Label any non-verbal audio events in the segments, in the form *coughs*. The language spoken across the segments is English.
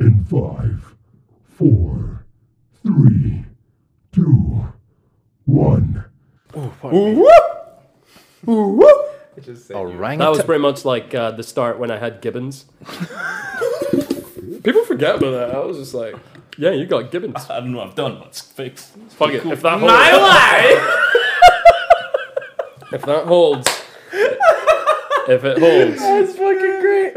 In five, four, three, two, one. Orangutan. That was pretty much like uh, the start when I had Gibbons. *laughs* People forget about that. I was just like, yeah, you got Gibbons. I don't know what I've done, but it's fixed. Fuck it. If that holds, My life! *laughs* if that holds, if it holds, That's fucking great.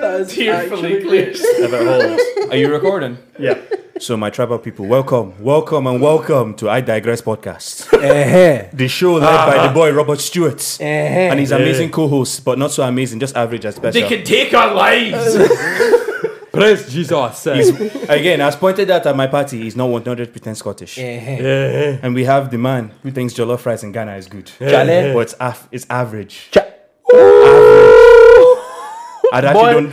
That is Tearfully clear. if it holds. Are you recording? Yeah. So, my tribal people, welcome, welcome, and welcome to I Digress Podcast, Eh, the show led by the boy Robert Stewart eh. and his amazing co hosts, but not so amazing, just average as They special. can take our *laughs* lives! Praise Jesus. Again, as pointed out at my party, he's not 100% Scottish. Eh, And we have the man who thinks jollof rice in Ghana is good, Jale. but it's, af- it's average. Cha- I actually Boy. don't.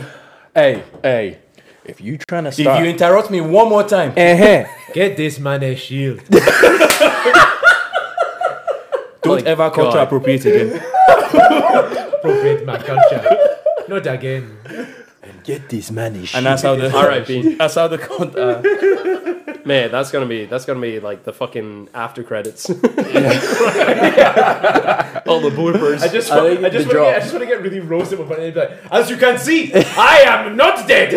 Hey, hey. If you trying to If start, you interrupt me one more time, Eh, *laughs* Get this man a shield. *laughs* don't my ever culture God. appropriate again. Appropriate my culture. Not again. get this man And that's how the. R.I.P. That's how the. con- Uh, Man, that's gonna be that's gonna be like the fucking after credits. *laughs* All the bloopers. I just, I want, I think just the job. want to get, I just want to get really roasted with my name. Like, as you can see, I am not dead.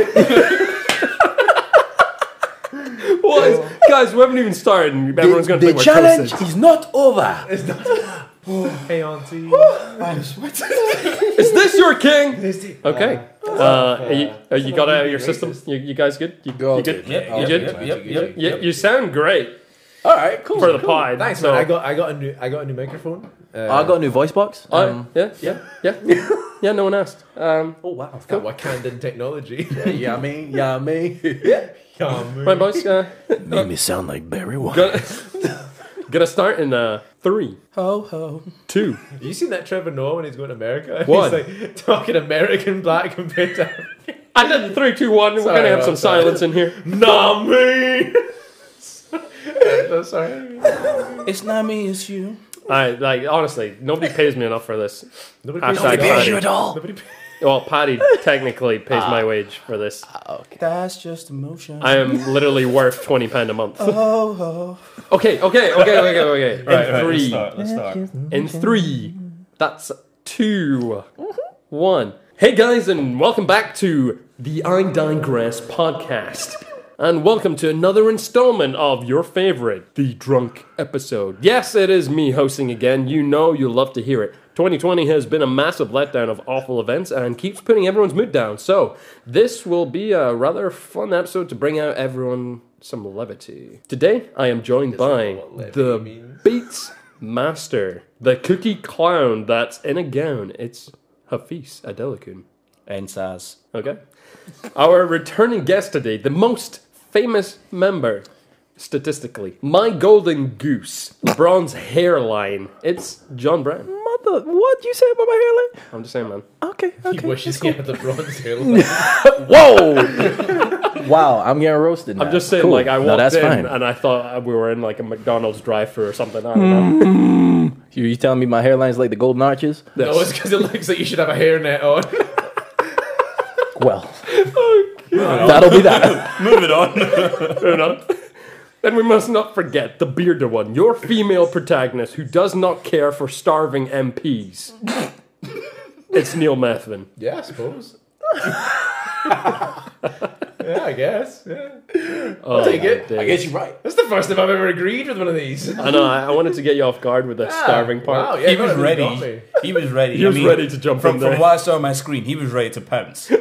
What is- guys, we haven't even started, and everyone's gonna The think we're challenge cursing. is not over. It's not. *laughs* hey, auntie. Is this your king? Is Oh, it- Okay. Uh, are you, are you got it out of your system? You, you guys good? You, you good? Yep, you good? yep, yep, yep, Yeah, you sound great All right, cool. for the pod. Thanks, so- man. I got, I got a new, I got a new microphone. Uh, Oh, I got a new voice box. I- Um, yeah, yeah, yeah, yeah. No one asked. Um, oh wow. got Wakandan technology. *laughs* Yeah, me, yeah, me. right, boys. Uh, *laughs* Made me sound like Barry White. gonna, *laughs* gonna start in uh, three, Ho ho. two. Have you seen that Trevor Noah when he's going to America? *laughs* What? He's like talking American black compared to *laughs* I did the three, two, one. We're Sorry gonna have some about that. silence in here. *laughs* Nami. I'm sorry. *laughs* it's not me, it's you. I like honestly, *laughs* nobody pays me enough for this. Nobody Hashtag pays- Patty. at all. Nobody pays- Well, Patty technically pays my wage for this. That's just emotion. I am literally worth twenty pound a month. Oh, oh. Okay, okay, okay, okay, *laughs* okay. In Let's three, start, let's start. in three. That's two, one. Hey guys, and welcome back to the I Digress podcast. And welcome to another installment of your favorite, the drunk episode. Yes, it is me hosting again. You know you'll love to hear it. 2020 has been a massive letdown of awful events and keeps putting everyone's mood down. So, this will be a rather fun episode to bring out everyone some levity. Today, I am joined by the Beats Master, the cookie clown that's in a gown. It's Hafiz Adelakun. And Saz. Okay. Our returning guest today, the most famous member, statistically, my golden goose, LeBron's hairline. It's John Brown. Mother, what you say about my I'm just saying, man. hairline? Okay, He okay. wishes he had the bronze *laughs* hairline. Whoa! wow, I'm getting roasted. now. I'm just saying, Cool. like, I no, walked that's in fine. and I thought we were in like a McDonald's drive-thru or something. I don't know. You, you telling me my hairline's like the golden arches? No, it's because it looks like you should have a hairnet on. Well, that'll be that. Move it *laughs* on. Fair enough. *laughs* Then we must not forget the bearded one, your female protagonist who does not care for starving MPs. *laughs* it's Neil Methvin. Yeah, I suppose. yeah, I guess. Yeah. I'll take it. I you're right. That's the first time I've ever agreed with one of these. I know. I I wanted to get you off guard with the starving part. Wow, yeah, He no, was it really got ready. me. He was ready. He was ready to jump from, in From there. what I saw on my screen, he was ready to pounce.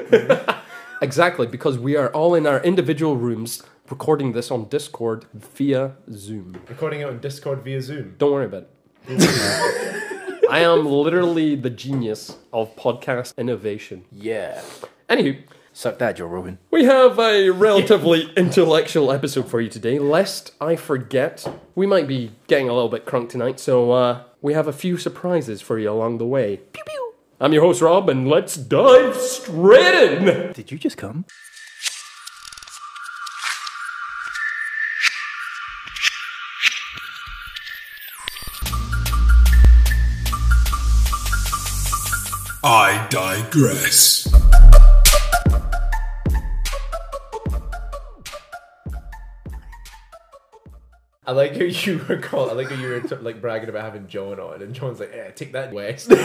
Exactly, because we are all in our individual rooms recording this on Discord via Zoom. Recording it on Discord via Zoom. Don't worry about it. *laughs* I am literally the genius of podcast innovation. yeah. Anywho, Suck that, Joe Rogan. we have a relatively intellectual episode for you today. Lest I forget, we might be getting a little bit crunk tonight, so uh, we have a few surprises for you along the way. Pew pew. I'm your host, Rob, and let's dive straight in. Did you just come? I digress. I like how you were called. I like how you were like bragging about having John on, and John's like, "Eh, take that west." *laughs* like,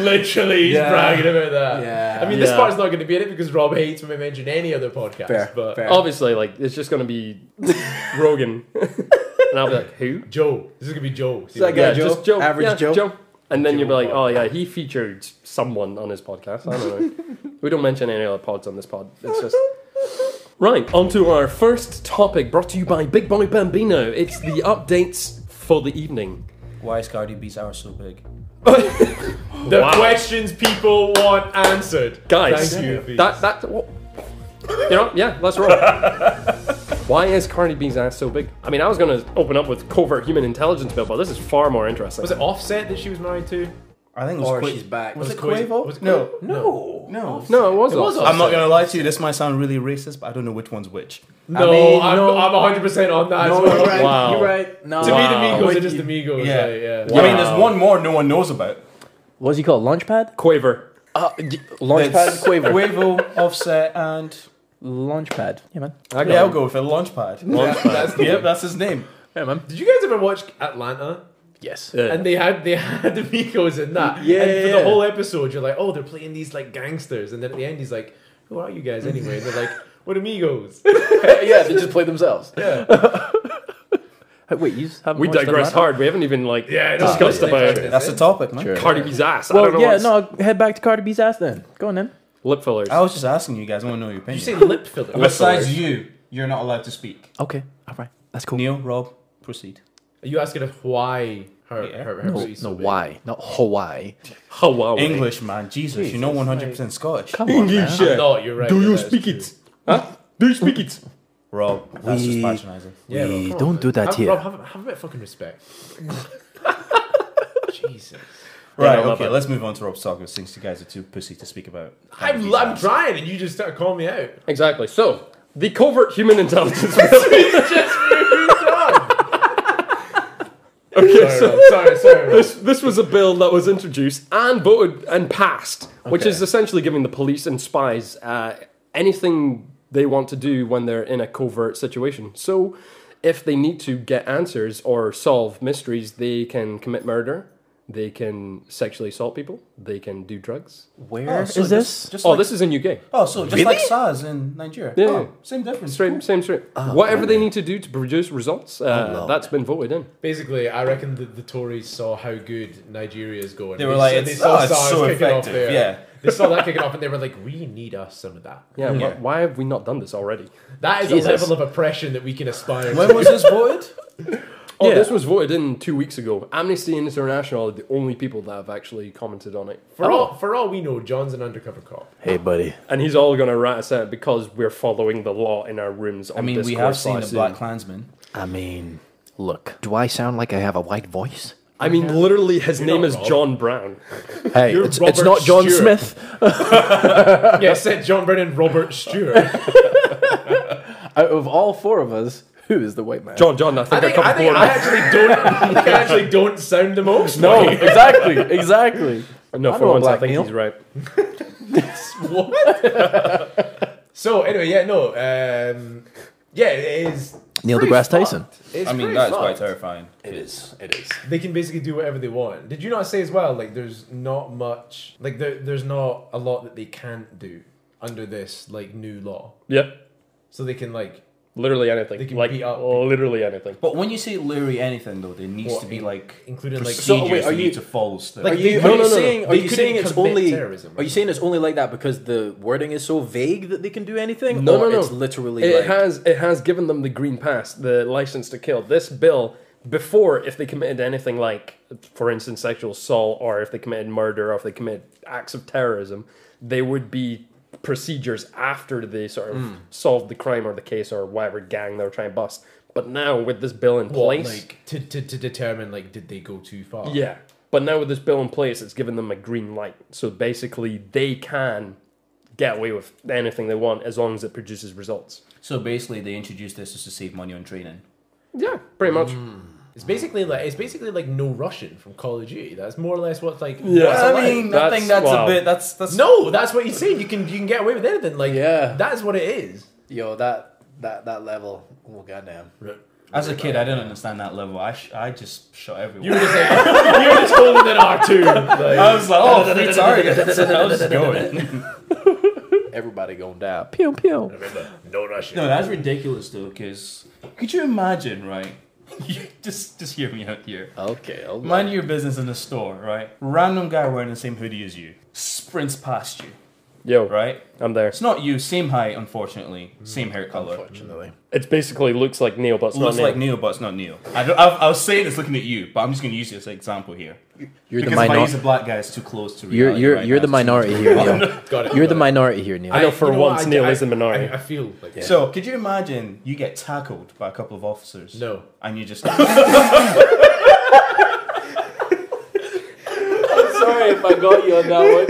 literally, he's Yeah. bragging about that. Yeah. I mean, this Yeah. part's not going to be in it because Rob hates when we mention any other podcast. Fair, but Oh, fair. Obviously, like it's just gonna be *laughs* Rogan, and I'll be like, who? Joe, this is going to be Joe. See, So I like, got- Yeah, Joe. Average yeah, Joe. And then you'll be like, oh yeah, he featured someone on his podcast. I don't know. *laughs* we don't mention any other pods on this pod. It's just. Right, on to our first topic brought to you by Big Boy Bambino. It's the updates for the evening. Why is Cardi B's hour so big? the Wow. questions people want answered, Guys, Thank you. Beats. that, that, what, you know, yeah, let's *laughs* roll. Why is Cardi B's ass so big? I mean, I was going to open up with covert human intelligence, Bill, but this is far more interesting. was it Offset that she was married to? I think it was Or Qua- she's back. Was it Quavo- Quavo? was it no, Quavo? no, no. no, it was. It was Offset. I'm not Offset. gonna lie to you. This might sound really racist, but I don't know which one's which. No, I mean, am no. I'm 100 percent on that. No, as well. you're right. Wow. You're right. No. To Wow. me, the Migos When are just you- the Migos. yeah. Right, yeah. I mean, there's one more no one knows about. What's he called? Launchpad? Quaver. Uh, d- launchpad Quaver. Quavo, Offset, and Launchpad. Yeah, man. I got yeah, I'll it. go with it. Launchpad. That- that's the- yep, that's his name. Yeah, man. Did you guys ever watch Atlanta? Yes. Yeah. And they had they *laughs* had the Migos in that. Yeah, And for yeah. the whole episode, you're like, oh, they're playing these like gangsters, and then at the end, he's like, who are you guys anyway? And they're like, *laughs* we're amigos. yeah, they just play themselves. Yeah. Wait, you haven't We watched digress Atlanta? hard. We haven't even like Yeah, no, discussed that's about interesting. That's the topic, man. Sure. Cardi B's ass. I Well, don't know yeah, what's- no, I'll head back to Cardi B's ass then. Go on then. lip fillers. I was just asking you guys. I want to know your you opinion. say lip filler. Besides you, you're not allowed to speak. Okay, all right. That's cool. Neil, Rob, proceed. Are you asking us why her Yeah. her, her No, booty's so no, big? why? Not Hawaii. Hawaii. English, man. Jesus, you're not 100% Scottish. Come on, man. I'm not, you're right. Do yeah, you that is speak true. it? Huh? Do you speak it? Rob, that's just We- patronizing. Yeah, Rob, We come on, don't man. do that have, here. Rob, have, have a bit of fucking respect. *laughs* Jesus. Right, love okay, it. let's move on to Rob's topic since you guys are too pussy to speak about. I'm, I'm trying, and you just start calling me out. Exactly. So the covert human *laughs* intelligence. Okay, sorry, Rob. sorry, sorry. *laughs* Rob. this this was a bill that was introduced and voted and passed, which Okay. is essentially giving the police and spies uh, anything they want to do when they're in a covert situation. So, if they need to get answers or solve mysteries, they can commit murder. They can sexually assault people. They can do drugs. Where is just- this? Just oh, like, this is in UK. oh, so just Really? like SARS in Nigeria. Yeah. Oh, same difference. Straight, same straight. Whatever they need to do to produce results, uh, that's been voted in. Basically, I reckon the, the Tories saw how good Nigeria is going. They were like, they it's- saw oh, it's SARS so kicking off effective, there. yeah. They saw that kicking off, and they were like, we need us some of that. Yeah, wh- Yeah. Why have we not done this already? That is Jesus. a level of oppression that we can aspire When to. was this voted? Oh, Yeah. this was voted in two weeks ago. Amnesty International are the only people that have actually commented on it. For all, for all we know, John's an undercover cop. Hey, buddy. And he's all going to rat us out because we're following the law in our rooms on I mean, we Discord have seen slash the Zoom. Black Klansman. I mean, look. Do I sound like I have a white voice? I mean, literally, his name not is wrong. John Brown. Hey, You're it's, it's Robert not John Stewart. Smith. *laughs* Yeah, I said John Brennan, Robert Stewart. *laughs* I Out of all four of us, who is the white man? John, John, I think I, think, covered I, think four I actually don't. I think I actually don't sound the most. No, like, Oh, exactly, exactly. No, I'm for not once, I black, think Neil. he's right. what? *laughs* so anyway, yeah, no, um, yeah, it is. Neil pretty deGrasse Tyson. fucked. It's I mean, pretty that is quite fucked. terrifying. It is. It is. they can basically do whatever they want. Did you not say as well? Like, there's not much. Like, there, there's not a lot that they can't do under this like new law. Yep. So they can like. Literally anything. They can like, beat up people. literally anything. But when you say literally anything, though, there needs What, to be like including, like- procedures So, wait, are you you- need to follow still. Are Like, you, they- are no, you no, no, saying no. are They you couldn't saying it's commit only terrorism, are you right? saying it's only like that because the wording is so vague that they can do anything? No, no, or no. It's literally it like, has it has given them the green pass, the license to kill. This bill before, if they committed anything like, for instance, sexual assault, or if they committed murder, or if they committed acts of terrorism, they would be procedures after they sort of Hmm. solved the crime or the case or whatever gang they were trying to bust. But now with this bill in What, place, like to, to, to determine like did they go too far? yeah. But now with this bill in place, it's given them a green light. So basically, they can get away with anything they want as long as it produces results. so basically, they introduced this just to save money on training. Yeah, pretty much. Hmm. it's basically like it's basically like no Russian from Call of Duty. That's more or less what's like. Yeah. what's I allowed. I think that's a bit- That's that's no, that's what he's saying. You can you can get away with anything. Like Yeah. that is what it is. yo that that that level. Oh goddamn! As a kid, I didn't understand that level. I, sh- I just shot everyone. *laughs* You were just like, you were just holding an R two. Like, I was like, oh, free targets. I was just going. Everybody gonna die. Pew pew. remember, no rushing. No, that's ridiculous though. Because could you imagine, right? You just just hear me out here. Okay. I'll Mind your business in the store, right? Random guy wearing the same hoodie as you sprints past you, Yo, right? I'm there. It's not you, same height, unfortunately, same hair color. Unfortunately, It basically looks like Neil, but it's not Looks Neil. like Neil, but it's not Neil. I, don't, I, I was saying this looking at you, but I'm just going to use this example here. you're Because if I use a black guy, it's too close to You're reality. you're right you're now. the minority here, *laughs* Neil. Got it. You're the minority here, Neil. I know for once I- Neil I- is the minority. I, I feel like So, could you imagine you get tackled by a couple of officers? no. And you just. *laughs* I'm Sorry if I got you on that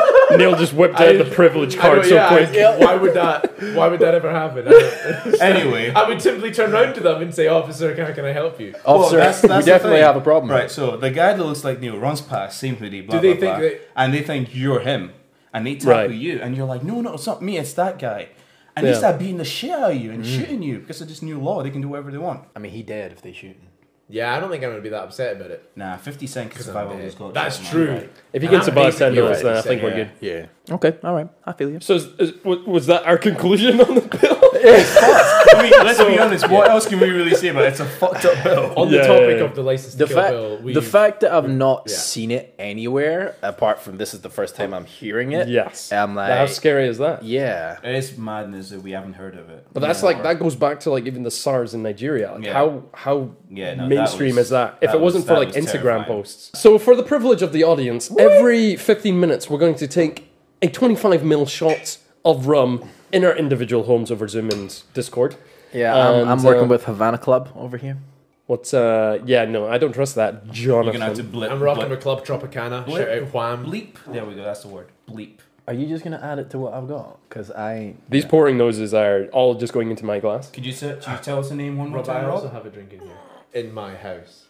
*laughs* *laughs* one. Neil just whipped out I- the privilege I card don't- so yeah, I- quick. yeah, why would that? Why would that ever happen? I don't- Anyway. I would simply turn round to them and say, "Oh, "Officer, can, can I help you?" Oh. Officer, that's- that's we the definitely thing. have a problem. Right, so the guy that looks like Neil runs past, same hoodie, blah, Do they blah, think blah, that- and they think you're him, and they tackle Right. you, and you're like, no, no, it's not me, it's that guy. And they Yeah. start beating the shit out of you and Mm. shooting you because of this new law. They can do whatever they want. I mean, he dead if they shoot him. Yeah, I don't think I'm gonna be that upset about it. Nah, 50 Cent can survive all those Yeah. gods. That's true. If you can I'm survive ten basically dollars, then I right, think we're yeah. good. Yeah. Okay. All right. I feel you. So, is, is, wa- was that our conclusion on the bill? I mean, let's be honest, what else can we really say about it? *laughs* It's a fucked up bill. On Yeah, the topic yeah, of the license to The kill bill, fact, we the fact that I've not yeah. seen it anywhere, apart from this is the first time I'm hearing it. Yes. I'm like, How scary is that? yeah. It's madness that we haven't heard of it. But that's like that goes back to like even the SARS in Nigeria. Like Yeah. how how Yeah, no, that mainstream was- is that? If that it wasn't was- for that like was Instagram terrifying. posts. So for the privilege of the audience, every 15 minutes we're going to take a 25 mil shot of rum in our individual homes over Zoom and Discord. Yeah, I'm, I'm And, working uh, with Havana Club over here. What's uh yeah no I don't trust that You're Jonathan. gonna have to blip. I'm rocking blip, with Club Tropicana. What? Shout out Wham. bleep. There we go. That's the word. Bleep. Are you just gonna add it to what I've got? Cause I These pouring noses are all just going into my glass. Could you say, could you tell us the name one more Rob, time, I also Rob? have a drink in here. In my house.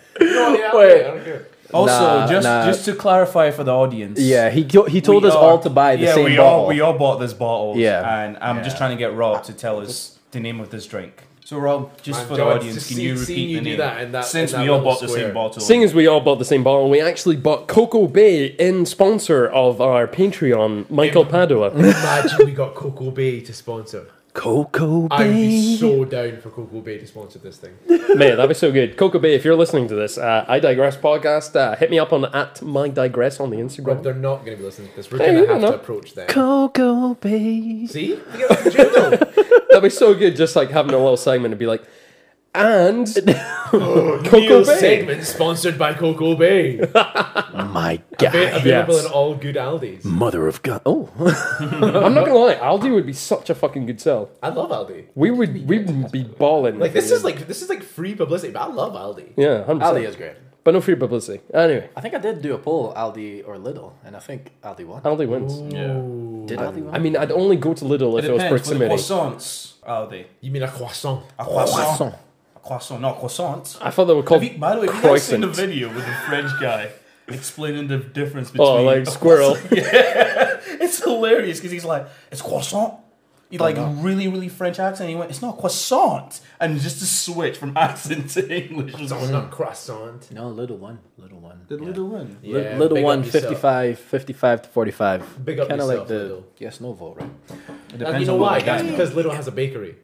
*laughs* no, yeah, Wait. Wait. I don't care. Also, Nah, just nah. just to clarify for the audience. yeah he to- he told we us are- all to buy the yeah, same we bottle. All, we all bought this bottle. Yeah. And I'm just trying to get Rob to tell us the name of this drink. So, Rob, just Man, for the John, audience, just can see- you repeat seeing you the do name? that in that- Since in that we all little bought the square. same bottle. Seeing as we all bought the same bottle, we actually bought Coco Bay in sponsor of our Patreon, Michael *laughs* Padua. Imagine we got Coco Bay to sponsor. Coco I would be Bay. so down for Coco Bay to sponsor this thing. Man, that'd be so good. Coco Bay, if you're listening to this, uh, I digress podcast. Uh, hit me up on at my digress on the Rob, Instagram. they're not going to be listening to this. We're Hey, going you to have know. to approach them. Coco Bay. See? We got the jingle. that'd be so good. Just like having a little segment and be like, and Coco Coco Bay. segment sponsored by Coco Bay. My God. Available Yes. in all good Aldi's. Mother of God. Oh, I'm not gonna lie, Aldi would be such a fucking good sell. I love Aldi. We would, we would be balling. Like this is like this is like free publicity, but I love Aldi. yeah, 100%. Aldi is great. but no free publicity. Anyway, I think I did do a poll, Aldi or Lidl, and I think Aldi won. Aldi wins. Yeah. Oh, Did Aldi win? I mean, I'd only go to Lidl if it, was Depends, for the proximity. croissants. Are they? You mean a Oh, croissant? A croissant. Croissant. A croissant, not croissants. I thought they Oh, were called Have you- by the way, have you guys seen the croissant. video with the French guy explaining the difference between? Oh, *laughs* like squirrel. It's hilarious because he's like, "It's croissant." He like Oh, really, really French accent. He went, "It's not croissant," and just to switch from *laughs* accent to English was No, not croissant. no, Lidl won. Lidl won. the little one. Li- Yeah, Little big up one, yourself. 55, 55 to 45. Big up Kinda yourself, like the Lidl. yes, no vote, right? And you know why? That's because Little has a bakery.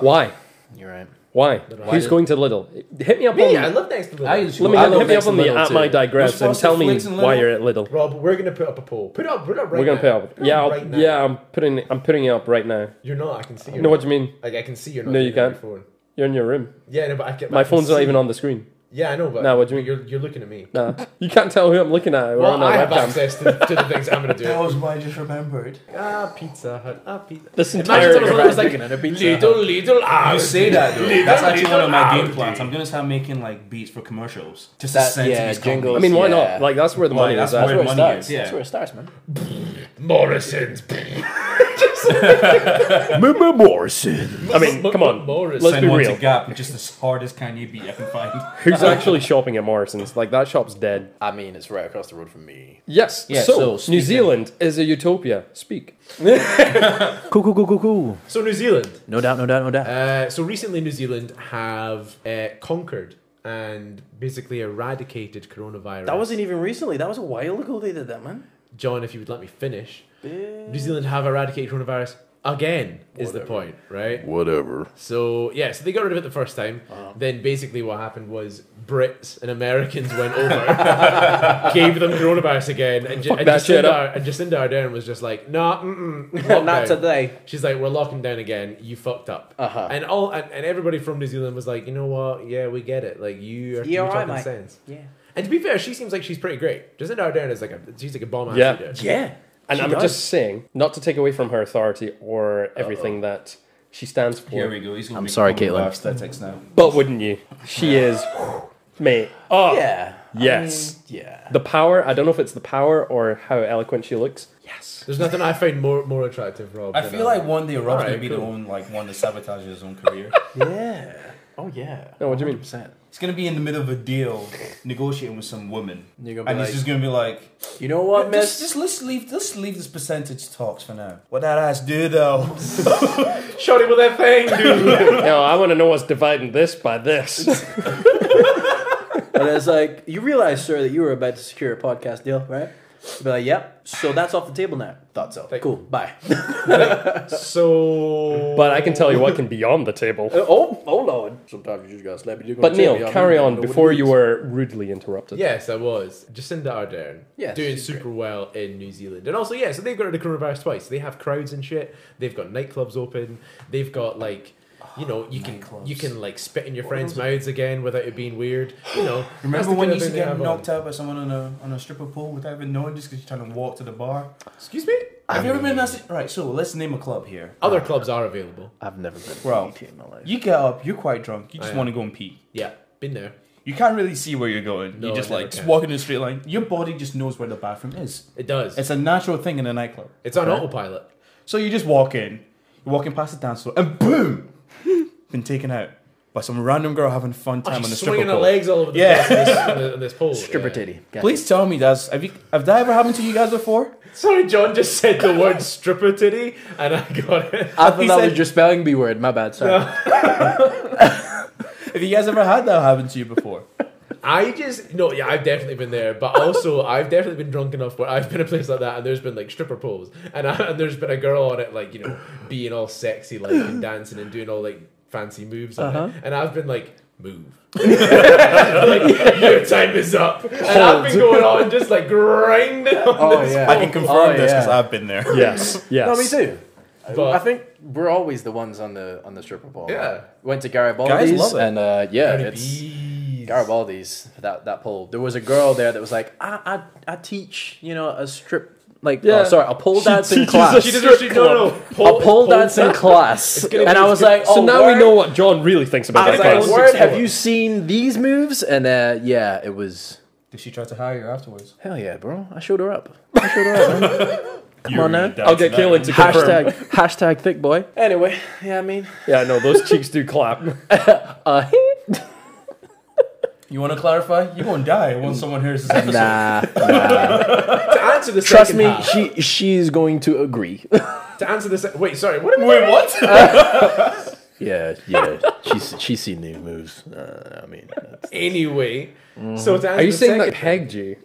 Why? You're right. Why? Who's going to Lidl? Hit me up on. Me, I live next to Little. Let me hit, love hit me up Mason on the Little at my too. digress and Frosted tell me Flakes and why Lidl? you're at Lidl. Rob, we're gonna put up a poll. Put it up, put it up right We're gonna now. pay up. Put it Yeah, I'll, right now. yeah, I'm putting I'm putting it up right now. You're not. I can see you. No, what do you mean? Like I can see you're not. No, you looking at can't. your phone. You're in your room. Yeah, no, but I can. My phone's not even on the screen. Yeah, I know, but No, what do you mean? You're, you're looking at me. Nah, *laughs* you can't tell who I'm looking at. We're Well, on our I have webcam. access to, to the things I'm gonna *laughs* do. was why I just remembered. Ah, Pizza Hut. Ah, Pizza. This Imagine entire someone was always like, little, little, ah. You say that though. That's actually one of my game plans. I'm gonna start making like beats for commercials. Just to That- send to yeah, these jingles. I companies. mean, why Yeah. not? Like that's where the money Like, is. that's At. where- it money starts. is, yeah. That's where it starts, man. Morrison's. Mama Morrison. I *laughs* mean, come on. Morrison. Let's be Someone to real. Gap, just as hard as Kanye beat I can find. *laughs* Who's actually shopping at Morrison's? Like that shop's dead. I mean, it's right across the road from me. Yes. Yeah, so, so New speaking- Zealand is a utopia. Speak. Cool, cool, cool, cool, cool. So New Zealand. No doubt, no doubt, no doubt. Uh, so recently, New Zealand have uh, conquered and basically eradicated coronavirus. That wasn't even recently. That was a while ago they did that, man. John, if you would let me finish. New Zealand have eradicated coronavirus again. Is the point, right? Whatever. So yeah, so they got rid of it the first time. Then basically what happened was Brits and Americans went over, *laughs* gave them coronavirus again, and, ju- and, that shit Jacinda, up. Ar- and Jacinda Ardern was just like, nah, mm-mm, Not lockdown." today. She's like, we're locking down again. You fucked up. Uh-huh. And all and, and everybody from New Zealand was like, you know what? Yeah, we get it. Like you are Yeah, you're all right, talking mate. sense. Yeah. And to be fair, she seems like she's pretty great. Jacinda Ardern is like a she's like a bomb ass Yeah. leader. Yeah. And She I'm does. just saying, not to take away from her authority or everything that she stands for, Here we go. He's gonna I'm make sorry, a comment Caitlin. about Aesthetics now. but wouldn't you? She is, mate. Oh, Yeah. yes. Yeah. The power, I don't know if it's the power or how eloquent she looks. Yes. There's nothing I find more more attractive, Rob. I than feel Ardern. like one day Rob's Alright, gonna be the cool. one like one that sabotages his own career. Yeah. Oh yeah. No, what do you mean? 100%. *laughs* He's gonna be in the middle of a deal negotiating with some woman. You're gonna be And like, he's just gonna be like, you know what, just, miss? just let's leave let's leave this percentage talks for now. What that ass do though? Shot him with that thing, *laughs* dude. No, I want to know what's dividing this by *laughs* this. and it's like, you realize, sir, that you were about to secure a podcast deal, right? You'd be like, yep. So that's off the table now. Thought so. Cool. Bye. so, But I can tell you what can be on the table. oh, hold on. Sometimes you just gotta slap your dick on But the table, Neil, y'all carry know- on know what before it uh, you is. were rudely interrupted. yes, I was Jacinda Ardern. Yes, doing she's super great. well in New Zealand, and also yeah, so they've got rid of coronavirus twice. They have crowds and shit. They've got nightclubs open. They've got like. You know, you can nightclubs. you can like spit in your friends' mouths again without it being weird. You know, *gasps* that's Remember the when you kind used to of thing they get have on. knocked out by someone on a on a stripper pole without even knowing just because you're trying to walk to the bar? Excuse me. Have you ever been in that? si- Right, so let's name a club here. Other clubs are available. I've never been Bro. to PT in my life. You get up, you're quite drunk, you I just am. want to go and pee. Yeah, been there. You can't really see where you're going. No, you just I never like just can. walking in a straight line. Your body just knows where the bathroom is. It does. It's It's, a natural thing in a nightclub. on autopilot. So you just walk in, you're walking past the dance floor, and boom, *laughs* been taken out by some random girl having a fun time on the Oh, She's stripper swinging her pole. legs all over the Yeah. place on this, on the- on *laughs* this pole. Stripper yeah. titty. Gotcha. Please tell me, that's have you have that ever happened to you guys before? Sorry, John just said the word stripper titty, and I got it. I thought He that said- was your spelling bee word. My bad. Sorry. Have you guys ever had that happen to you before? I just no, yeah, I've definitely been there, but also I've definitely been drunk enough where I've been a place like that, and there's been like stripper poles, and, I, and there's been a girl on it, like you know, being all sexy, like and dancing and doing all like fancy moves, on it, and I've been like, move. *laughs* like your time is up, and I've been going on just like grinding. On Oh, this yeah. pole. I can confirm Oh, this because yeah. I've been *laughs* *laughs* there. Yes. Yes. No, me too. But- I think we're always the ones on the on the stripper pole. Yeah. went to Garibaldi's Guys love it. and uh, yeah, Cardi it's B's. Garibaldi's that that pole. There was a girl there that was like, I I, I teach you know a strip like Yeah. oh, sorry a pole She dance in teaches class. us She doesn't actually no no a pole, pole, dance in class, gonna and be- I was like, So oh, now word? we know what John really thinks about I was that like, class. It's like word, six have foot. you seen these moves? And uh, yeah, it was Did she try to hire you afterwards? hell yeah, bro. I showed her up. I showed her up. Man. Come on now. I'll get Kaelin to confirm. Hashtag hashtag thick boy. Anyway, yeah, I mean, Yeah, no, those cheeks do clap. *laughs* uh, You want to clarify? You're gonna die once someone hears this episode. nah. to answer the Trust second me, half- she she's going to agree. *laughs* to answer this wait sorry what am I- Wait, what? yeah, yeah. She's she's seen these moves. Uh, I mean, that's- anyway so to answer Are you the saying second that pegged you?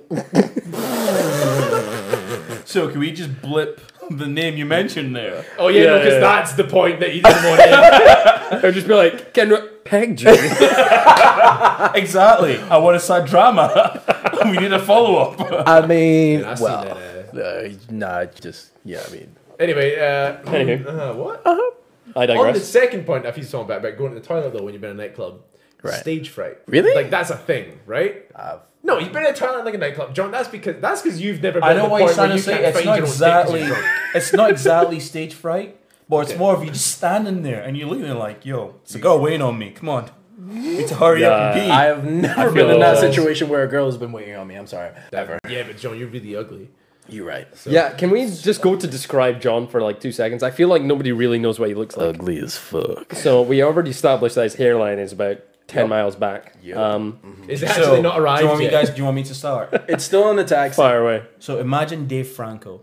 so can we just blip the name you mentioned there? Oh yeah, no, Yeah, because yeah. that's the point that you didn't *laughs* want to. I would just be like, Kendra pegged you. *laughs* Exactly. I want to start drama. *laughs* we need a follow up. *laughs* I mean, I see well, that. Uh, uh, nah, just yeah. I mean, anyway, uh, Anywho. uh, what? Oh, I On the digress. second point, if he's talking about, about going to the toilet though when you've been in a nightclub, Right. stage fright. Really? Like that's a thing, right? I've- no, you've been in a toilet like a nightclub, John. That's because that's because you've never. Been I know at the what you're point where trying to you say. can't It's find not your own dick 'cause exactly. you're drunk. *laughs* It's not exactly stage fright, but it's more of you just standing there and you're looking like, "Yo, it's a girl waiting on me. Come on, need to hurry up and pee." I have never feel been in that those. situation where a girl has been waiting on me. I'm sorry, ever. Yeah, but John, you're really ugly. You're right. Yeah, can we just go to describe John for like two seconds? I feel like nobody really knows what he looks like. Ugly as fuck. So we already established that his hairline is about ten miles back. Um, Is it actually not do you arrived want me yet? guys? Do you want me to start? *laughs* It's still on the taxi. fire away. so imagine Dave Franco.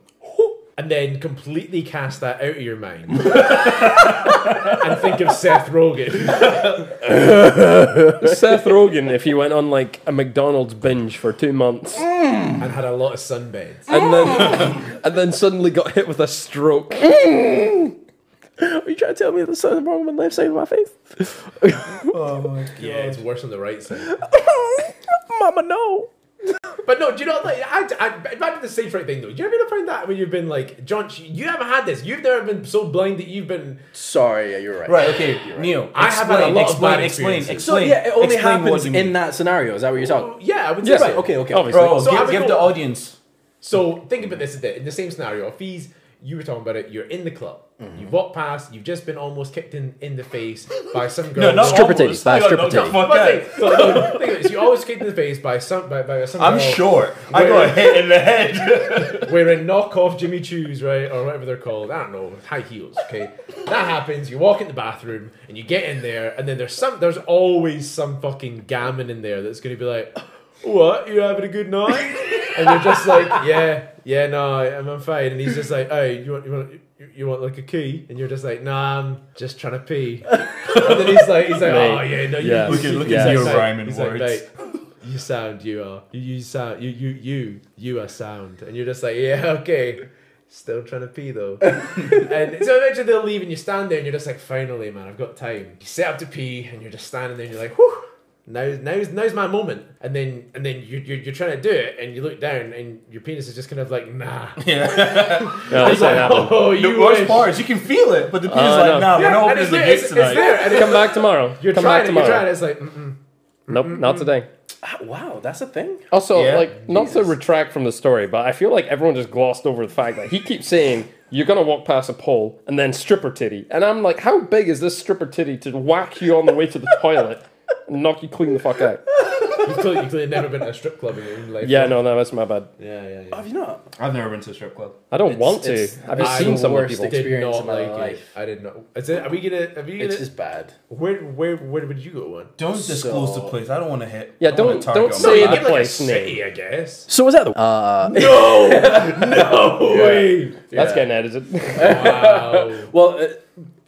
and then completely cast that out of your mind *laughs* and think of Seth Rogen. *laughs* Seth Rogen, if he went on like a McDonald's binge for two months and had a lot of sunbeds. and *laughs* then and then suddenly got hit with a stroke. Are you trying to tell me there's something wrong with my left side of my face? Yeah, it's worse on the right side. *laughs* Mama, no. But no, do you know, like, I, I, imagine the stage fright thing though. Do you ever been find that when you've been like, John, you haven't had this. You've never been so blind that you've been. Sorry, yeah, you're right. Right. Okay. Neil. I have had explain, a lot of explain, bad explain, experiences. So explain, yeah, it only explain what happens you mean. in that scenario. Is that what you're talking? Yeah, I would Yes. say. Right. Okay. Okay. Obviously. Bro, So I give, would give go- the audience. So think about this a bit. in the same scenario. If he's you were talking about it, you're in the club. Mm-hmm. You've walked past. You've just been almost kicked in, in the face *laughs* by some girl. Stripper titties. That's stripper No, no, titties. fuck But that. think, so, *laughs* no, think of this. You always kicked in the face by some by, by some. I'm girl sure. I got hit in the head. wearing knockoff Jimmy Choo's, right, or whatever they're called. I don't know, high heels. Okay, that happens. You walk in the bathroom and you get in there, and then there's some. There's always some fucking gammon in there that's gonna be like, "What? You having a good night?" and you're just like, "Yeah, yeah, no, I'm, I'm fine." And he's just like, "Hey, you want you want." you- You want like a key, and you're just like, nah, I'm just trying to pee. and then he's like, he's like, Mate. oh yeah, no, you Yeah. Look at- look at he's like, your "Mate," rhyming he's like, words. "Mate, you sound you are you, you sound you you you you are sound and you're just like yeah *laughs* okay still trying to pee *laughs* though and so eventually they'll leave and you stand there and you're just like finally man i've got time you set up to pee and you're just standing there and you're like whew now, now's, now's my moment and then and then you, you're, you're trying to do it and you look down and your penis is just kind of like *laughs* nah No, it's not *laughs* happening. *laughs* oh you The worst wish. part is you can feel it, but the penis Uh, is like, no. nah, we're yeah, not and opening it's, the there, gates it's, it's tonight. there and it's, Come back tomorrow. you're Come trying back it, you're tomorrow. trying it, it's like mm-mm. Nope, not today. Ah, Wow, that's a thing. Also, Yeah. like, not to Jesus. retract from the story, but I feel like everyone just glossed over the fact that he keeps saying you're gonna walk past a pole and then stripper titty, and I'm like, how big is this stripper titty to whack you on the way to the toilet and knock you clean the fuck out? you've clearly, you've clearly never been to a strip club in your life Yeah, no, no, that's my bad. yeah yeah yeah Have you not? I've never been to a strip club. I don't want to. it's- I've just I seen some of worst the people. ex- experience of my it. life. I did not. Is it, are we gonna? Are we gonna? It's just bad. where where where would you go one? Don't disclose the So- place. I don't want to hit. Yeah, I wanna don't- target don't on say my the Give, back. like, a place city, I guess. So was that the? Uh, *laughs* No, no way. That's getting edited. *laughs* Wow. well, uh,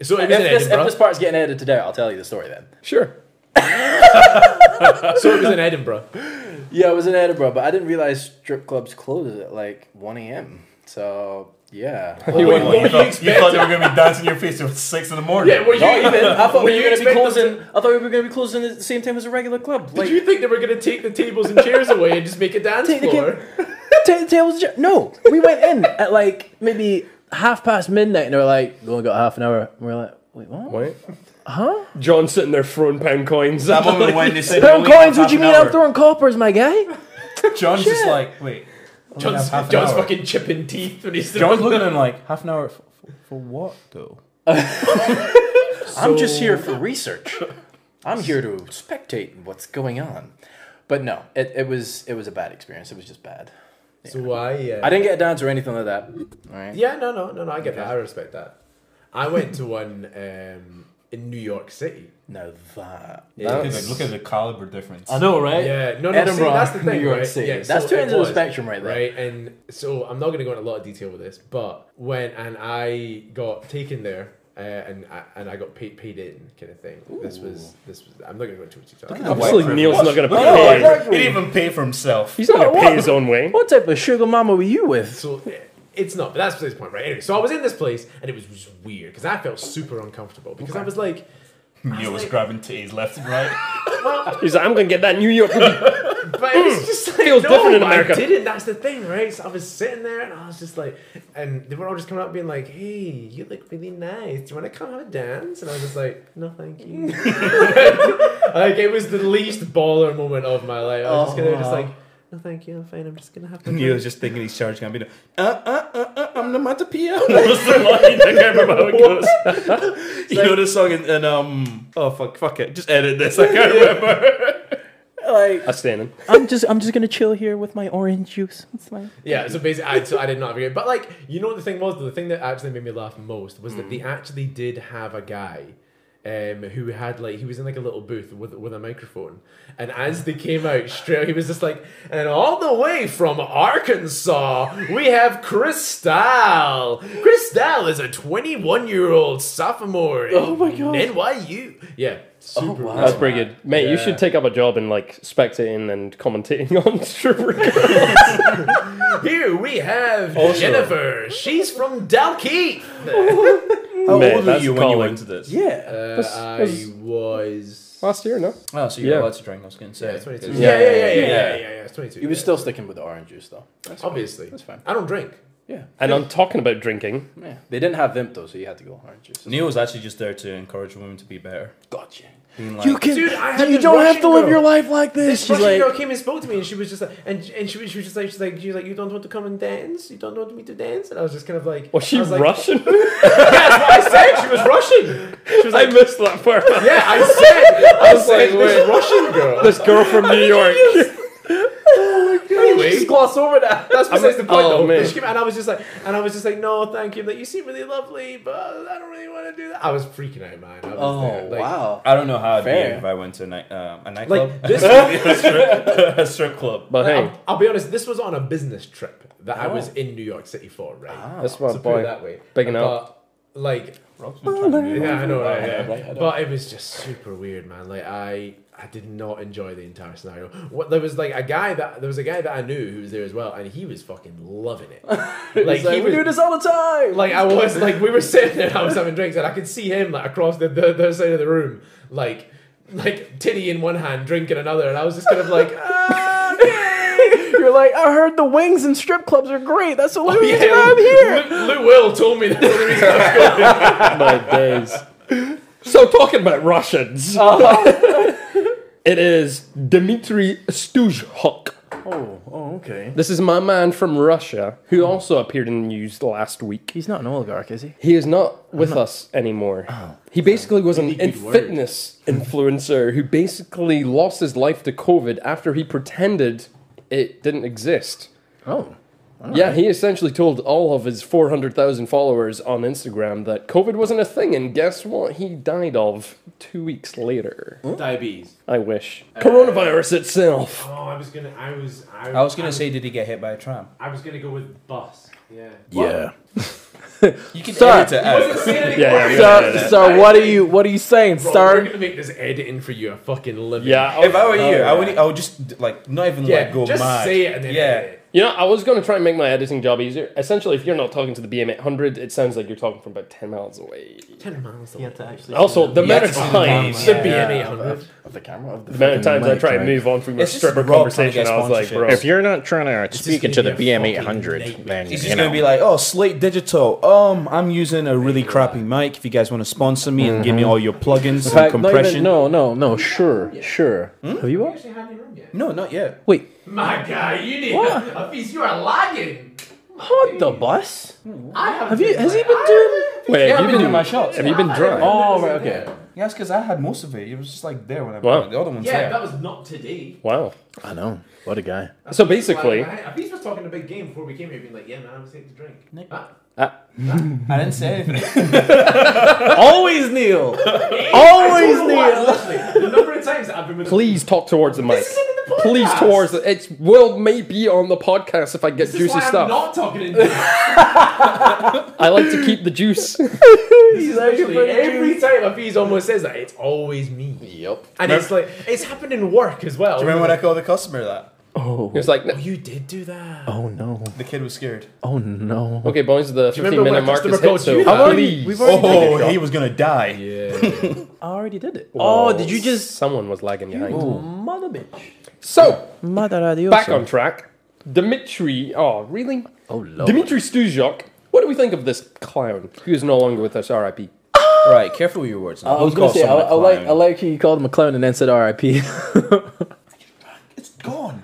if, So it was in this, if Edinburgh. this part's getting edited today, I'll tell you the story then. sure. so it was in Edinburgh. *laughs* Yeah, I was in Edinburgh, but I didn't realize strip clubs close at like 1 a.m. So *laughs* yeah, He went- What were you You thought they expecting? were going to be dancing in your face at 6 in the morning. Yeah, were you not even. I thought were we you were going to be expecting closing. I thought we were going to be closing at the same time as a regular club. Did Like, you think they were gonna take the tables and chairs away and just make a dance Take the floor? Ta- tables. ju- No, we went *laughs* in at like maybe half past midnight, and they were like, "We only got half an hour." And we are like, "Wait, what?" Wait. Huh? John sitting there throwing pound coins. That moment when they said, Throwing "Only have coins? What half do you an mean? hour." I'm throwing coppers, my guy. John's just like, wait. only John's, have half an John's hour. fucking chipping teeth when he's John's looking at him like, half an hour for, for, for what, though? I'm just here for research. I'm here to spectate what's going on. But no, it, it was it was a bad experience. It was just bad. So why? Yeah. I didn't get a dance or anything like that. Yeah, no, no, no, no. I get that. I respect that. I went to one um, in New York City. No, that. Look at, the, look at the caliber difference. know, right? Yeah, no, no. See, Edinburgh, that's the thing, New York right? City. Yeah, that's so two it ends of the was, spectrum, right there. Right, and so I'm not going to go into a lot of detail with this, but when and I got taken there. Uh, and I, and I got paid paid in kind of thing. This was this was. I'm not gonna go into too much *laughs* detail. Obviously, White Neil's not privilege. going to Look at pay. the white privilege. He didn't even pay for *laughs* himself. He's not going to What? pay his own way. What type of sugar mama were you with? So eh, it's not, but that's besides the point, right? Anyway, so I was in this place and it was just weird because I felt super uncomfortable because I was like, Neil was grabbing titties left and *laughs* right. He's like, I'm going to get that New *laughs* York booty. But it *laughs* was just like, Feels no, different in America. I didn't. That's the thing, right? So I was sitting there and I was just like, and they were all just coming up being like, hey, you look really nice. Do you want to come have a dance? And I was just like, no, thank *laughs* you. like, it was the least baller moment of my life. I was just going to just like, no, thank you. I'm fine. I'm just going *laughs* to have the Neil's just thinking he's Serge Gambino. uh, I'm the Matapia. *laughs* What's *laughs* the line? I can't remember how it goes. you know the song in, in um. Oh fuck, fuck it. Just edit this. I can't remember. Like I stand in. I'm just I'm just gonna chill here with my orange juice. It's like Yeah, so basically, I, so I did not forget. But like, you know what the thing was? The thing that actually made me laugh most was that they actually did have a guy. Um, who had like he was in like a little booth with with a microphone, and as they came out, straight he was just like, and all the way from Arkansas, we have Cristal. Cristal is a twenty one year old sophomore in oh my God. Oh NYU. Yeah, super. wow. That's pretty good, mate. You Yeah. should take up a job in like spectating and commentating *laughs* on stripper. Here we have Jennifer. She's from Dalkeith. How Mate, old were that's you when you calling. went to this? yeah. Uh, That's- I that's- was. Last year, no. Oh, so you were Yeah. allowed to drink. I was gonna say. Yeah, Yeah, 22. Yeah, yeah, yeah, yeah, yeah, yeah, yeah. yeah. yeah, It's 22. he was still sticking with the orange juice though. That's fine. obviously. That's fine. I don't drink. Yeah. And I'm talking about drinking. Yeah. They didn't have Vimp though, so you had to go orange juice. Neil was actually just there to encourage women to be better. Gotcha. Being like, You can Dude, I had you this don't have Russian to live girl. your life like this. This She's Russian like girl came and spoke to me, and she was just like, and and she was, she was just like, she's like, she's like, you don't want to come and dance, you don't want me to dance, and I was just kind of like, Was she I was like, Russian? Yeah, that's what I said. She was Russian. She was I like, missed that part. yeah, I said, I was *laughs* like, this Russian girl. This girl from New York. Anyway, gloss over that. That's besides the point. oh, though. man. She came- and I was just like, and I was just like, no, thank you. Like, you seem really lovely, but I don't really want to do that. I was freaking out, man. I was Oh there. Like, wow. I don't know how I'd Fair. be if I went to a night uh, a nightclub, Like this, a, strip, *laughs* a strip club. But hey, I'll, I'll be honest. This was on a business trip that I was Oh. in New York City for, right? that's my so put it boy. that way, Big enough. But, like, Rob's been trying to do yeah, I know, right? I Yeah. know, right, I know. But it was just super weird, man. Like, I I did not enjoy the entire scenario. What there was like a guy that there was a guy that I knew who was there as well, and he was fucking loving it. like, he was, this all the time. like I was like we were sitting there, and I was having drinks, and I could see him like across the the, the other side of the room, like like titty in one hand, drink in another, and I was just kind of like, ah, okay. you're like, I heard the wings and strip clubs are great. That's the only reason Yeah, I'm here. Lou, Lou Will told me that. the reason I was going. my days. So talking about Russians, *laughs* it is Dmitry Stuzhok. Oh, oh, okay. This is my man from Russia who also appeared in the news last week. He's not an oligarch, is he? He is not with us anymore. he basically was an in- Maybe good fitness influencer who basically lost his life to COVID after he pretended it didn't exist. Oh. Yeah, he essentially told all of his 400,000 followers on Instagram that COVID wasn't a thing, and guess what? He died of two weeks later. Diabetes. I wish. Coronavirus itself. Oh, I was gonna. I was. I, I was gonna say, did he get hit by a tram? I was gonna go with bus. *laughs* Yeah. Yeah. You can Sir. edit it out. Yeah, yeah, So, so what are you what are you saying, We're sir? gonna make this editing for you a fucking living. yeah. oh If I were you, I would I would just like not even Yeah. like go just mad. say it and then Yeah. edit it. You know, I was going to try and make my editing job easier. Essentially, if you're not talking to the BM800, it sounds like you're talking from about 10 miles away. Ten miles away. Also, the amount of it's on times, the the camera. BM800, BM 800. Of the camera of the the amount of times I mic, try and right? move on from your It's just stripper Rob trying to conversation, get I was like, sponsorship. bro. If If you're not trying to just speak gonna into be the a BM fucking 800, man, He's you just know. gonna be like, oh, Slate Digital. Um, I'm using a really crappy mic. If you guys want to sponsor me and give me all your plugins and compression, no, no, no. Sure, sure. Have you watched? Actually, had your room yet? no, not yet. Wait, My guy, you need a, a feast. You are lying. on the bus? I have, Have you? Has he been doing? Wait, have you been, shots. have you been drunk? Oh, right, okay. Yes, because I had most of it. It was just like there when I Wow. the other ones Yeah, there. that was not today. Wow. I know. What a guy. So basically, Like, I, I was talking a big game before we came here, being like, "Yeah, man, I'm just to drink." Ah, I didn't say anything. *laughs* Always Neil. I Always don't know Neil. why, honestly, the number of times that I've been with please talk towards the mic. This isn't in the Please podcast. towards the, it's will may be on the podcast if I get This is juicy why stuff. I'm not talking into it. I like to keep the juice. *laughs* This is actually every time a piece almost says that, it's always me. Yep. And it's like it's happened in work as well. Do you remember when I called the customer that? it's like Oh, you did do that. Oh no. The kid was scared. Oh no. okay, boys, the you 15 remember when minute a mark is customer hit. called you So that? I've already- please. we've already- Oh, *laughs* he was gonna die. Yeah. I already did it. Oh, did you just? Someone was lagging behind. Mother bitch. So Mother adios. back on track. Dimitri. Oh, really? Oh lord. Dimitri Stuzhok. What do we think of this clown who is no longer with us? R.I.P. Right, careful with your words. I was gonna say I, I like I like you called him a clown and then said R.I.P. It's gone.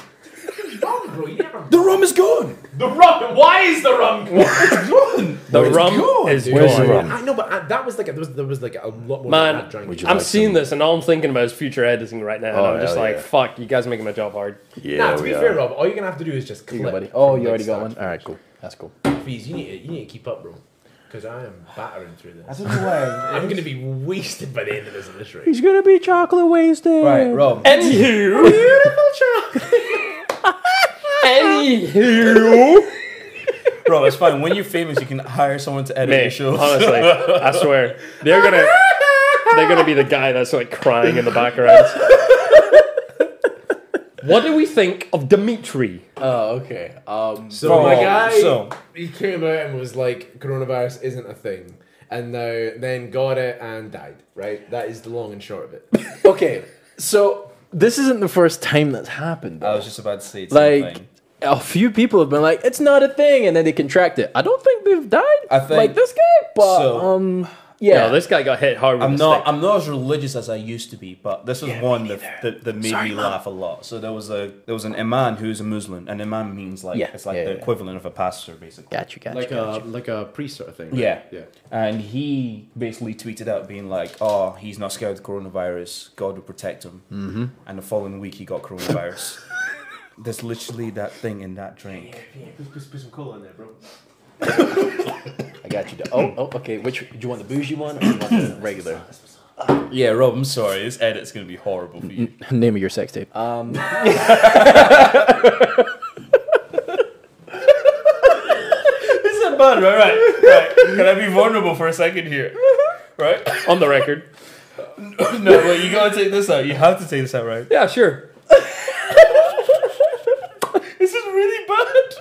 Wrong, bro. You never. The rum is gone. The rum. Why is the rum? It's gone. The Where's- rum gone, is dude. Where's the gone. rum? I know, but I, that was like a, there was there was like a lot more. Man, than I drank. Would you I'm like seeing some- this, and all I'm thinking about is future editing right now. and Oh, I'm just hell like, yeah. fuck, you guys are making my job hard. Yeah, nah, to be we fair, are. Rob, all you're gonna have to do is just Here click. you go, buddy. Oh, from, you like, already got start one. to All right, cool. That's cool. Fees, you need to, you need to keep up, bro, because I am battering through I this. don't know why. I'm gonna be wasted by the end of this at this rate. He's gonna be chocolate wasted. Right, Rob. Anywho, anywho, Bro, it's fine. When you're famous, you can hire someone to edit your mate. show. Honestly, I swear they're gonna they're gonna be the guy that's like crying in the background. *laughs* what do we think of Dimitri? Oh, okay. Um, So Bro, my guy, so- he came out and was like, "Coronavirus isn't a thing," and now then got it and died. Right, that is the long and short of it. *laughs* okay, so this isn't the first time that's happened. I was just about to say something. like a few people have been like, it's not a thing, and then they contract it. I don't think they've died. I think- like this guy, but so- um, Yeah, yeah, this guy got hit hard with I'm a not. stick. I'm not as religious as I used to be, but this was one that, that, that made me laugh a lot. So there was a there was an imam who's a Muslim, and imam means like Yeah, it's like yeah, the yeah. equivalent of a pastor, basically. got you, got like you. a like a priest sort of thing. right? Yeah. yeah. And he basically tweeted out being like, "Oh, he's not scared of coronavirus. God will protect him." Mm-hmm. And the following week, he got coronavirus. There's literally that thing in that drink. Put, some cola in there, bro. I got you. Oh, oh, okay. Which do you want the bougie one or do you want *coughs* the regular? Yeah, Rob, I'm sorry. This edit's gonna be horrible for you. Name of your sex tape. Um, Isn't bad, right? Right. right. Can I be vulnerable for a second *laughs* here? Right. on the record. No, wait, you gotta take this out. You have to take this out, right? *laughs* Yeah, sure. This is really bad.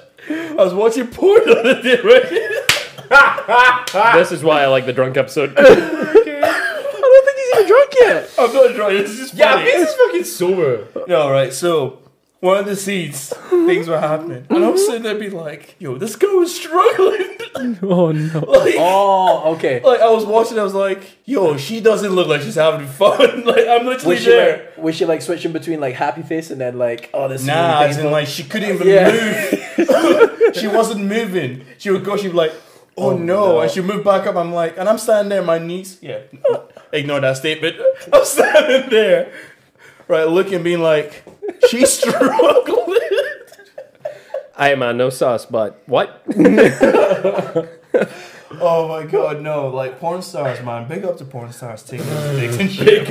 I was watching porn the other day, right? Ah. This is why I like the drunk *laughs* episode. I don't think he's even drunk yet. I'm not drunk. This is Yeah, funny. *laughs* this is fucking sober. No, right. So one of the scenes, things were happening, and I'm sitting there being like, "Yo, this guy was struggling." *laughs* Oh no. like, *laughs* Oh, okay. like I was watching, I was like, "Yo, she doesn't look like she's having fun." *laughs* like I'm literally Was she there. like, was she like switching between like happy face and then like, oh, this is Nah, really as in painful? like she couldn't even Yeah. move. *laughs* she wasn't moving. She would go. She'd be like, "Oh, no. And she moved back up. I'm like, and I'm standing there. My knees. Yeah. *laughs* Ignore that statement. *laughs* I'm standing there, right, looking, being like, *laughs* she's struggling. Hey man, no sauce, but what? oh my god, no! Like porn stars, man. Big up to porn stars *laughs* taking those dicks and shit.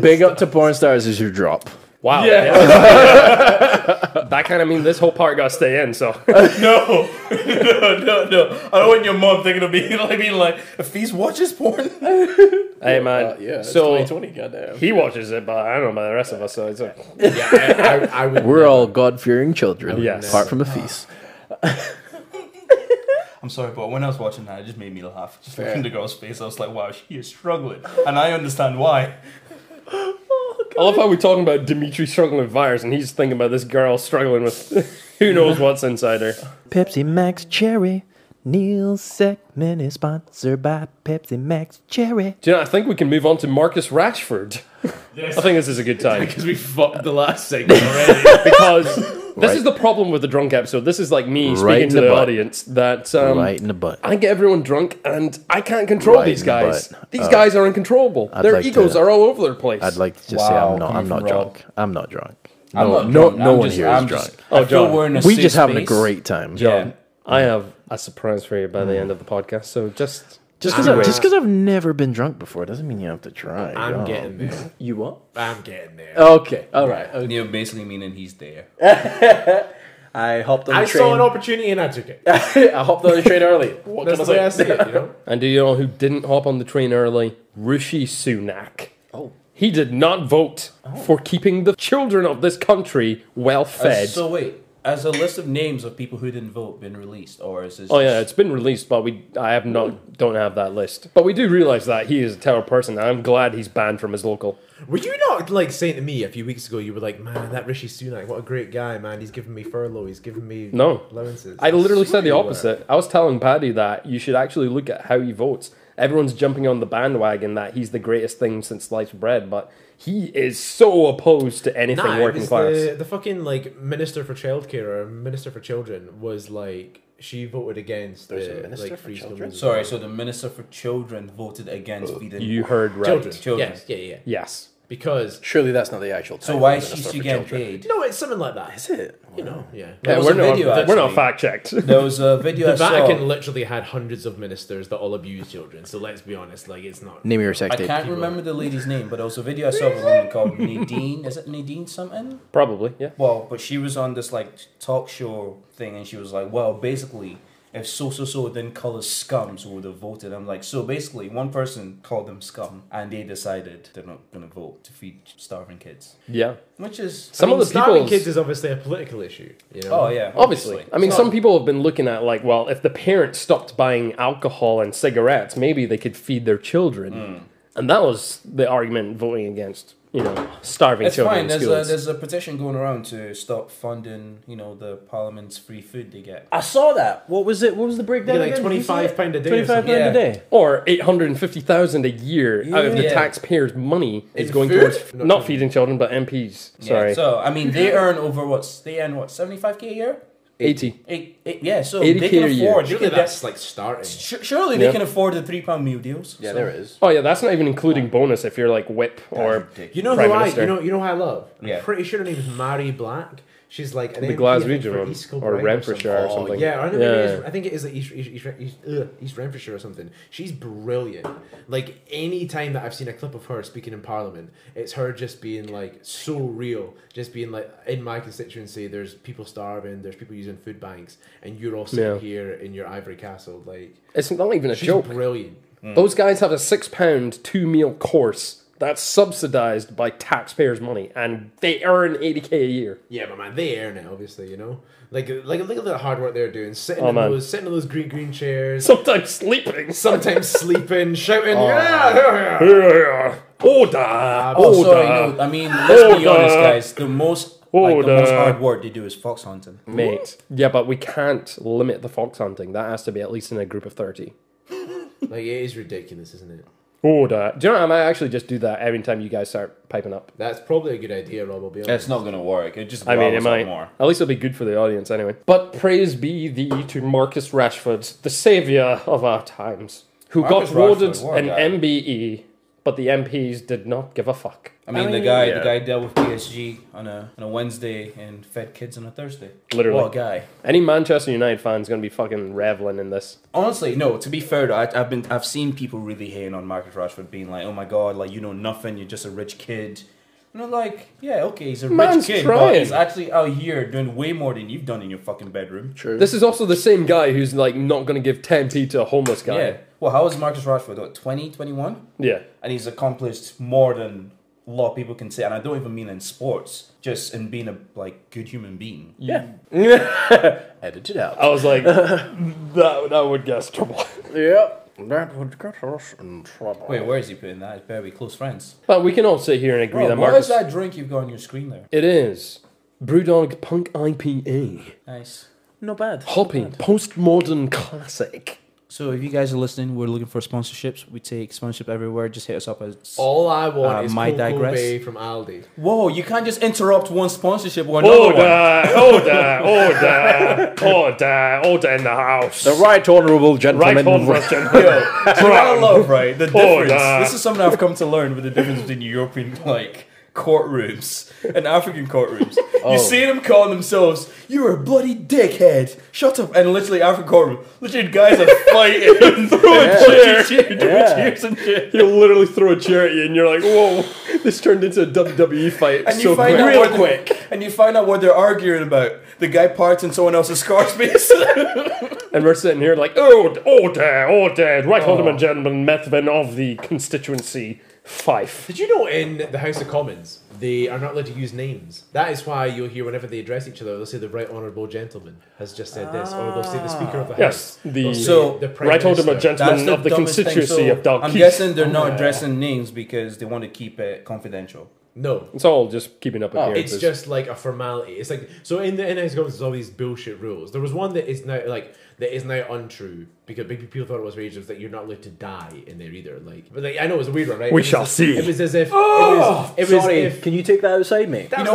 Big up to porn stars is your drop. Wow. *laughs* that kind of means this whole part got to stay in. *laughs* So No, *laughs* no, no, no. I don't want your mom thinking of me *laughs* like being like, if he's watches porn, hey man. yeah. so 2020, goddamn. he watches it, but I don't know about the rest of us. So it's like, Yeah, I, I, I would. We're all God fearing children. Yes. Apart from a feast. I'm sorry, but when I was watching that, it just made me laugh. Just looking at the girl's face, I was like, wow, she is struggling. And I understand why. I love how we're talking about Dimitri struggling with virus, and he's thinking about this girl struggling with *laughs* who knows what's inside her. Pepsi Max Cherry. Neil's segment is sponsored by Pepsi Max Cherry. Do you know? I think we can move on to Marcus Rashford. I think this is a good time because we fucked the last segment already. because this is the problem with the drunk episode. This is like me speaking Right in to the, the butt. audience that um, right in the butt. I get everyone drunk, and I can't control Right these in the guys. butt. These Uh, guys are uncontrollable. Their like to- egos are all over the place. I'd like to just say Wow, I'm not. coming I'm not from Rob. drunk. I'm not drunk. No, no, no one here is drunk. Oh, John. we're we just having a great time. John. I have a surprise for you by the end of the podcast. So just Just because Anyway. I've, just 'cause I've never been drunk before doesn't mean you have to try. I'm no. getting there. you what? I'm getting there. Okay, all right. Okay. You're basically meaning he's there. I hopped on the I train. saw an opportunity and I took it. I hopped on the train *laughs* early. What That's can I the way I say? see it. You know, *laughs* and do you know who didn't hop on the train early? Rishi Sunak. Oh. He did not vote for keeping the children of this country well fed. So wait, as a list of names of people who didn't vote been released, or is this? Oh yeah, it's been released, but we I have not don't have that list. But we do realize that he is a terrible person. I'm glad he's banned from his local. were you not like saying to me a few weeks ago? You were like, "Man, that Rishi Sunak, what a great guy, man. He's giving me furlough. He's giving me No. allowances." I literally said the swear you were. opposite. I was telling Paddy that you should actually look at how he votes. Everyone's jumping on the bandwagon that he's the greatest thing since sliced bread, but he is so opposed to anything Nah, it working was class. The, the fucking like minister for childcare or minister for children was like she voted against There's a the minister for like free school children? meals. Sorry, so the Minister for Children voted against feeding. You heard right. children, Children. Yes, yeah, yeah, yeah. Yes. because Surely that's not the actual. so title, why is Minister she, for she getting Children. paid? no, it's something like that. Is it? You know, yeah. There was we're, a not, video, we're not actually. fact *laughs* checked. There was a video The I saw. Vatican literally had hundreds of ministers that all abuse children. So let's be honest, like it's not. Name of your I sex tape. can't remember the lady's name, but there was a video I saw of a woman called Nadine. Is it Nadine something? Probably, yeah. Well, but she was on this like talk show thing, and she was like, "Well, basically, if so so so then color scums would have voted." I'm like, so basically, one person called them scum, and they decided they're not gonna vote to feed starving kids, Yeah. which is Some I of mean, the starving people. kids is obviously a political issue. You know, oh yeah, Obviously. I mean, some people have been looking at, like, well, if the parents stopped buying alcohol and cigarettes, maybe they could feed their children. And that was the argument voting against, you know, starving It's children fine. in There's a, schools. there's a petition going around to stop funding, you know, the parliament's free food they get. Ah, I saw that. What was it? What was the breakdown? Yeah, like again? Did you see 25 it? pound a day or 25 something. pound a Yeah. day. or 850,000 a year out of the Yeah. taxpayers' money is In going food? towards Not not, children. feeding children, but MPs. Sorry. Yeah, so I mean, they earn over what's they earn what seventy five k a year. 80. Eight, eight, yeah, so 80K they can a year. afford. They surely can, that's like starting. su- surely they Yeah. can afford the three pound meal deals. Yeah, so. there is. Oh, yeah, that's not even including bonus if you're like whip or. You know Prime who I Minister. you know you know who I love. Yeah. I'm pretty sure her name is Mary Black. She's like an The MP, I think, Glaswegian for one, East Kilbride Oh, or Renfrewshire or something. something. Yeah, I, think Yeah. It is, I think it is like East, East, East, East, ugh, East Renfrewshire or something. She's brilliant. Like any time that I've seen a clip of her speaking in Parliament, it's her just being like so real, just being like in my constituency. There's people starving. There's people using food banks, and you're all sitting Yeah. here in your ivory castle. Like It's not even a she's joke. brilliant. Those guys have a six pound two meal course that's subsidized by taxpayers' money, and they earn eighty k a year. Yeah, but man, they earn it. Obviously, you know, like like look at the hard work they're doing, sitting Oh, in man. those sitting in those green green chairs, Sometimes sleeping. *laughs* sometimes sleeping, shouting, yeah, yeah, Ah, yeah." Oh. Order, Oh, sorry, order, no. I mean, let's be Order. honest, guys. The most like the Order. most hard work they do is fox hunting. mate. Yeah, but we can't limit the fox hunting. That has to be at least in a group of thirty. Like it is ridiculous, isn't it? Order. Do you know what? I might actually just do that every time you guys start piping up. That's probably a good idea, Rob. I'll be honest. It's not gonna work. It just I mean, it blows up might. more. At least it'll be good for the audience anyway. But praise be thee to Marcus Rashford, the saviour of our times, who Marcus got awarded Rashford, what a an guy. MBE, but the MPs did not give a fuck. I mean, the guy, the guy dealt with PSG on a on a Wednesday and fed kids on a Thursday. Literally. what a guy. Any Manchester United fan's going to be fucking reveling in this. Honestly, no. To be fair, though, I, I've been I've seen people really hating on Marcus Rashford, being like, "Oh my god, like you know nothing, you're just a rich kid." And I'm like, "Yeah, okay, he's a rich Man's kid, but trying. he's actually out here doing way more than you've done in your fucking bedroom." True. This is also the same guy who's like not going to give 10p to a homeless guy. Yeah. Well, how is Marcus Rashford? What, 20, 21? Yeah. and he's accomplished more than a lot of people can say. And I don't even mean in sports, just in being a like good human being. Edited out. I was like, that, that would get us trouble. Yep. That would get us in trouble. Wait, where is he putting that? It's better be close friends. But we can all sit here and agree Bro, that what Marcus. is that drink you've got on your screen there? It is. Brewdog Punk E. IPA. Nice. No bad. Hoppy. Postmodern classic. So if you guys are listening, we're looking for sponsorships. We take sponsorship everywhere. Just hit us up. As... All I want Uh, is might Coco digress. Bay from Aldi. Whoa, you can't just interrupt one sponsorship or another one. Order, order, order, order, order in the house. The right honourable gentleman. right order, gentlemen. So what I love, right? *laughs* The difference. Order. This is something I've come to learn with the difference between European like courtrooms and African courtrooms. Oh. You see them calling themselves, "You're a bloody dickhead." Shut up! And literally, African courtroom, literally guys are *laughs* fighting and *laughs* throwing chairs, chairs, chairs and *laughs* chairs. You literally throw a chair at you, and you're like, "Whoa!" This turned into a WWE fight And you so find quick. out what they're- And you find out what they're arguing about. The guy parts in someone else's car *laughs* space. And we're sitting here like, "Oh, order, order, right order, gentlemen, Methven of the constituency, Fife." Did you know in the House of Commons they are not allowed to use names? That is why you'll hear whenever they address each other, they'll say the Right Honourable Gentleman has just said this, or they'll say the Speaker of the Yes, House. the So, Prime right order, Minister. gentlemen of the dumbest thing. constituency So of Oh Dalkeith. I'm guessing they're not addressing names because they want to keep it confidential. No, it's all just keeping Oh, up appearances. It's just like a formality. It's like so in the in House of Commons there's all these bullshit rules. There was one that is now like that is now untrue because big people thought it was outrageous that you're not allowed to die in there either. Like, but like, I know it was a weird one, right? We It was shall as- see. It was as if oh, it was, it was Sorry, if can you take that outside, mate? You know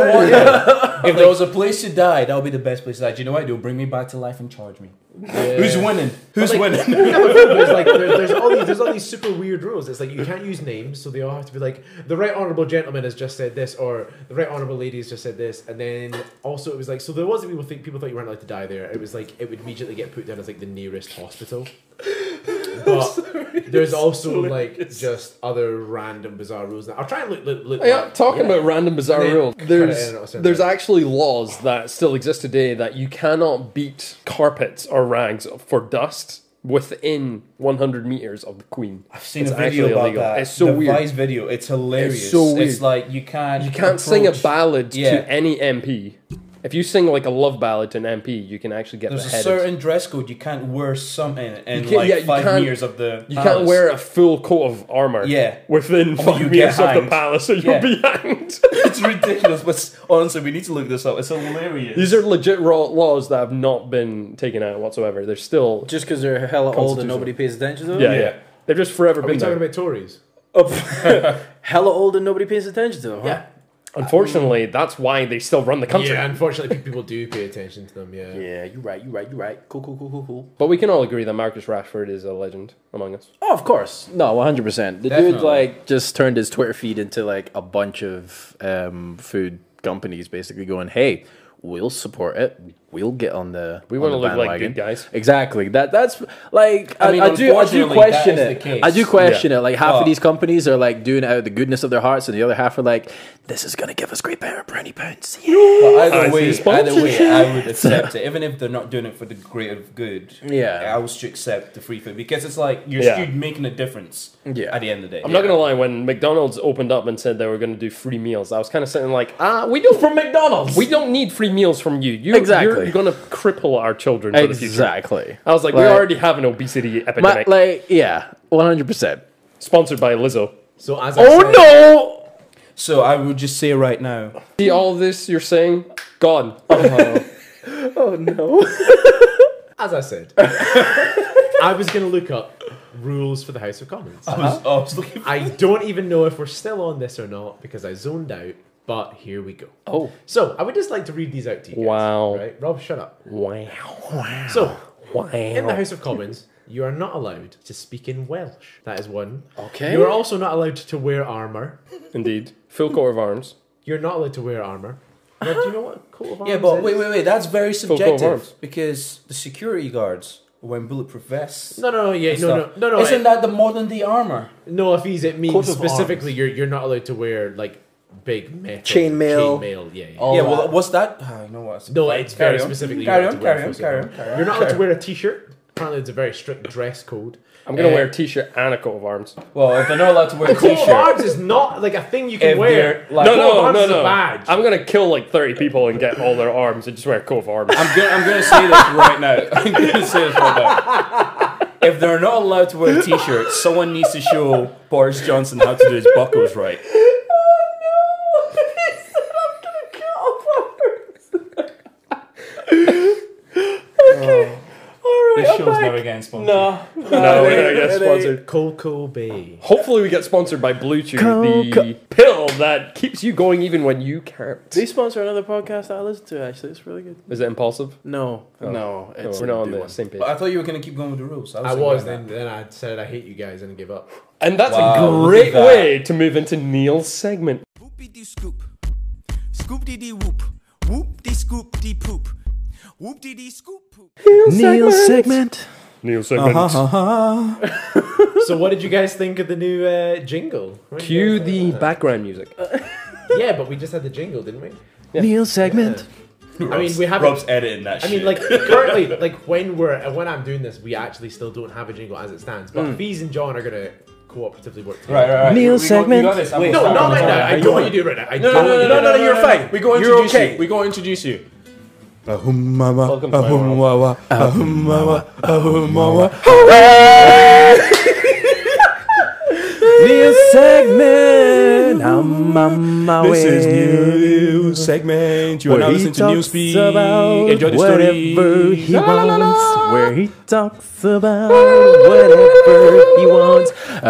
*laughs* what? if there was a place to die, that would be the best place to die. Do you know what? They'll bring me back to life and charge me. Who's winning? Who's *laughs* like- winning? there's like there- there's all these there's all these super weird rules. It's like you can't use names, so they all have to be like the right honourable gentleman has just said this, or the right honourable lady has just said this, and then also it was like so there was people think people thought you weren't allowed to die there. It was like it would immediately get put down as like the nearest hospital. But there's also like just other random bizarre rules. Now I'll try and look look, look Oh, Yeah, talking about random bizarre rules. There's edit it out soon, there's right? actually laws that still exist today that you cannot beat carpets or rags for dust within 100 meters of the queen. I've seen It's a video actually about illegal. that. It's so the weird. Vice video. It's hilarious. It's so weird. It's like you can't. You can't sing a approach- ballad Yeah. to any MP. If you sing like a love ballad to an MP, you can actually get There's a beheaded. certain dress code. You can't wear something in can't- like yeah, you five can't- years of the. you can't wear a full coat of armor Yeah. within Or five you get years of the hanged. palace, or you'll Yeah. be *laughs* hanged. It's ridiculous, but s- honestly, we need to look this up. It's hilarious. These are legit raw laws that have not been taken out whatsoever. They're still Just because they're hella old and Constitutional. nobody pays attention to them? yeah, yeah. They've just forever Are we been there. talking about Tories? Hella old and nobody pays attention to them, huh? Unfortunately, that's why they still run the country. Yeah, unfortunately people do pay attention to them, yeah. Yeah, you're right, you're right, you're right. Cool, cool, cool, cool, cool. But we can all agree that Marcus Rashford is a legend among us. Oh, of course. No, 100%. The dude, Definitely. like, just turned his Twitter feed into, like, a bunch of um, food companies basically going, hey, we'll support it. We'll get on the. We on wanna the look like bandwagon." good guys. Exactly. That that's like I, mean, I do. I do unfortunately, that question is the it. case. I do question it. Like half Well- of these companies are like doing it out of the goodness of their hearts, and the other half are like, "This is gonna give us great power, brownie pounds." But either I way, see. either way, I would accept it, even if they're not doing it for the greater good. Yeah. I would still accept the free food because it's like you're Yeah. still making a difference. Yeah. at the end of the day, I'm not gonna lie, when McDonald's opened up and said they were gonna do free meals, I was kind of sitting like, ah, we don't from McDonald's. we don't need free meals from you. you Exactly. You're gonna cripple our children. For the future. Exactly. I was like, we Like- already have an obesity My, epidemic. like, yeah, one hundred percent. sponsored by Lizzo. So as I said- no! So I would just say right now, See all this you're saying? Gone. As I said, I was going to look up rules for the House of Commons. I was, oh, I was looking. I don't even know if we're still on this or not because I zoned out, but here we go. Oh. So I would just like to read these out to you. guys, Wow. Right? Rob, shut up. Wow. Wow. So, Wow. in the House of Commons, you are not allowed to speak in Welsh. That is one. Okay. You are also not allowed to wear armour. Indeed. Full coat of arms. You're not allowed to wear armour. Rob, do you know what coat of arms Yeah, but is? wait, wait, wait. That's very of arms. subjective because the security guards are wearing bulletproof vests. No, no, no, yeah, and no, no, stuff. no, no. Isn't it- that the modern day armor? No, if he's it means Coat of specifically arms. you're you're not allowed to wear like big metal Chainmail. chainmail, yeah. yeah. yeah. yeah. Well, what's that? Ah, you know what? No, it's very Oh, Carry on. specifically. Carry you're on, not allowed to carry wear on, full carry on, armor. carry on. You're not allowed to wear a t-shirt. Apparently, it's a very strict dress code. I'm gonna Uh, wear a t-shirt and a coat of arms. Well, if they're not allowed to *laughs* wear a Coat of t-shirt, arms is not like a thing you can If wear. they're, like- No, Coat of no, arms no, is a no. badge. I'm gonna kill like 30 people and get all their arms and just wear a coat of arms. I'm gonna, I'm gonna say this right now. *laughs* I'm gonna say this right now. If they're not allowed to wear a t-shirt, someone needs to show Boris Johnson how to do his buckles *laughs* right. Oh, *laughs* This show's never getting sponsored. *laughs* no, we're *laughs* gonna get sponsored. Coco Bay. Oh, Hopefully, we get sponsored by Blue Chew, the pill that keeps you going even when you can't. They sponsor another podcast I listen to. Actually, it's really good. Is it impulsive? No, no, it's we're not on new the one. same page. But I thought you were gonna keep going with the rules. I was thinking then. Then I said I hate you guys and give up. And that's Wow, a look great at that. way to move into Neil's segment. Whoopie dee scoop. Scoop dee dee whoop. Whoop dee scoop dee poop. Whoop dee dee scoop poop. Neil segment. Neil's Uh-huh, segment. So, what did you guys think of the new uh, jingle? What do Cue you guys the *laughs* think about background music. that? Yeah, but we just had the jingle, didn't we? Neil segment. that. I mean, we haven't- Rob's editing that. I mean, like currently, like when we're when I'm doing this, we actually still don't have a jingle as it stands. But Fees and John are gonna cooperatively work together. Hmm. right, right, right. We- Neil we got- We segment. got this. I'm No, gonna not stop right on now. time. I know what you do right now. I No, don't no, no, want you no, no, to do right no, now. no, you're fine. We go You're introduce okay. you. We go introduce you. Ahum mama, Welcome to my ahum Uh-huh. world. wawa, ahum mama, ahum mama. Neil segment. I'm on my This is way. new new segment. You are now he listening to talks Newspeak. about Enjoy the whatever story. he wants. Where he talks about whatever he wants. uh,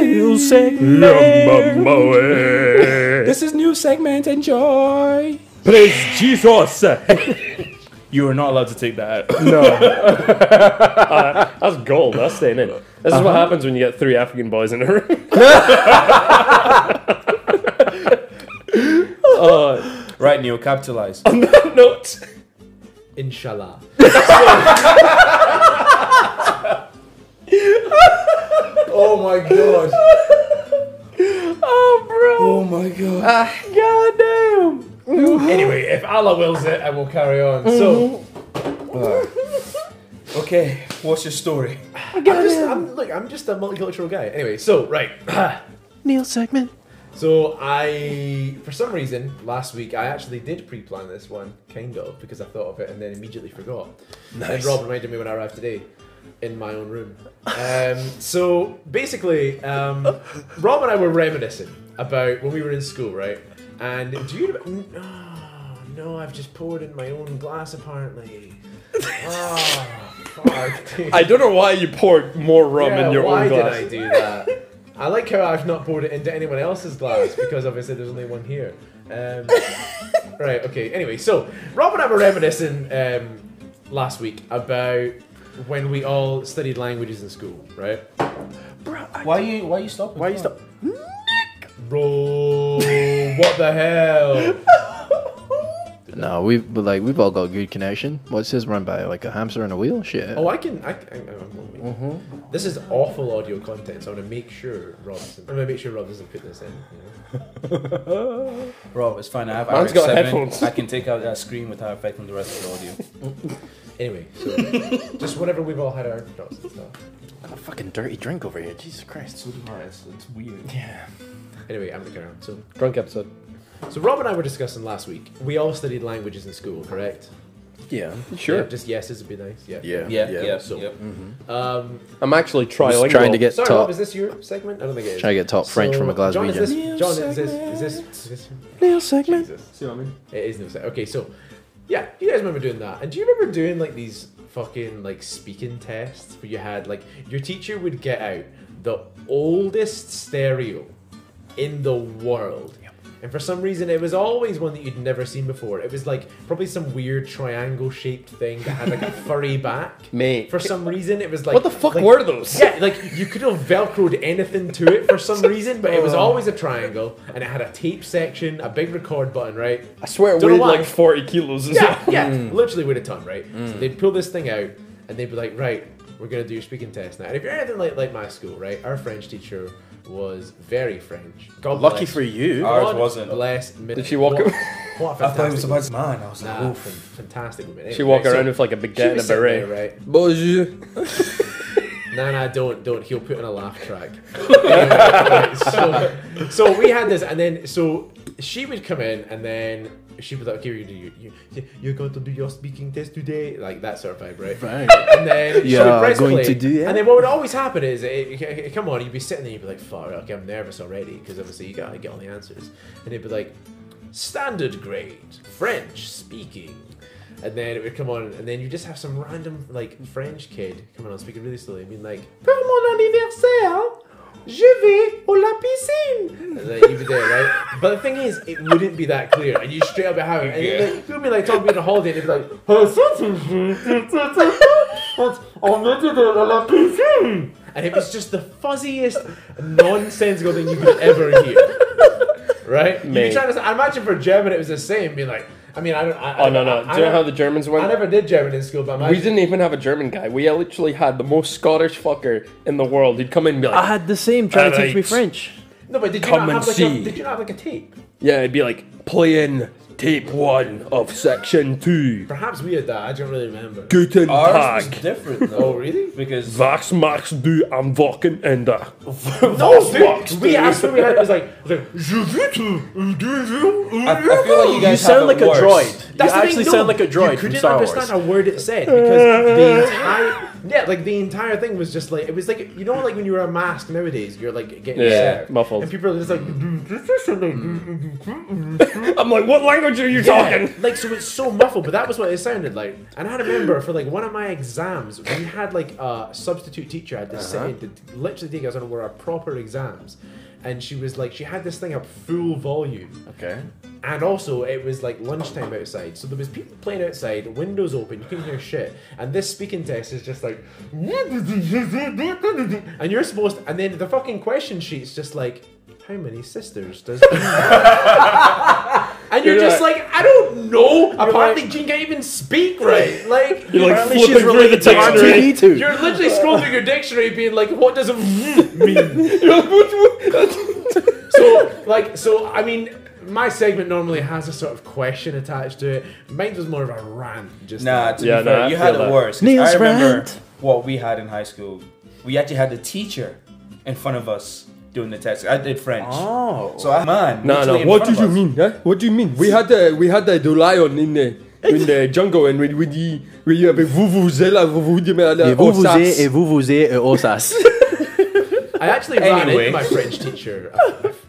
A new segment. This is new segment. Enjoy. Praise Jesus! *laughs* no. You are not allowed to take that out. *coughs* that's gold. That's staying in. This is Uh-huh. what happens when you get three African boys in a room. *laughs* Right, Neil, capitalize. Oh Note. Inshallah. oh my god. Anyway, if Allah wills it, I will carry on. So, Okay, what's your story? I'm just, I'm, look, I'm just a multicultural guy. Anyway, so, right. *laughs* Neil segment. So I, for some reason, last week I actually did pre-plan this one, kind of, because I thought of it and then immediately forgot. And Rob reminded me when I arrived today, in my own room. Um, so basically, um, Rob and I were reminiscing about when we were in school, right? And do you? rem- Oh, no, I've just poured in my own glass. Apparently. Oh, fuck. dude. I don't know why you poured more rum in your why own glass. did I do that? I like how I've not poured it into anyone else's glass because obviously there's only one here. *laughs* Um, right. Okay. Anyway, so Rob and I were reminiscing um, last week about when we all studied languages in school, right? Why are you why are you stopping? Why are you stopping? Bro, what the hell? No, we've but like we've all got good connection. What's his run by? Like a hamster and a wheel? Shit. Oh, I can. I, can- I, I'm going This is awful audio content, so I'm gonna make sure Rob. doesn't- I'm gonna make sure Rob doesn't put this in. You know? Rob, it's fine. I have Man's IRX got 7. headphones. I can take out that screen without affecting the rest of *laughs* the audio. Anyway, so just whenever we've all had our thoughts and stuff. Got a fucking dirty drink over here. Jesus Christ. it's, weird. Anyway, I'm gonna carry on. So, Drunk episode. so Rob and I were discussing last week. We all studied languages in school, correct? Yeah. Yeah, just yeses would be nice. Yeah. Yeah. Yeah, yeah, yeah. so- yep. Mm. Um, I'm actually Just trilingual. trying to get sorry, top. Rob. Is this your segment? I don't think it is. Trying to get top French from a So, John, Glaswegian. is this? John, is this? Is this? Is this Neil segment. Jesus. See what I mean? It is no segment. Okay, so yeah, you guys remember doing that, and do you remember doing like these fucking like speaking tests where you had like your teacher would get out the oldest stereo in the world. And for some reason, it was always one that you'd never seen before. It was like probably some weird triangle-shaped thing that had *laughs* like a furry back. Mate. for some reason, it was like What the fuck like- were those? yeah, like you could have velcroed anything to it *laughs* for some reason, but it Oh. was always a triangle, and it had a tape section, a big record button, right? I swear it Don't know weighed why. like 40 kilos and Yeah, stuff. yeah, literally with a ton, right? So they'd pull this thing out, and they'd be like, right, we're gonna do your speaking test now. And if you're anything like like my school, right, our French teacher was very French. God Lucky bless. for you. Oh, Ours God wasn't. Bless. Did she walk What, up- what *laughs* a I thought it was about fantastic man. I was like, Nah, oh, fan- fantastic woman. She Anyway, walk so around with like a big she dad and was a sitting there, beret. right? Bonjour. Nah, nah, don't, don't. He'll put in a laugh track. Anyway, right, so, so we had this, and then so she would come in, and then she was like, "Okay, you do you, you, you're going to do your speaking test today," like that sort of vibe, right? Right. And then she Yeah, would press going play, to do it. And then what would always happen is, it, it- it- come on, you'd be sitting there, you'd be like, "Fuck, okay, I'm nervous already," because obviously you gotta get all the answers, and they'd be like, "Standard grade, French speaking." And then it would come on, and then you just have some random like French kid coming on speaking really slowly. I mean, like, pour mon anniversaire, je vais au la piscine. And like, you'd be there, right? But the thing is, it wouldn't be that clear, and you straight up be having, and you'd, like, you'd be like talking about a holiday, and it'd be like, "Oh, ça, c'est juste, ça, c'est juste, on était dans la piscine." and it was just the fuzziest nonsensical thing you could ever hear. Right? You'd be Mate. trying to, I imagine for German it was the same, being like, I mean, I don't. I, I- Oh, no, no. I- I Do you know don't- how the Germans went? I never did German in school, but my We didn't even have a German guy. We literally had the most Scottish fucker in the world. He'd come in and be I like, had the same trying to teach me Alright. French. no, but did you Come not and have like see. a did you not have like a tape? yeah, he'd be like, play in tape one of section two. Perhaps we had that. I don't really remember. Guten Ours was Tag. different Oh *laughs* though. really? because Was machst du am Wochenende? No, dude. We asked what we had. It was like, it *laughs* was like "Je vais te- I, I feel like you guys sound like have it worse. a droid. That's you the actually thing, no, sound like a droid from You couldn't Star Wars. understand a word it said because the entire Yeah, like the entire thing was just like it was like you know like when you wear a mask nowadays you're like getting Yeah, served, muffled. and people are just like *laughs* "Mm, I'm like, what language are you Yeah, *laughs* like so it's so muffled, but that was what it sounded like. And I remember for like one of my exams, we had like a substitute teacher had to sit Uh-huh. in to literally take us on one of our proper exams. And she was like, she had this thing up full volume. Okay. And also, it was like lunchtime outside, so there was people playing outside, windows open, you couldn't hear shit. And this speaking test is just like, and you're supposed, and then the fucking question sheet's just like, how many sisters does? and you're, You're just like- like, I don't know. Apparently, Jean can't even speak right. *laughs* Like, You're like apparently flipping through the related to dictionary. R2D2. You're literally scrolling through your dictionary, being like, what does a *laughs* mean? *laughs* so like so i mean my segment normally has a sort of question attached to it mine was more of a rant just Nah, to Yeah, be no, fair, I you had feel it that. worse. 'cause Neil's I remember rant. what we had in high school. We actually had the teacher in front of us doing the test. I did French. Oh. So I, man, No, literally no. in What do front you of us. mean? Huh? What do you mean? We had the we had the, the lion in the in the jungle and we we di- we have a vuvuzela vuvuzela Et vous vous êtes, et vous vous êtes, et euh, osas. i actually ran Anyway. Oh. into my *laughs* french teacher a,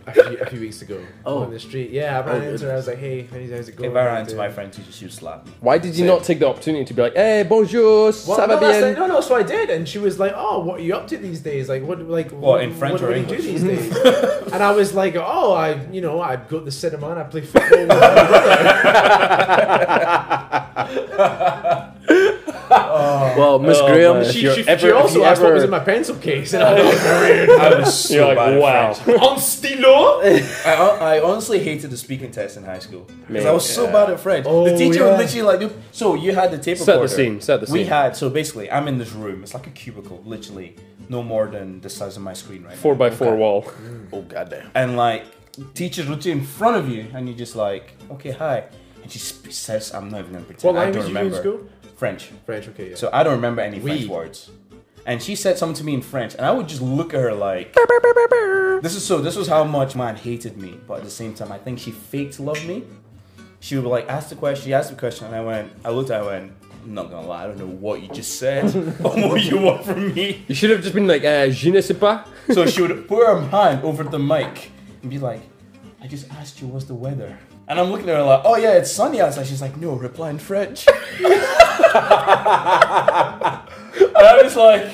a few, a few weeks ago on the street yeah i ran into her i was like hey how's it going If I ran to my French teacher, she would slap me. Why did you not take the opportunity to be like, eh, hey, bonjour, well, ça va no, that's like- bien? no, no, so I did, and she was like, "Oh, what are you up to these days? Like, what, like, what, in French or what, do you do English? these days?" and I was like, "Oh, I, you know, I go to the cinema and I play football." with my brother." Well, Miss Oh, Graham, man. if she, you're she, ever, she also if asked you what was in ever, my pencil case, and I was like, "Weird." I was so You're bad like, at wow. French. on stilo. I, hon- I honestly hated the speaking test in high school because I was so bad at French. the Oh, teacher yeah. would literally like, do- so you had the tape Set the recorder. scene, set the We scene. had so basically, I'm in this room. It's like a cubicle, literally, no more than the size of my screen *laughs* right Four now. by four wall. Oh goddamn. and like teachers would be in front of you, and you're just like, okay, hi. And she sp- says, I'm not even gonna pretend. What I don't language did you do in remember. French. French, okay, yeah. So I don't remember any Oui. French words. And she said something to me in French, and I would just look at her like, this is so. This was how much man hated me, but at the same time, I think she faked love me. She would like ask the question. She asked the question, and I went. I looked at her. and went, I'm not gonna lie. I don't know what you just said *laughs* or what you want from me. You should have just been like, uh, je ne sais pas. So she would put her hand over the mic and be like, I just asked you what's the weather. And I'm looking at her like, oh yeah, it's sunny outside. She's like, no, reply in French. *laughs* and I was like,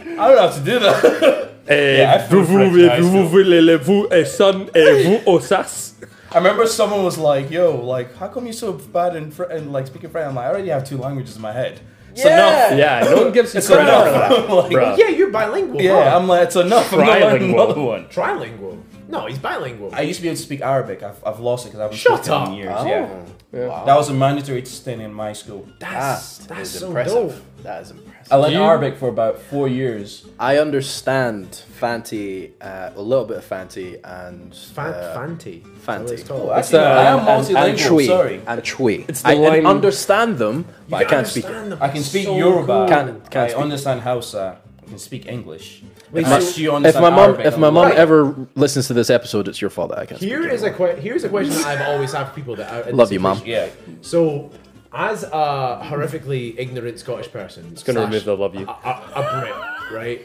I don't have to do that. *laughs* Yeah, I Eh, feel vous vous French vous guys vous too. voulez le vous et son et vous au sas. I remember someone was like, yo, like, how come you're so bad in, fr- in like speaking French? I'm like, I already have two languages in my head. It's enough. Yeah, no one gives a It's enough. crap. I'm *laughs* like, Bruh. uh, yeah, you're bilingual. yeah, huh? I'm like, it's enough. I'm gonna learn Trilingual. another one. trilingual. No, he's bilingual. I used to be able to speak Arabic. I've, I've lost it because I haven't Shut spoken up. in Oh. years. Yeah. That was a mandatory thing in my school. that's That that's is so impressive. dope. That is impressive. I learned You- Arabic for about four years. I understand Fanti, uh, a little bit of Fanti and Fan, uh, fanti. Fanti. Oh, I, that's see, uh, I am and, multilingual. and Chui. Sorry, And Chui. It's the I line- can understand them, but I can't speak it. I can speak Yoruba. Can't- can't I speak- understand Hausa. I can speak English. Wait, Unless so- you If understand my mom, Arabic, if I'm my mom like, ever listens to this episode, it's your fault that I can't. Here speak is a anymore. que- here's a question that I've always had for people that are in Love this you, mom. yeah, So, as a horrifically ignorant Scottish person, it's gonna remove the love you. A, a, a Brit, right?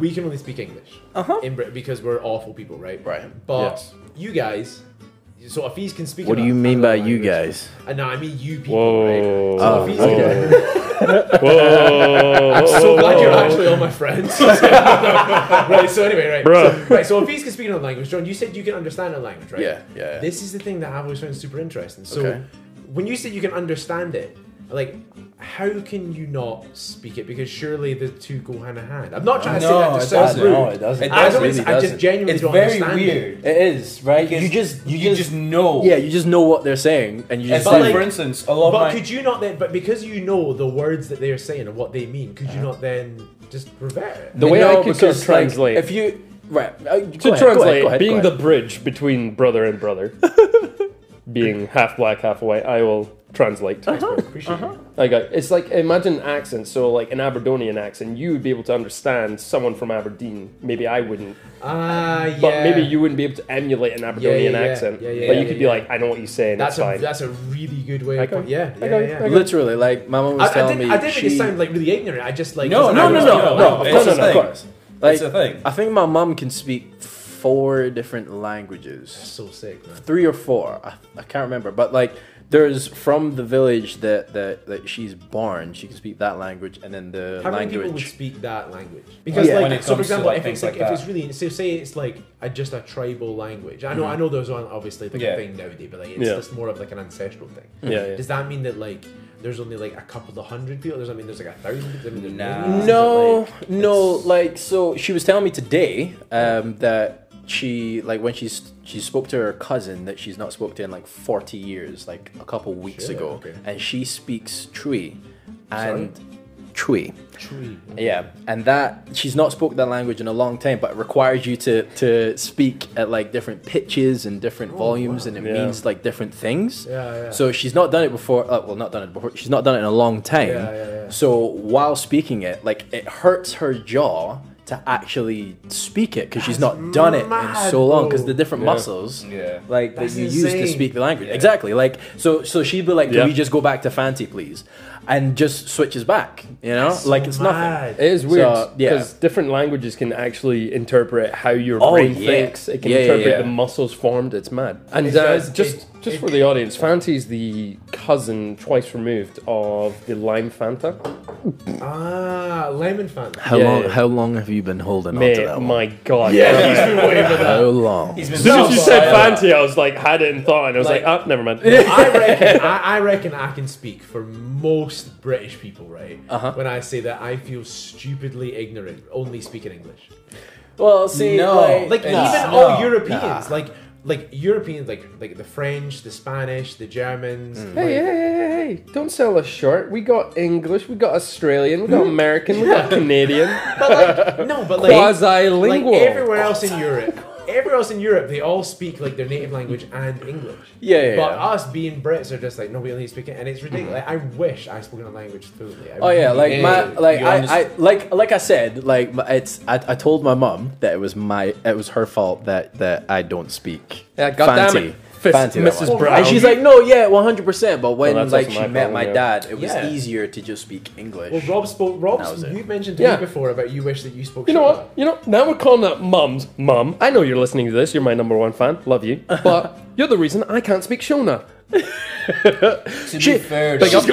We can only speak English in Britain because we're awful people, right? Right. But Yes. you guys, so if he's can speak. What do about you mean by another you language- guys? Uh, no, I mean you people, Whoa. right? So if he's whoa. gonna- Whoa. I'm *laughs* so glad you're actually all my friends. *laughs* right, so anyway, right. Bruh. So, right, so if he's can speak another language, John, you said you can understand a language, right? Yeah, yeah, yeah. This is the thing that I've always found super interesting. So Okay. when you said you can understand it, like how can you not speak it? Because surely the two go hand in hand. I'm not trying No, to say that to it sound doesn't. rude. No, it doesn't. It I, doesn't. don't, Really I just doesn't. genuinely it's don't very understand it. weird. It is right. You It's- just, you, you just, just know. yeah, you just know what they're saying, and you It's just. like, like- for instance, a lot But of my could you not then? But because you know the words that they are saying and what they mean, could you Uh-huh. not then just revert it? The way No, I could sort because, of like, translate. if you right uh, go ahead, to go ahead, translate, go ahead, being go *laughs* the bridge between brother and brother, being half black, half white, I will translate. Uh-huh. Appreciate Uh-huh. it. Like uh, it's like imagine accents. So like an Aberdonian accent, you would be able to understand someone from Aberdeen. Maybe I wouldn't, Ah, yeah. but maybe you wouldn't be able to emulate an Aberdonian yeah, accent. yeah, yeah, but you yeah, could be yeah. like, I know what you're saying. That's That's a fine. that's a really good way. Okay. Of, yeah, yeah, Okay, yeah. okay. Literally, like my mom was I, I telling didn't, me I didn't she, make it sound like really ignorant. I just like No, was no, no, like, no, oh, no, no. of It's course, the no, no, of thing. course. Like, It's the thing. I think my mom can speak four different languages. So sick, man. three or four. I, I can't remember, but like there's from the village that that, that she's born. She can speak that language, and then the How many people would language. speak that language? Because Yeah. When like, it so for comes to, example, like, if it's things like, like if that. it's really so say it's like a, just a tribal language. I know I know those are obviously like a Mm-hmm. Yeah. thing nowadays, but like it's Yeah. just more of like an ancestral thing. Yeah, yeah. Does that mean that like there's only like a couple of hundred people? Does that mean there's like a thousand? people? Does that mean there's Nah. millions? Is it, no, like, no, it's- like so she was telling me today um, that she like when she's she spoke to her cousin that she's not spoke to in like 40 years, like a couple weeks Shit, ago, okay. and she speaks Chui, and Chui. Tree. Yeah, and that she's not spoke that language in a long time, but it requires you to to speak at like different pitches and different volumes, and it Yeah. means like different things. Oh, Yeah, yeah. So she's not done it before. Uh, well, not done it before. She's not done it in a long time. Yeah, yeah, yeah. So while speaking it, like it hurts her jaw to actually speak it because she's That's not done it in mad, so long because bro. the different muscles Yeah. like That's that you use to insane. speak the language. Exactly. Like so so she'd be like, Can Yeah. we just go back to Fancy please? And just switches back. You know? like it's nothing. It is weird So, yeah. because different languages can actually interpret how your Oh, brain yeah. thinks. It can Yeah, yeah, interpret yeah. the muscles formed. It's mad. And It uh, does. just It- just it- for the audience, Fanty's the cousin twice removed of the lime Fanta. Ah, lemon *laughs* fan. How Yeah, long yeah. how long have you been holding on to Mate, that one? my god. *laughs* How long? He's been As soon as you said silent. Fanty, I was like, had it in thought, and I was like, ah, never mind. *laughs* I reckon I, I reckon I can speak for most British people, right? Uh-huh. When I say that I feel stupidly ignorant, only speaking English. Well see No. like- Like Nah. even No. all Europeans, like like Europeans, like like the French, the Spanish, the Germans. like- Hey, hey, hey, hey, don't sell us short. We got English, we got Australian, we got American, we got Canadian. But like no, but like Quasi-lingual. Like everywhere else in Europe, everywhere else in Europe, they all speak like their native language and English. Yeah, yeah, But yeah. us being Brits are just like no, we only speak it, and it's ridiculous. Like, I wish I spoke a language fully. I Oh yeah, really like my do. like you I, I understand- like like I said, like my- it's I, I told my mum that it was my it was her fault that that I don't speak. Yeah, goddamn it. Fis- that Mrs. one. Brown. And she's like, no, yeah, one hundred percent. But when Well, that's like also she my met problem, my yeah. dad, it was Yeah. easier to just speak English. Well, Rob spoke. That was it. Rob, you mentioned to Yeah. me before about you wish that you spoke. You know Sherlock. what? You know, now we're calling out mums. Mum, I know you're listening to this. You're my number one fan. Love you. But you're the reason I can't speak Shona. To be fair, Big up.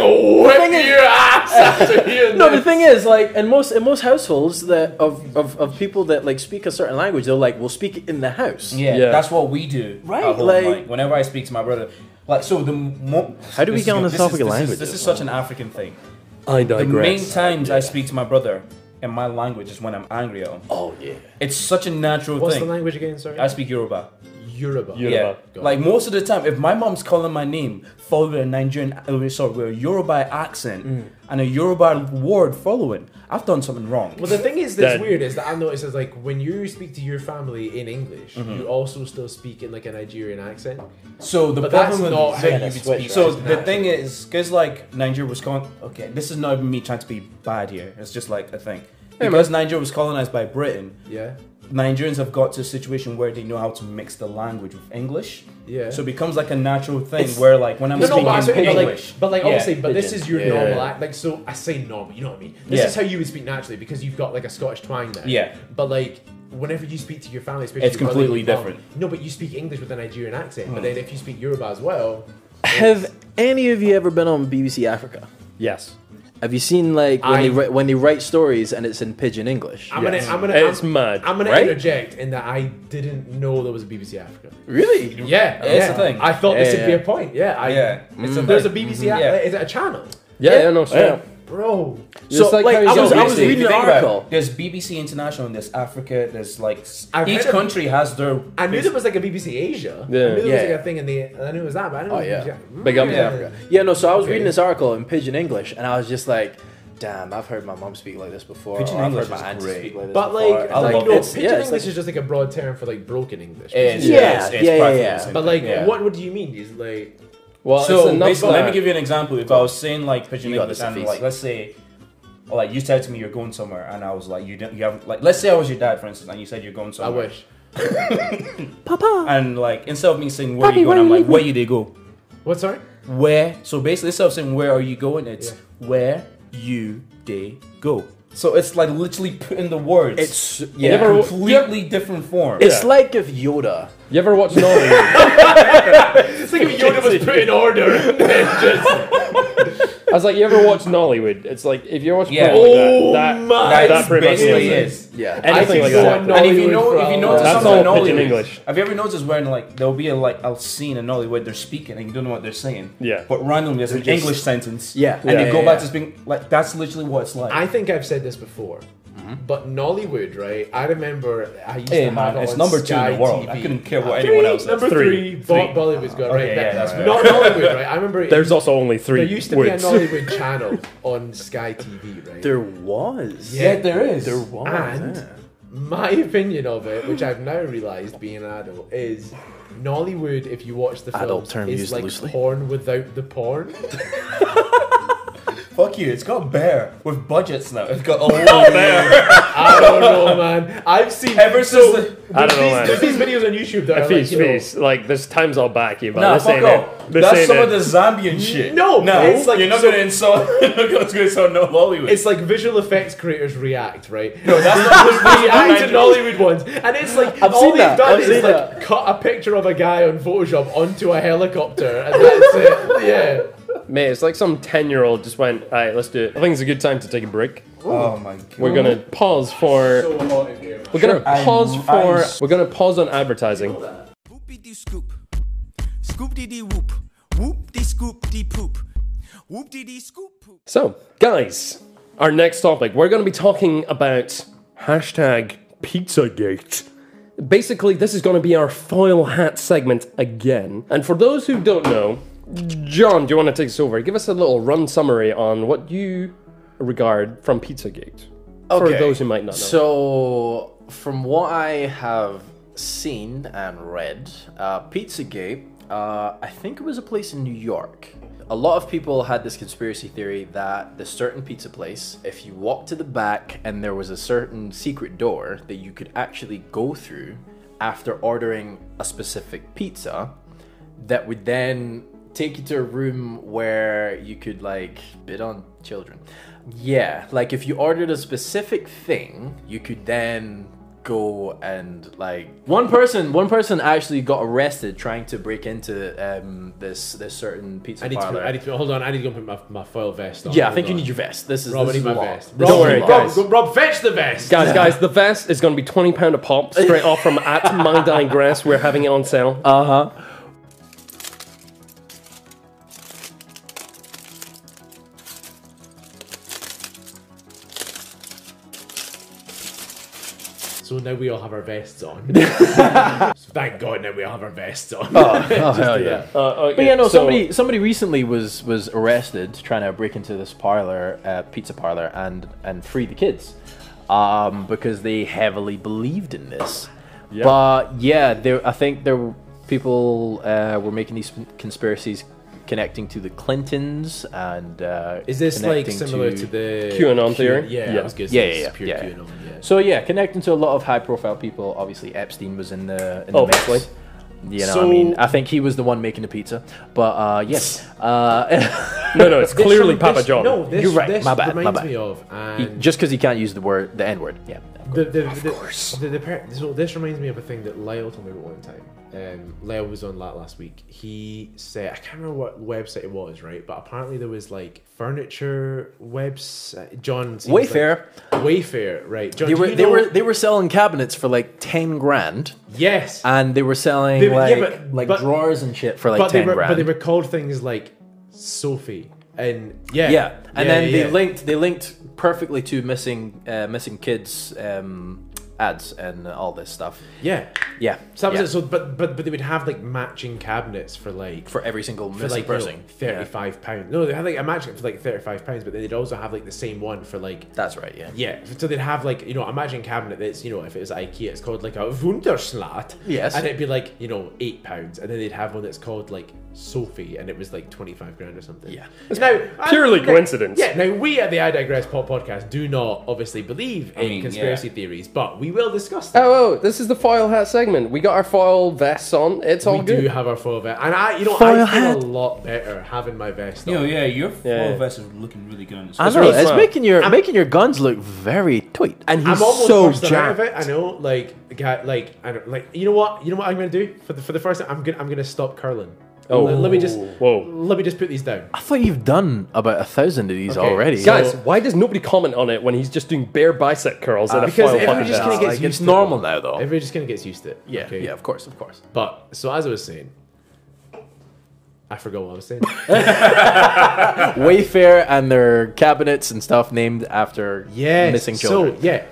no, the thing is, like, in most in most households that of, of of people that like speak a certain language, they're like, we'll speak it in the house. Yeah, Yeah. that's what we do. Right, at home, like- like, whenever I speak to my brother, like so the mo- How do we this get is- on the this topic is- of this is- languages? This is such an African thing. I The main digress. times I speak to my brother in my language is when I'm angry at him. Oh yeah. It's such a natural What's thing. the language again? Sorry, I speak Yoruba. Yoruba. Yoruba. Yeah, Got like most of the time, if my mom's calling my name, followed with a Nigerian, uh, sorry, with a Yoruba accent Mm. and a Yoruba word following, I've done something wrong. Well, the thing is that's That- weird is that I noticed is like when you speak to your family in English, Mm-hmm. you also still speak in like a Nigerian accent. So the But that's problem with not how Yeah, you would that's- speak. So right? the thing is, because like Nigeria was calling. Okay, this is not even me trying to be bad here. It's just like a thing. Because Nigeria was colonized by Britain, yeah, Nigerians have got to a situation where they know how to mix the language with English. Yeah. So it becomes like a natural thing where, like, when I'm no, no, speaking but, I'm saying, but like, English, but like Yeah. obviously, but this is your Yeah. normal act. Like, so I say normal. You know what I mean? This Yeah. is how you would speak naturally because you've got like a Scottish twang there. Yeah. But like. Whenever you speak to your family, especially It's your brother, completely your mum, different. Hmm. no, but you speak English with a Nigerian accent. But then if you speak Yoruba as well, Have any of you ever been on BBC Africa? Yes. Have you seen like when I- they write, when they write stories and it's in pidgin English? I'm gonna, I'm gonna, It's I'm, mad, I'm gonna right? interject in that I didn't know there was a BBC Africa. Really? Yeah, That's yeah. the thing. I thought this Yeah, would be yeah. a point. Yeah, Mm. I, Yeah. It's a there's a thing. BBC. Mhm. app- Yeah. Is it a channel, Yeah, yeah, no, straight Yeah. up. bro? So Just like like, how I you was don't I was really reading If an you think about it, article. There's BBC International and there's Africa. There's like s- I've each heard of- country has their. I knew there was like a BBC Asia. Yeah. I knew there was Yeah. like a thing in the. I knew it was Mm. that, but I didn't Oh, know. yeah. Big up to Africa. Yeah, no. So I was Okay. reading this article in pidgin English, and I was just like, "Damn, I've heard my mom speak like this before. Pidgin or I've English heard is my auntie great. speak like this But before." like, and, I like love no, it. it's, pidgin yeah, it's English like- is just like a broad term for like broken English. It's, Yeah, yeah, yeah, practically yeah. the same But thing. like, Yeah. what would you mean? Is like, Well, So it's enough basically, let me that- give you an example. If I was saying like pigeon You got English this, and Hafiz. like let's say, like you said to me you're going somewhere, and I was like you don't you haven't like let's say I was your dad for instance, and you said you're going I somewhere. wish. Papa. And like instead of me saying where Papi, are you going, where I'm you like where you they go, What? *laughs* Sorry. where. So basically instead of saying where are you going, it's where you they go. So it's like literally putting the words. It's in yeah. a completely different form. It's like if Yoda. You ever watch Narnia? It's like if Yoda was put in *laughs* order. and then just- I was like, you ever watch Nollywood? It's like if you watch Yeah. Nollywood, Oh that, that, my- that That's pretty much basically nails it. is. Yeah. Anything I like think that. so. And if you Nollywood know, for if you all notice that. That's something in all pidgin Nollywood- English. Have you ever noticed when like there'll be a like a scene in Nollywood they're speaking and you don't know what they're saying? Yeah. But randomly there's an English sentence. Yeah. And Yeah, they go yeah, back yeah. to being like that's literally what it's like. I think I've said this before, Mm-hmm. but Nollywood, right? I remember I used Hey, to man, have it it's on number two Sky in the world. TV. I couldn't care what Three, anyone else Number says. three, Bo- Three. Bollywood's got right. Okay, yeah, that- that's right. Not Nollywood, right? *laughs* I remember. it- There's also only three there used to woods. *laughs* be a Nollywood channel on Sky TV, right? There was. Yeah, there is. There was. And yeah. my opinion of it, which I've now realised being an adult, is Nollywood, if you watch the film, Adult term is used like loosely. porn without the porn. Fuck you, it's got bear with budgets now. It's got *laughs* a lot of bear. I don't know, man. I've seen Ever since the I don't know, these, man. There's these videos on YouTube that are Fees, like, you know, fees. Like, this time's all back, you, but Nah, this fuck ain't off. it. This That's ain't some it. of the Zambian shit. No, no, it's like- you're not so- gonna insult. *laughs* you're not gonna insult no Nollywood. it's like visual effects creators react, right? no, that's *laughs* not They react to Nollywood ones, and it's like all seen they've that, done I've is seen like cut a picture of a guy on Photoshop onto a helicopter, *laughs* and that's it. Yeah. Mate, it's like some 10 year old just went, alright, let's do it. I think it's a good time to take a break. Oh my god. We're gonna pause for. We're gonna I'm- pause I'm for. s- We're gonna pause on advertising. Whoopity scoop. Scoop dee dee whoop. Whoop dee scoop dee poop. Whoop dee dee scoop poop. So, guys, our next topic, we're gonna be talking about hashtag Pizzagate. Basically, this is gonna be our foil hat segment again. And for those who don't know, John, do you wanna take us over? Give us a little run summary on what you regard from Pizzagate. For Okay. those who might not know. So, from what I have seen and read, uh, Pizzagate, uh, I think it was a place in New York. A lot of people had this conspiracy theory that the certain pizza place, if you walked to the back and there was a certain secret door that you could actually go through after ordering a specific pizza, that would then take you to a room where you could like bid on children. Yeah, like if you ordered a specific thing, you could then go and like one person one person actually got arrested trying to break into um this this certain pizza I need, to, parlor. put- I need to hold on. I need to go put my, my foil vest on. yeah, I Hold think you on. need your vest. This is Rob, I this need is my law. vest. This Rob, is worry, law. Rob, guys. go- Rob, fetch the vest. Guys, guys, the vest is going to be twenty pound a pop, straight off from *laughs* at My Dying Grass. We're having it on sale. Uh So now we all have our vests on. *laughs* Thank God now we all have our vests on. Oh, hell yeah. huh. But yeah, no. somebody somebody recently was was arrested trying to break into this parlor, uh, pizza parlor, and and free the kids, um, because they heavily believed in this. But yeah, there I think there were people uh, were making these conspiracies connecting to the Clintons and uh, Is this like connecting similar to, the QAnon theory? Yeah, Yeah. I was gonna say yeah, this yeah, is yeah, pure yeah. QAnon. Yeah. So yeah, connecting to a lot of high-profile people. Obviously, Epstein was in the in the Obviously. mix. You know, I So- mean, I think he was the one making the pizza. But uh, yes, *laughs* uh, no, no, *laughs* it's clearly This- Papa this- John. No, this, You're right, This my bad, my reminds bad. me of he- and just because he can't use the word, the N-word. Yeah. the, the, the, The, the par- so this reminds me of a thing that Lyle told me about one time. Um, Lyle was on that last week. He said I can't remember what website it was, right? But apparently there was like furniture website. John seems like- Wayfair. Wayfair, right? John, They do were you they know- were they were selling cabinets for like ten grand, yes, and they were selling They were- like yeah, but- like but- drawers and shit for like but they ten were grand. but they were called things like Sophie and yeah, yeah, and then yeah, they yeah. linked they linked perfectly to missing uh, missing kids um, ads and all this stuff. yeah. Yeah, So that was yeah. it. So, but but but they would have like matching cabinets for like for every single for missing like person. thirty five pounds. No, they had like a matching for like thirty five pounds, but then they'd also have like the same one for like That's right. Yeah. yeah. So they'd have like you know a matching cabinet that's you know if it was IKEA, it's called like a Wunderschlat. Yes. and it'd be like you know eight pounds, and then they'd have one that's called like Sophie, and it was like twenty five grand or something. Yeah. now purely now- coincidence. Yeah, now we at the I Digress Pop Podcast do not obviously believe in mean, conspiracy theories, but we will discuss them. Oh, oh, this is the foil hat segment. We got our foil vests on. It's all we good. do have our full vest, and I, you know, I feel Foil a hat. lot better having my vest. You on. know, yeah, your Yeah. full vest is looking really good. on this. I know really it's fun. making your making your guns look very tight. and I'm he's almost so burst out of jacked. it. I know, like, the guy, like, I don't, like, you know what? You know what I'm gonna do for the for the first time? I'm gonna I'm gonna stop curling. Oh. let, let me just Whoa. Let me just put these down. I thought you've done about a thousand of these Okay, already. so- Guys, why does nobody comment on it when he's just doing bare bicep curls in a Uh, because foil everyone *laughs* fucking just vest? kinda Like, gets used it's to normal it. now, though. Everybody just kind of gets used to it. yeah, Okay. yeah, of course, of course. But so as I was saying, I forgot what I was saying. *laughs* Wayfair and their cabinets and stuff named after Yes. missing children. So yeah,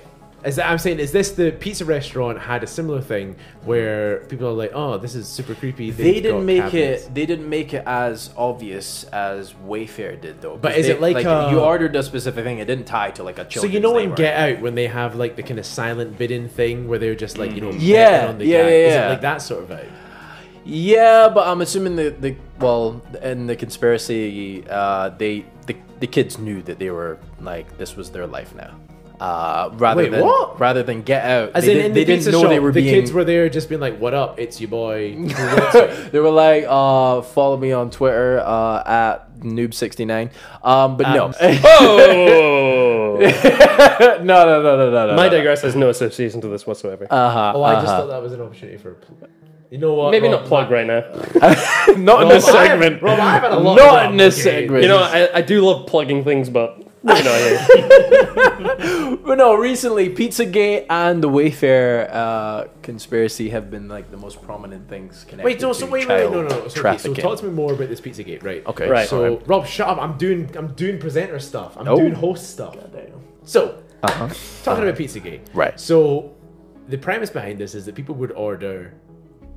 is that I'm saying is this the pizza restaurant had a similar thing where people are like, oh, this is super creepy. they they've got didn't make cabinets." it. They didn't make it as obvious as Wayfair did, though. 'cause But is they- it like a- you ordered a specific thing? It didn't tie to like a So children's you know in neighborhood. Get Out when they have like the kind of silent bidding thing where they're just like you know Yeah, betting on the yeah, guy. yeah, Is it yeah. like that sort of vibe? Yeah, but I'm assuming the, the well in the conspiracy, uh, they the, the kids knew that they were like this was their life now. Uh, rather Wait, than what? rather than get out, As they, in, did, in they the didn't pizza know shop, they were the being. kids were there just being like, "What up? It's your boy." *laughs* they were like, uh, follow me on Twitter uh, at noob69. Um, but no, Oh! *laughs* no, no, no, no, no, no. My no. digress has no association to this whatsoever. oh, I just thought that was an opportunity for. a pl- You know what? Maybe Rob, not plug right now. Not in No, *laughs* this I- segment. Rob, I've had a lot. Not of in this okay. segment. You know, I, I do love plugging things, but maybe *laughs* not here. But no, recently Pizzagate and the Wayfair uh, conspiracy have been like the most prominent things connected Wait, no, to so wait, wait, child wait, no, no, no. So, okay, so trafficking. talk to me more about this pizza gate, right? Okay, Right. So Rob, shut up. I'm doing I'm doing presenter stuff. I'm Oh. doing host stuff. So Uh-huh. talking about Pizzagate. Right. So the premise behind this is that people would order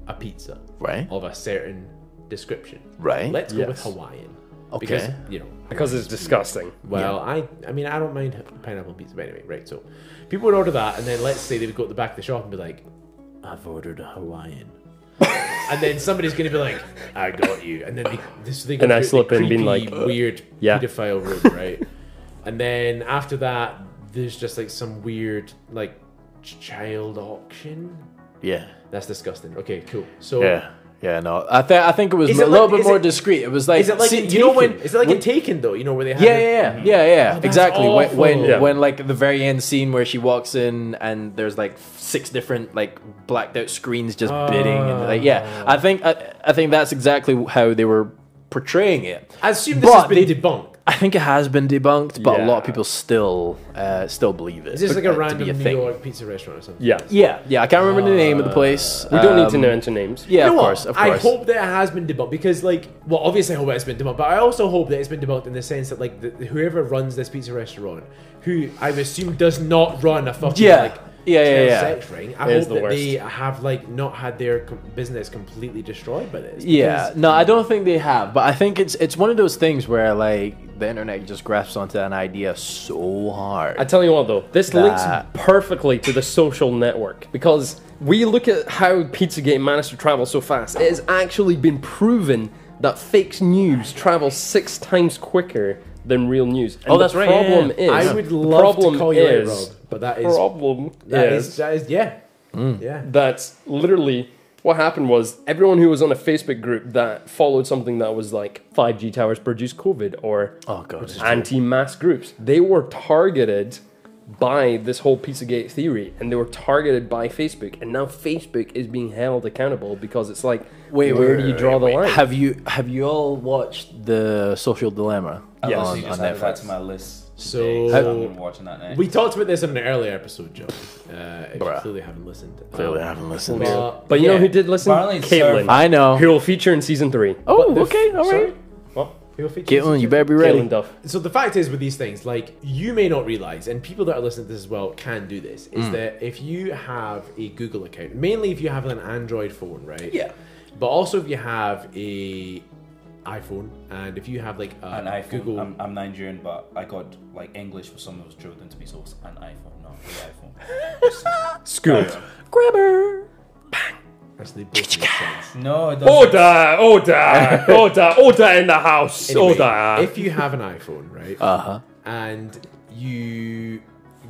a pizza Right. of a certain description. Right. Let's go with Yes. Hawaiian. Okay. Because you know Because it's disgusting. well, I I mean I don't mind pineapple pizza but anyway, right? So people would order that, and then let's say they would go to the back of the shop and be like, "I've ordered a *laughs* Hawaiian," and then somebody's going to be like, "I got you," and then they, this they go And I through the slip in being creepy, like, "Weird *laughs* yeah. pedophile room," right? and then after that, there's just like some weird like ch- child auction. Yeah. That's disgusting. Okay, cool. So Yeah. Yeah, no. I, th- I think it was Is a it little like- bit is more it- discreet. It was like, Is it like see, in you know when Taken? is it like when- in Taken though? You know where they have yeah, the- yeah, yeah, yeah, yeah. that's exactly. When, when, awful. Yeah. when, like, the very end scene where she walks in and there's like six different like blacked out screens just bidding, and like, yeah, Ah. I think I, I think that's exactly how they were portraying it. I assume this has But been they- debunked. I think it has been debunked, but a lot Yeah. of people still uh, still believe it. Is this like uh, a to random be New thing. York pizza restaurant or something? Yeah. Yeah, yeah. I can't remember the name of the place. Um, We don't need to know into names. Yeah, You of know what? course, of course. I hope that it has been debunked because, like, well, obviously, I hope it's been debunked, but I also hope that it's been debunked in the sense that, like, the, whoever runs this pizza restaurant, who I've assumed does not run a fucking Yeah. like Yeah, yeah, child yeah. sex ring, I It is hope the that worst. they have like not had their com- business completely destroyed by this. Yeah, because- no, I don't think they have, but I think it's it's one of those things where like the internet just grasps onto an idea so hard. I tell you what, though, this Nah. links perfectly to the social network because we look at how Pizzagate managed to travel so fast. It has actually been proven that fake news travels six times quicker than real news. And Oh, that's the right, yeah, Problem yeah. is, I would the love problem to call you out, is, Rob, but that is problem that is is that is yeah, yeah. that literally what happened was everyone who was on a Facebook group that followed something that was like 5G towers produce COVID or Oh, God. Which is true. anti-mask groups, they were targeted by this whole Pizzagate theory and they were targeted by Facebook and now Facebook is being held accountable because it's like where do you draw the wait. line? Have you have you all watched the Social Dilemma Yes. on, You on just added that to Netflix? my list. So- Today, so I've been watching that now. We talked about this in an earlier episode, Joe. Uh, if you Bruh. clearly haven't listened. Clearly, I Um, haven't listened. but, but you know yeah. who did listen? Apparently it's Caitlin. served. I know. Who will feature in season three. oh, But the f- okay, all sorry? right. What? Who features Caitlin, you better be ready. Caitlin *laughs* Duff. so the fact is with these things like you may not realize and people that are listening to this as well can do this Mm. is that if you have a google account mainly if you have an android phone right Yeah. but also if you have a iphone and if you have like a an iPhone. um, google I'm, I'm Nigerian, but I got like English for some of those drilled into me, so it's an iPhone, not the iPhone. Scoot. Grabber. So they both make sense. No, it doesn't. Order, *laughs* order, order, order in the house. Anyway, order. If you have an iPhone, right? Uh Uh-huh. huh. And you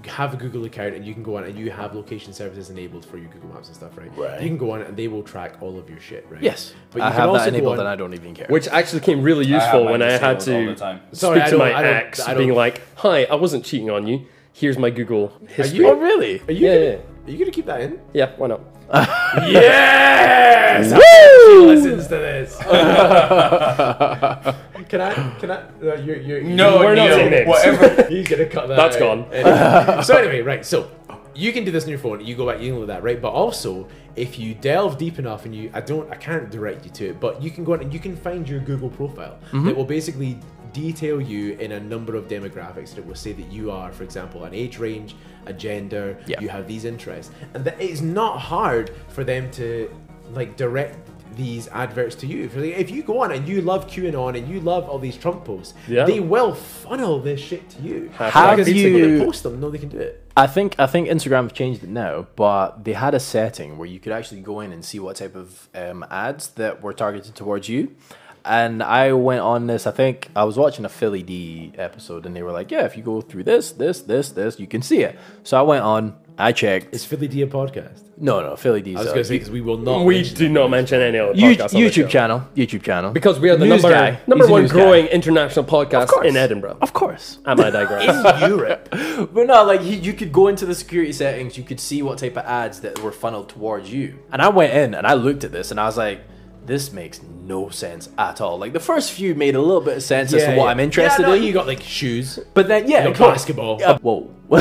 have a Google account and you can go on and you have location services enabled for your Google Maps and stuff, right? Right. You can go on and they will track all of your shit, right? Yes. But you I can have also that go enabled on- and I don't even care. Which actually came really I have useful mine when I had disabled to all the time. Sorry, I speak to my don't- I don't- ex, I don't- being like, "Hi, I wasn't cheating on you. Here's my Google history." you- Oh, really? Are you yeah, gonna- yeah, Are you going to keep that in? yeah. Why not? Listens to this. can I? Can I? No, you're, you're, No, We're not Neil, saying names. *laughs* Whatever. He's gonna cut that. That's out. gone. *laughs* Anyway, *laughs* so anyway, right. So you can do this on your phone. You go back. You can look at that, right? But also, if you delve deep enough, and you, I don't, I can't direct you to it, but you can go on and you can find your Google profile that will basically detail you in a number of demographics. And it will say that you are, for example, an age range, a gender. Yeah. You have these interests, and that it's not hard for them to like direct. These adverts to you. If you- If you go on and you love QAnon and you love all these Trump posts, Yeah. they will funnel this shit to you. Have Because you- people that post them know they can do it. I think I think Instagram have changed it now, but they had a setting where you could actually go in and see what type of um, ads that were targeted towards you. And I went on this. I think I was watching a Philly D episode, and they were like, "Yeah, if you go through this, this, this, this, you can see it." So I went on. I checked. It's Philly D a podcast? No, no, Philly D's. I was uh, going to say because we will not. We mention do not mention any other You- podcast on this show. YouTube channel. YouTube channel. because we are the News number guy. number He's a one news growing international podcast course. in Edinburgh. of course. Am I *laughs* digress? Europe. But no, like you, you could go into the security settings, you could see what type of ads that were funneled towards you. And I went in and I looked at this and I was like, this makes no sense at all. Like the first few made a little bit of sense as to what I'm interested yeah, no, in. You got like shoes, but then, yeah, you of course. got basketball. Yeah, whoa. *laughs* no,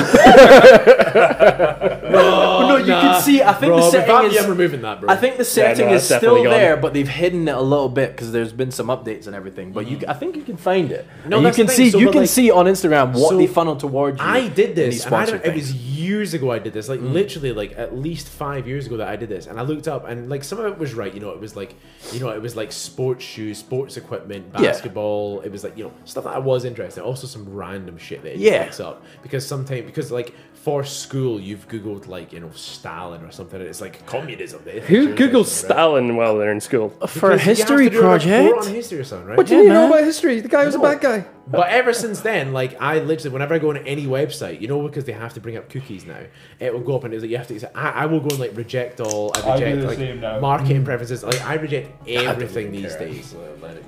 Oh, you can see. I think Bro, the we setting can't is. be removing that, bro. I *laughs* think the setting that's is still definitely gone. there, but they've hidden it a little bit because there's been some updates and everything. But you, I think you can find it. Mm-hmm. No, And you that's the can thing, see. so you but, can like- see on Instagram what so they funnel towards you. I did in this. these And I don't, sponsored Mm. it was years ago. I did this, like literally, like at least five years ago that I did this. And I looked up, and like some of it was right. You know, it was like, you know, it was like sports shoes, sports equipment, Yeah. basketball. It was like you know stuff that I was interested. in. Also, some random shit that it Yeah. picks up because sometimes because like for school you've googled like you know Stalin or something, and it's like communism. eh? Who Googles Stalin while they're in school? for a history on project. history or something, right? What do Yeah, you man. know about history? The guy was a bad guy. But ever since then, like I literally, whenever I go on any website, you know, because they have to bring up cookies now, it will go up and it's like you have to. it's like, I, I will go and like reject all. I I do reject the like same now. marketing preferences. Like I reject everything these days.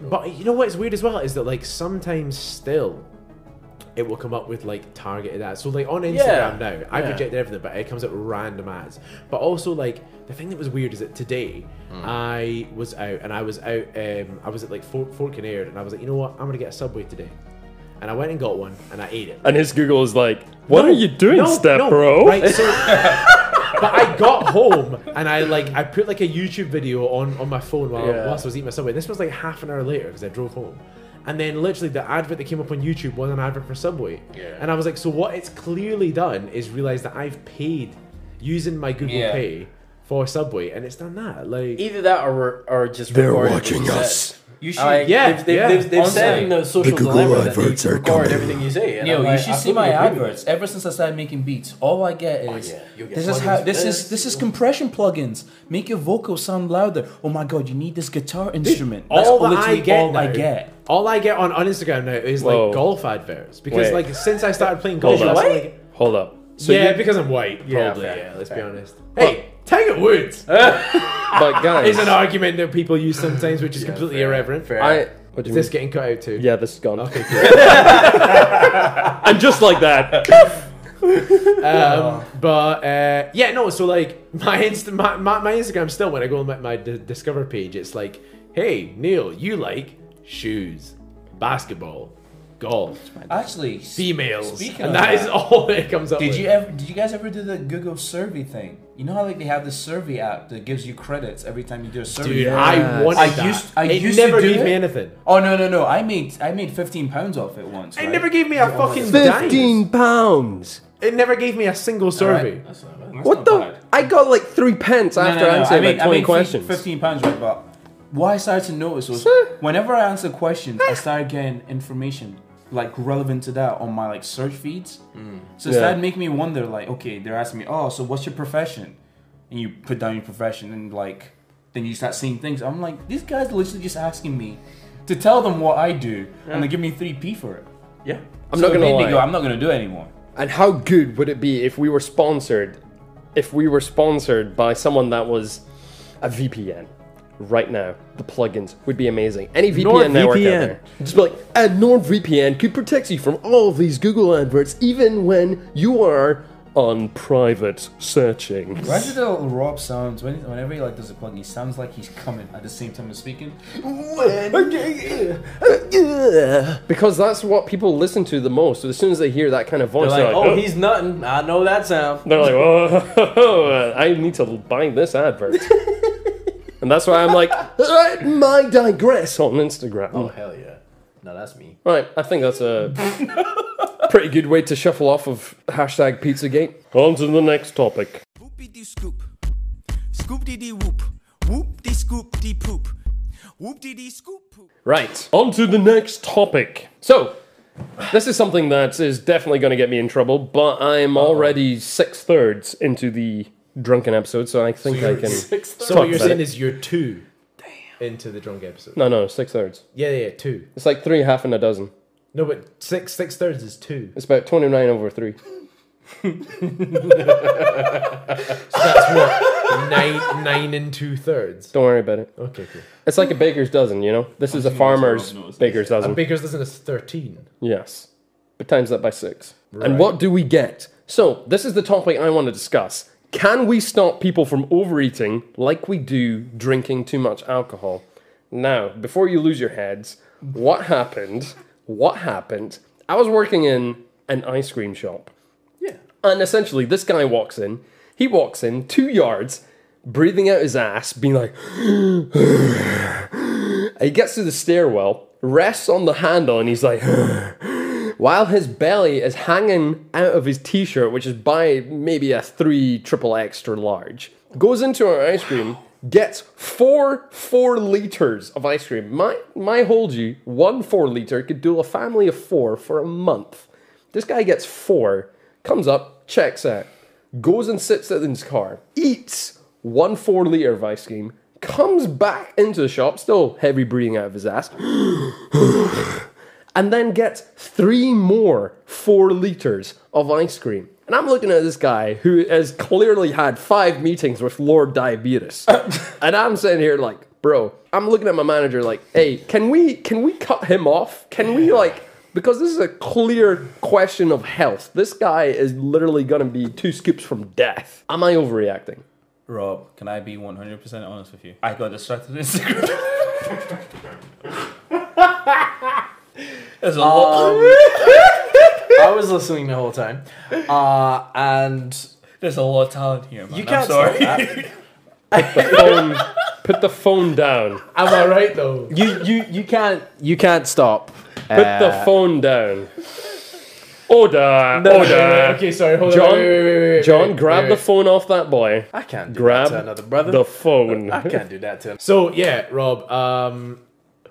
But you know what's weird as well is that like sometimes still. It will come up with like targeted ads. So like on Yeah. Instagram now, I've rejected everything, but it comes up with random ads. But also like the thing that was weird is that today Hmm. I was out and I was out. Um, I was at like Fork, Fork and Aird, and I was like, you know what? I'm gonna get a Subway today. And I went and got one, and I ate it. And his Google is like, "What No, are you doing, no, step no, bro?" Right, *laughs* so, but I got home and I like I put like a YouTube video on on my phone while whilst I was eating my subway. This was like half an hour later because I drove home. And then literally the advert that came up on YouTube was an advert for Subway. Yeah. And I was like, so what it's clearly done is realize that I've paid using my Google Yeah. Pay for Subway and it's done that. Like Either that or or just they're watching us. You should. Like, Yeah, they've, they've, yeah. they've, they've said Honestly. in the uh, social Google dilemma that adverts they are record coming. everything you say. And Neil, I'm you like, should I see think my you're doing it. adverts. Ever since I started making beats, all I get is yeah. You'll get this is plugins how for this this, is this is you'll- compression plugins. Make your vocal sound louder. Oh my god, you need this guitar instrument. That's all that I literally get, all I now- get. all I get on, on Instagram now is Whoa. like golf adverts because Wait. like since I started playing golf, Hold I up. was like, Hold up. So yeah, you, because I'm white. Yeah, probably. fair, yeah, let's be fair. honest. Uh, Hey, Tiger Woods but guys, is Ah, an argument that people use sometimes, which is *laughs* completely irreverent. Fair. I. What do Is you this mean? getting cut out too? Yeah, this is gone. *laughs* Okay. Cool. And just like that, um, but uh, yeah, no. So like my Insta, my, my, my Instagram still when I go on my, my d- discover page, it's like, hey Neil, you like shoes, basketball, golf, Actually, s- females, Speaking and of that is that, all that it comes up. Did with. you ever? Did you guys ever do the Google survey thing? You know how like they have the survey app that gives you credits every time you do a survey. Dude, I wanted I that. used- I it used to never do gave me it. anything. Oh no no no! I made I made fifteen pounds off it once. It right? never gave me a fucking dime. fifteen pounds. It never gave me a single survey. That's What not the? bad. I got like three pence No, no, after no, answering I made, like twenty I made questions. Fifteen pounds, right? But what I started to notice was Sir? whenever I answered questions, I started getting information like relevant to that on my like search feeds. So it Mm. Yeah. started making me wonder, like, okay, they're asking me, oh, so what's your profession? And you put down your profession, and like Then you start seeing things. I'm like, these guys are literally just asking me to tell them what I do, and they give me three p for it. Yeah, I'm not it gonna made me lie. Go, I'm not gonna do it anymore. And how good would it be if we were sponsored, if we were sponsored by someone that was a VPN right now? The plugins would be amazing. Any VPN network out NordVPN. there, just be like, "Uh, and NordVPN could protect you from all of these Google adverts, even when you are on private searching. Why does the little Rob sounds when, whenever he like does a plug, he sounds like he's coming at the same time as speaking. Because that's what people listen to the most. So as soon as they hear that kind of voice, Like, they're oh, he's nutting. I know that sound. *laughs* They're like, oh, *laughs* I need to buy this advert. and that's why I'm like, "Uh, my digress on Instagram. *laughs* Hell yeah. No, that's me. Right, I think that's a *laughs* pretty good way to shuffle off of hashtag Pizzagate. On to the next topic. Whoopity scoop. Scoop dee dee whoop. Whoop dee scoop dee poop. Whoop dee dee scoop poop. Right, on to the next topic. So, this is something that is definitely going to get me in trouble, but I'm already six thirds into the drunken episode, so I think I can. So talk what you're about saying it. is you're two into the drunk episode. No, no, six thirds. Yeah, yeah, yeah, two. It's like three, half, and a dozen. No, but six six thirds is two. It's about 29 over three. That's what nine nine and two thirds. Don't worry about it. Okay, cool. It's like a baker's dozen, you know? This is a farmer's baker's dozen. Baker's doesn't is thirteen. Yes. But times that by six. And what do we get? So, this is the topic I want to discuss. Can we stop people from overeating like we do drinking too much alcohol? Now, before you lose your heads, what happened? What happened? I was working in an ice cream shop. Yeah. And essentially, this guy walks in. He walks in two yards, breathing out his ass, being like, *sighs* He gets to the stairwell, rests on the handle, and he's like, while his belly is hanging out of his t-shirt, which is by maybe a three triple extra large. Goes into our ice cream, gets four four liters of ice cream. My my hold you, one four liter could do a family of four for a month. This guy gets four, comes up, checks out, goes and sits in his car, eats one four liter of ice cream, comes back into the shop, still heavy breathing out of his ass, and then gets three more four liters of ice cream. And I'm looking at this guy who has clearly had five meetings with Lord Diabetes, and I'm sitting here like, bro, I'm looking at my manager like, hey, can we can we cut him off? Can we like? Because this is a clear question of health. This guy is literally going to be two scoops from death. Am I overreacting? Rob, can I be 100% honest with you? I got distracted on Instagram. There's a lot. I was listening the whole time. Uh, and There's a lot of talent here, man. you I'm can't stop sorry. that. Phone, put the phone down. Am I right though? *laughs* You, you, you can't, you can't stop. Put the phone down. Order, Wait, wait, wait, order. okay, sorry. Hold John, on. Wait, wait, wait, wait, wait, John, wait, grab wait, the wait. phone off that boy. I can't do Grab that to another brother. the phone. I *laughs* can't do that to him. So yeah, Rob. Um,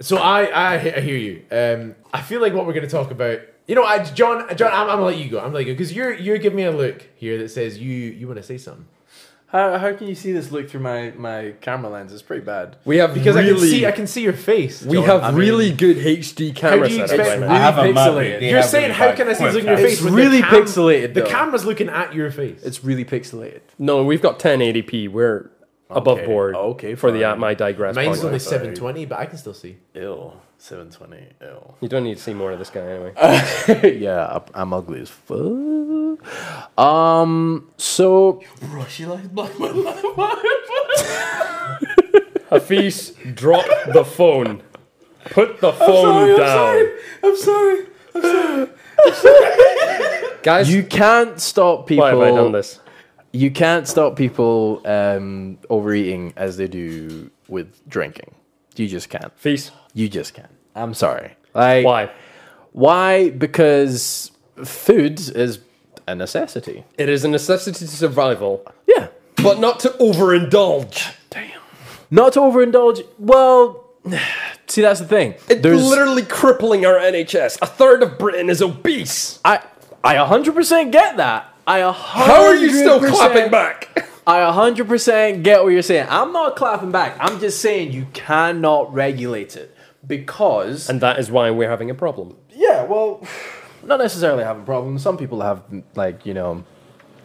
so I, I I hear you. Um, I feel like what we're going to talk about. You know, I John John, I'm, I'm gonna let you go. I'm gonna let you go because you're you're giving me a look here that says you you want to say something How, how can you see this look through my, my camera lens? It's pretty bad. We have because really, I can see I can see your *laughs* face. we John. have I mean, really good HD camera you setup expect- right I now. have a map, They You're have saying really how bad can I see this look in your webcam. face? It's when really the cam- pixelated, The though. camera's looking at your face. It's really pixelated. No, we've got 1080p. We're above board. okay, for the fine. at my digress. Mine's podcast. only 720, but I can still see. Ill. 720. Ill. You don't need to see more of this guy anyway. *laughs* yeah, I- I'm ugly as fuck. Um, so Bro, she likes black Hafiz, drop the phone. Put the phone down, I'm sorry. guys. you can't stop people. why have I done this? You can't stop people um, overeating as they do with drinking. You just can't. Hafiz, You just can't. I'm sorry. Like why? Why? Because food is a necessity. It is a necessity to survival, Yeah. but not to overindulge. Not to overindulge. Well, *sighs* see, that's the thing. It's literally crippling our NHS. A third of Britain is obese. I I 100% get that. I 100 *laughs* How are you still clapping back? I 100% get what you're saying. I'm not clapping back. I'm just saying you cannot regulate it because And that is why we're having a problem. yeah, well, not necessarily having problems. Some people have like you know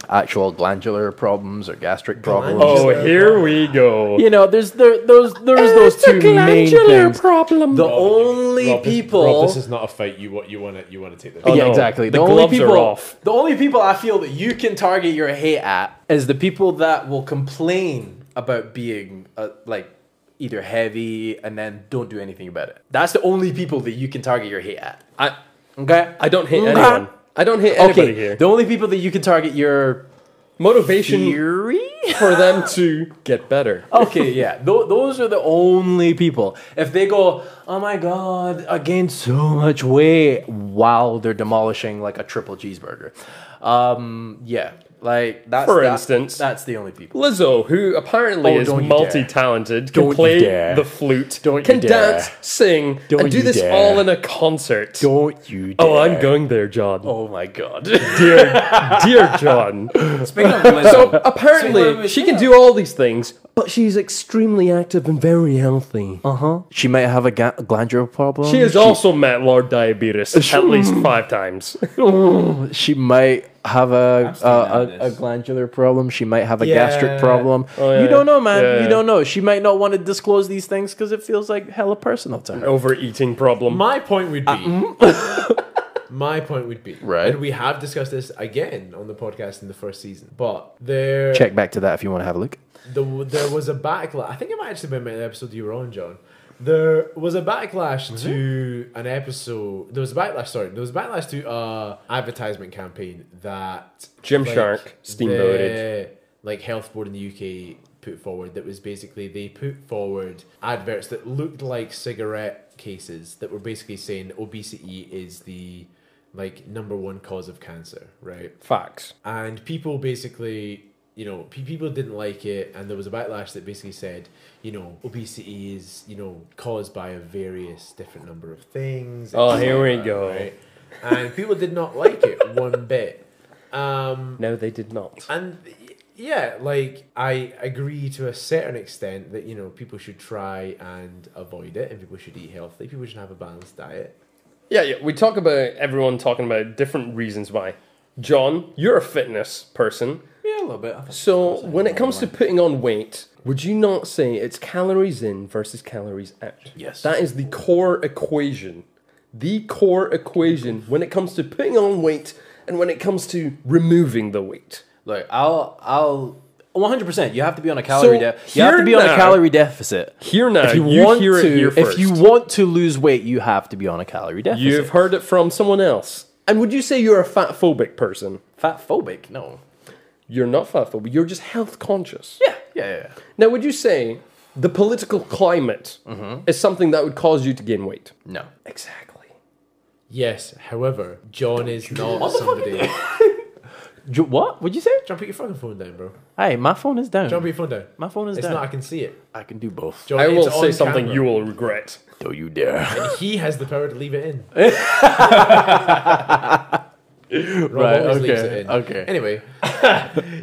actual glandular problems or gastric problems. Oh, here we go. You know, there's there those there's those two main things. problem. The only Rob, this- people Rob, this is not a fight. You want you want to you want to take Oh, this. yeah, no. exactly. The The, only gloves are people, off. the only people I feel that you can target your hate at is the people that will complain about being uh, like either heavy and then don't do anything about it. That's the only people that you can target your hate at. I, Okay, I don't hate Okay. anyone. I don't hate anybody Okay, here. the only people that you can target your Motivation theory. for them to get better. okay, yeah, Tho- those are the only people. If they go, oh my god, I gained so much weight while they're demolishing like a triple cheeseburger, um, yeah, like that's For that- instance. that's the only people. Lizzo, who apparently Oh, is don't you multi-talented, can Don't you play dare. the flute, Don't you can dare. dance, sing, and Don't do you this dare. all in a concert. Don't you? Dare. oh, I'm going there, John. Oh my god. *laughs* Dear, dear *laughs* John. Speaking of Lizzo, *laughs* So Speaking apparently, of- she can do all these things, but she's extremely active and very healthy. she might have a ga- glandular problem. She has also met Lord Diabetes *laughs* at least five times. She might have a a, out of a, a this. glandular problem. She might have a Yeah. gastric problem. Oh, yeah. You don't know, man. Yeah. You don't know. She might not want to disclose these things because it feels like hella personal to her. Overeating problem. My point would be. *laughs* My point would be Uh, mm. Right. and we have discussed this again on the podcast in the first season. But there, Check back to that if you want to have a look. the, there was a backlash. I think it might actually have been an episode you were on, John. There was a backlash to an episode. There was a backlash. Sorry, there was a backlash to uh advertisement campaign that Gymshark the, steamboated. like health board in the UK put forward. That was basically they put forward adverts that looked like cigarette cases that were basically saying obesity is the like number one cause of cancer, right? Facts. and people basically you know pe- people didn't like it and there was a backlash that basically said you know obesity is you know caused by a various different number of things Oh, here we etc., go. and people did not like it *laughs* one bit um No, they did not. and y- yeah like i agree to a certain extent that you know people should try and avoid it and people should eat healthy people should have a balanced diet Yeah, yeah. We talk about everyone talking about different reasons why. John, you're a fitness person. Yeah, a little bit. So when it comes to putting on weight, would you not say it's calories in versus calories out? Yes. That is the core equation. The core equation when it comes to putting on weight and when it comes to removing the weight. Look, I'll I'll. 100%. You have to be on a So calorie de- You have here to be on now- a calorie deficit. Here now, if you, you want hear it to, here if you first. want to lose weight, you have to be on a calorie deficit. You've heard it from someone else. And would you say you're a fat phobic person? fat phobic? No. You're not fat phobic, you're just health conscious. Yeah, yeah, yeah. Now, would you say the political climate Mm-hmm. is something that would cause you to gain weight? No. Exactly. yes however john is not somebody J- what? Would you say? john put your fucking phone down bro Hey, my phone is down. John, put your phone down. My phone is It's down. not. I can see it. I can do both. John, I will it's say on something camera. you will regret. Do you dare? He has the power to leave it *laughs* in. Rob Right, always leaves okay, it in. okay. *laughs* Anyway,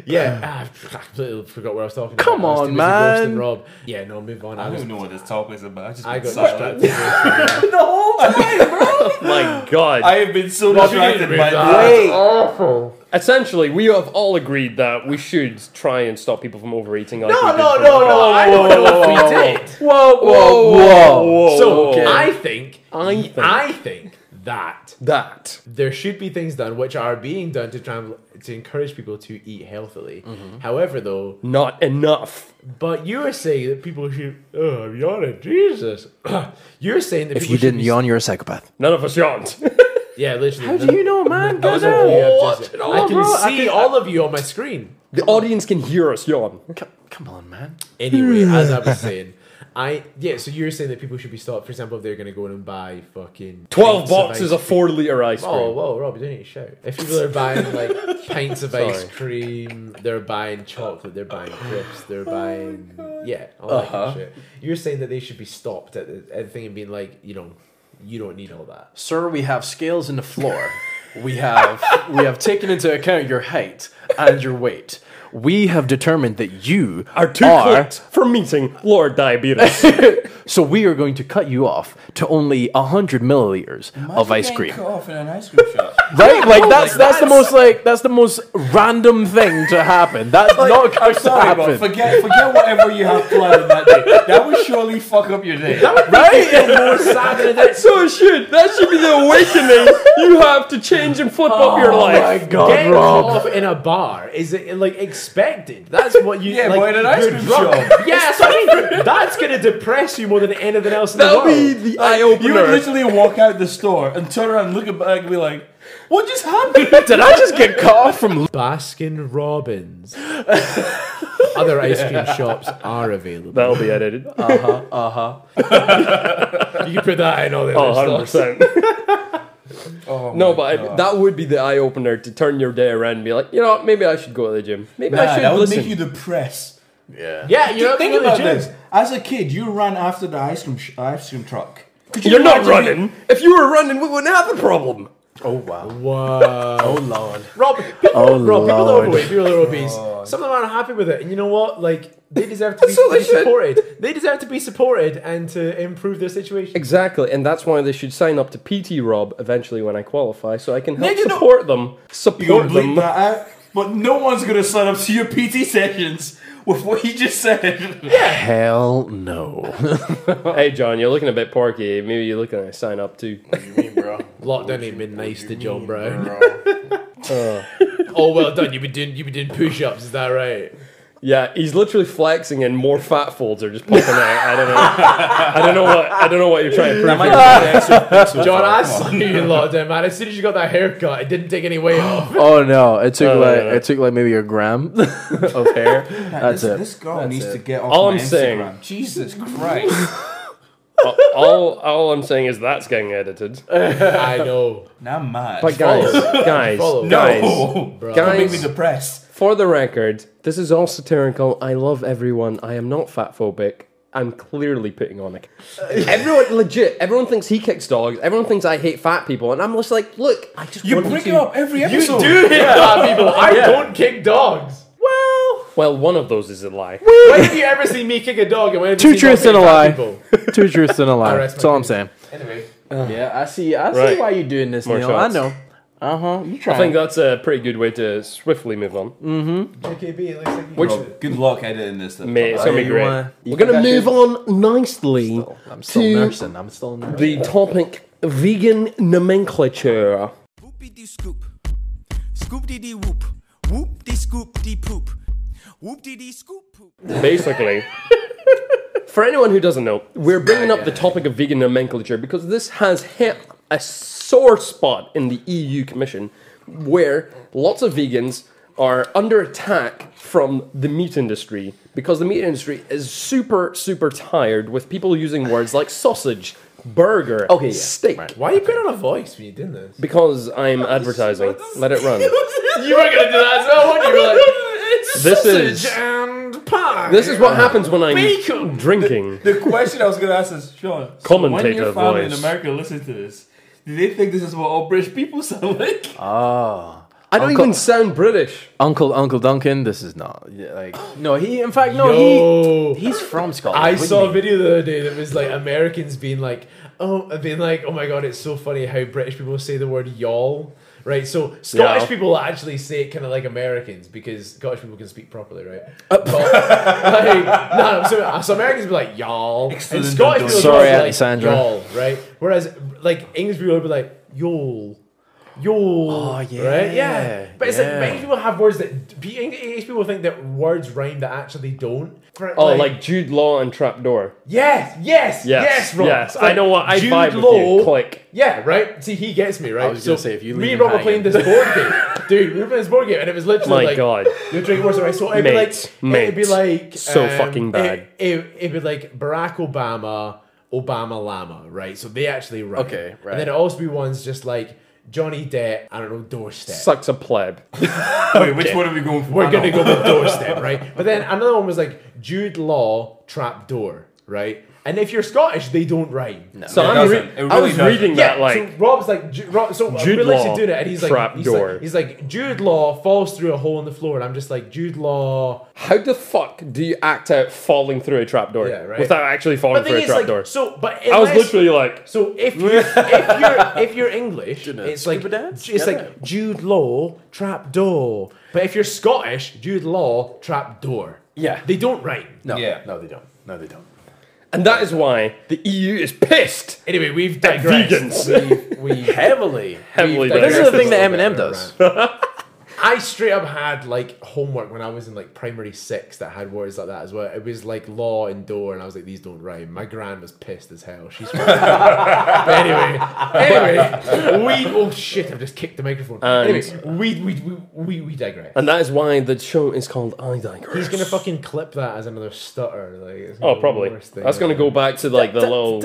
yeah, ah, I completely forgot what I was talking Come about. I was on, too busy roasting man. Rob. Yeah, no, move on. I, I was, don't know what this topic is about. I just I got got sidetracked. distracted. *gasps* My God. I have been so distracted by this. Wait. Awful. Essentially, we have all agreed that we should try and stop people from overeating. Like we *laughs* No, did no, no, before. no, no, no, no, no, We no, no. did. Whoa, whoa, whoa. So okay. I think I think- I think that That. there should be things done which are being done to try and, to encourage people to eat healthily. Mm-hmm. However, though, Not enough. But you were saying that people should. Oh, I'm yawning. Jesus. *clears throat* You're saying that If *laughs* people you should didn't be- yawn, you're a psychopath. None of us yawned. *laughs* Yeah, literally. How do you know, man? Go down. What? I can Oh, bro, I see can- all of you on my screen. the audience can hear us yawn. Come, come on, man. Anyway, as I was saying, I yeah. So you're saying that people should be stopped. For example, if they're going to go in and buy fucking Twelve pints of boxes ice of four liter ice cream. Oh, whoa, Rob, you don't need to shout. If people are *laughs* buying like pints of ice cream, they're buying chocolate, they're buying crisps, they're Oh buying yeah, all that Uh-huh. kind of shit. You're saying that they should be stopped at the, at the thing and being like, you know, you don't need all that. Sir, we have scales in the floor. we have we have taken into account your height and your weight. we have determined that you Are too clicked for meeting Lord *laughs* Diabetes. so we are going to cut you off to only 100 milliliters of ice cream. Cut off in an ice cream shop. Right? Like that's that's the most like that's the most random thing to happen. That's not going I'm to sorry, but happen. forget forget whatever you have planned that day. That would surely fuck up your day. right? *laughs* so it should. That should be the *laughs* awakening you have to change and flip up Oh your life. Getting off in a bar is it, like expected. That's what you Yeah, like, but in an ice you're cream shop. drunk. *laughs* Yeah, that's what I mean. That's gonna depress you more than anything else in That'll the world. be the eye opener. You would literally walk out the store and turn around and look at back and be like, "What just happened?" Did I just get cut off from Baskin Robbins. Other ice *laughs* cream shops are available. That'll be edited. you can put that in all the Oh, other stuff. 100%. *laughs* no, but I, that would be the eye opener to turn your day around and be like, you know, what, maybe I should go to the gym. Maybe I Nah, should that would listen. make you depressed. Yeah, you're Think absolutely about true. this. As a kid, you ran after the ice cream sh- ice cream truck. Could you You're not imagine running. If you were running, we wouldn't have the problem. Oh, Wow. oh lord. Oh, Rob, people, Rob, people that are overweight, people that are obese. Some of them aren't happy with it, and you know what? Like they deserve to be, all they be should. supported. They deserve to be supported and to improve their situation. Exactly, and that's why they should sign up to PT Rob eventually when I qualify, so I can help you don't- support them. You gonna Support bleep them. that out? But no one's gonna sign up to your PT sessions with what he just said. Hell no. Hey, John, you're looking a bit porky. Maybe you're looking to sign up too. *laughs* Lockdown ain't been nice to John Brown. *laughs* oh well done. You've been doing you've been doing push-ups. Is that right? Yeah, he's literally flexing, and more fat folds are just popping out. I *laughs* don't know. I don't know what. I don't know what you're trying to prove. John, I saw you in lockdown, man. As soon as you got that haircut, it didn't take any weight *laughs* off. Oh no, it took Uh, No, no, like no, no. it took like maybe a gram *laughs* of *laughs* hair. That's this, it. this girl needs to get off All my I'm Instagram. saying- Jesus Christ. all, all I'm saying is that's getting edited. I know. now I'm mad. But guys, guys, Follow. guys, Don't make me guys. depressed. For the record, this is all satirical. I love everyone. I am not fat phobic. I'm clearly putting on a. Everyone, legit. Everyone thinks he kicks dogs. Everyone thinks I hate fat people, and I'm just like, look, I just You want bring to. it up every episode. Dude, *laughs* yeah, people. I don't kick dogs. *laughs* Well, well, one of those is a lie. When have you ever seen me kick a dog? And when have you Two seen truths dog and a kick fat lie. people? Two truths and a lie. rest That's all my I'm saying. Anyway, Yeah, I see. I Right. see why you're doing this, More Neil. shots. I know. Uh huh. I You think trying? that's a pretty good way to swiftly move on. JKB, it looks like you Which, Good luck editing this. Though. mate, it's gonna be you great. wanna- you We're gonna move think I on nicely I'm still to nursing. I'm still nursing. the topic vegan nomenclature. Whoopie dee scoop. Scoop dee dee whoop. Whoop dee scoop dee poop. Whoop dee dee scoop poop. basically. For anyone who doesn't know, we're bringing up the topic of vegan nomenclature because this has hit a sore spot in the EU Commission where lots of vegans are under attack from the meat industry because the meat industry is super, super tired with people using words like sausage, burger, Okay, yeah. steak. Why are you putting on a voice when you're doing this? *laughs* Because I'm advertising. Let it *laughs* run. *laughs* You were gonna do that as well, weren't you? You're like, it's This is- sausage and pie. This is what happens when I'm Bacon. drinking. The question I was going to ask is, Sean, so when Commentator your family in voice. America listen to this, do they think this is what all British people sound like? I don't even sound British. Uncle Uncle Duncan, this is not yeah, like no. He in fact no Yo. he he's from Scotland. I What do you saw a mean? video the other day that was like Americans being like, oh, being like, oh my god, it's so funny how British people say the word y'all. Right, so Scottish Yeah. people actually say it kind of like Americans because Scottish people can speak properly, right? But, like, no, no, so, so Americans be like y'all, and Excellent, Scottish people Sorry, be like Alessandra. y'all, right? Whereas like English people would be like y'all, y'all, oh, yeah, right? Yeah, but it's like yeah. but English people have words that pe- English people think that words rhyme that actually don't. For- Oh, like Jude Law and Trapdoor. Yes, yes, yes, Yes, Rob. yes. Like, I know what I Jude vibe with Law- you. Click. Yeah, right. See, he gets me right. was gonna say, if you me leave and him Rob were playing this board *laughs* game, dude. We were playing this board game, and it was literally My like, God. you drink words, right? So it'd be like, Mate, mate. it'd be like um, So fucking bad. It, it, it'd be like Barack Obama, Obama Llama, right? So they actually rhyme. Okay, right. And then it also be ones just like Johnny Depp. I don't know, doorstep. Sucks a pleb. Wait, which one are we going for? We're gonna go with doorstep, right? But then another one was like Jude Law trapdoor. right? And if you're Scottish, they don't rhyme. No. So I'm re- doesn't. It I really was doesn't. reading that like so Rob's like Ju- Rob, so uh, Jude Jude we're literally Law doing it, and he's like, trap he's door. like, he's like, Jude Law falls through a hole in the floor, and I'm just like, Jude Law. how the fuck do you act out falling through a trapdoor Yeah, right. without actually falling But the through thing a is, like, trapdoor? so but I was unless- literally like, So if you if *laughs* you're if you're English, it's like dance? it's Yeah. like Jude Law trap door. But if you're Scottish, Jude Law trap door. Yeah. they don't rhyme. No, Yeah. no, they don't. No, they don't. and that is why the EU is pissed. Anyway, we've digressed. *laughs* vegans. We, we Heavily. Heavily We've This is digressed. the thing that Little bit Eminem of does. I straight up had like homework when I was in like primary six that had words like that as well. It was like law and door, and I was like, these don't rhyme. My gran was pissed as hell. She's but anyway, anyway, we oh shit, I've just kicked the microphone. anyway, we we we we, we digress. And that is why the show is called I Digress. He's gonna fucking clip that as another stutter. Like, it's Oh, the probably. worst thing That's gonna ever. go back to like the little.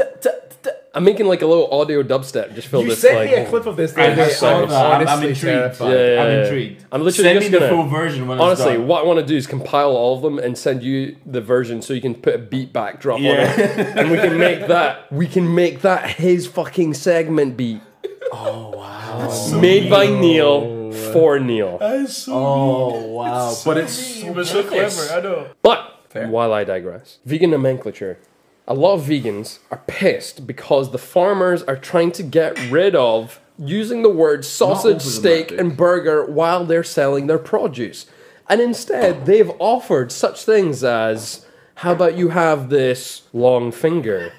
I'm making like a little audio dubstep. Just fill You this sent like. me a clip of this. The I other day. have saw I'm that. I'm- I'm honestly intrigued. terrified. Yeah, yeah, I'm yeah. intrigued. Uh, I'm literally Send me just the gonna- full version when Honestly, it's done. what I want to do is compile all of them and send you the version so you can put a beat backdrop on Yeah. it, and we can make that. We can make that his fucking segment beat. Oh wow! made by Neil for Neil. *laughs* Oh wow! But it's It was so clever. I know. But while I digress, vegan nomenclature. A lot of vegans are pissed because the farmers are trying to get rid of using the words sausage, steak, and burger while they're selling their produce. And instead, they've offered such things as how about you have this long *laughs* finger?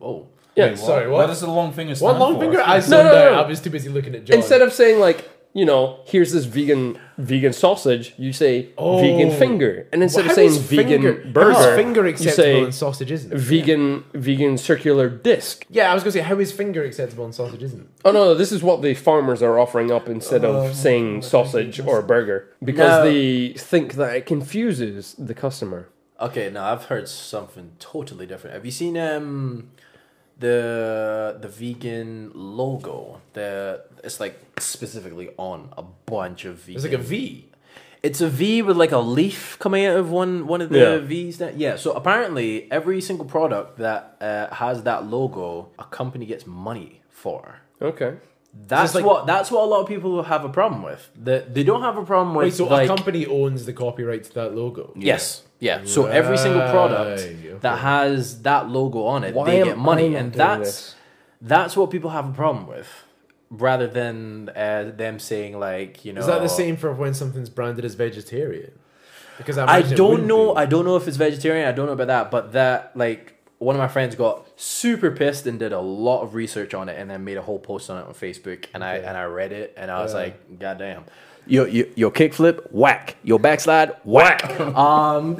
oh. Yeah. Sorry, What what? does the long finger stand One long for? finger. I no, zoned no, out. no. I was too busy looking at John. Instead of saying like, you know, here's this vegan vegan sausage, you say vegan finger. And instead How of saying is vegan Oh. finger- how burger, is finger you acceptable say and sausage isn't. vegan vegan circular disc. Yeah, I was gonna say how is finger acceptable and sausage isn't. Oh no, this is what the farmers are offering up instead Oh, of saying sausage or burger because No. they think that it confuses the customer. okay. Now I've heard something totally different. Have you seen um the the vegan logo? The it's like specifically on a bunch of vegan. It's like a V. It's a V with like a leaf coming out of one one of the Yeah. V's. That yeah. So apparently, every single product that uh, has that logo, a company gets money for. Okay. That's like- what that's what a lot of people have a problem with. That they don't have a problem with Wait, so like a company owns the copyright to that logo? yes, yeah. So every single product Right, okay. that has that logo on it, Why they am get I money, not and doing that's this? that's what people have a problem with, rather than uh, them saying like you know Is that the same for when something's branded as vegetarian? Because I, I imagine it don't wouldn't know. be. I don't know if it's vegetarian. I don't know about that. But that like one of my friends got super pissed and did a lot of research on it, and then made a whole post on it on Facebook. And I and I read it, and I was like, God damn. Your, your, your kickflip, whack. Your backslide, whack. *laughs* um,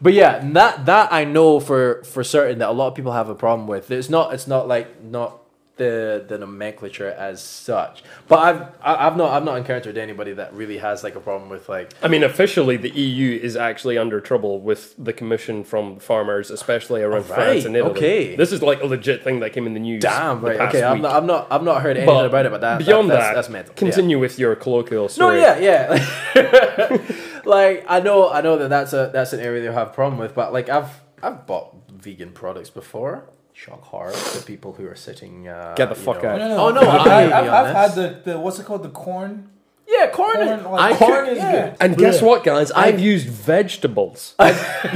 but yeah, that that I know for for certain that a lot of people have a problem with. It's not it's not like not the the nomenclature as such. But I've I- I've not I've not encountered anybody that really has like a problem with like I mean, officially, the EU is actually under trouble with the commission from farmers, especially around France and Italy. okay. This is like a legit thing that came in the news. Damn, the right. past Okay, I've week. not, I've not, I've not heard anything But about it, but that, beyond that, that's, that's mental. Yeah. continue with your colloquial No, story. yeah, yeah. *laughs* like I know, I know that that's a that's an area they have a problem with, but like I've I've bought vegan products before. Shock horror to people who are sitting. Uh, Get the you fuck know- out. Oh no! I- I, I've- I've have had had the, what's it called the corn. Yeah, corn. like, corn is good. And guess what, guys? I've used vegetables.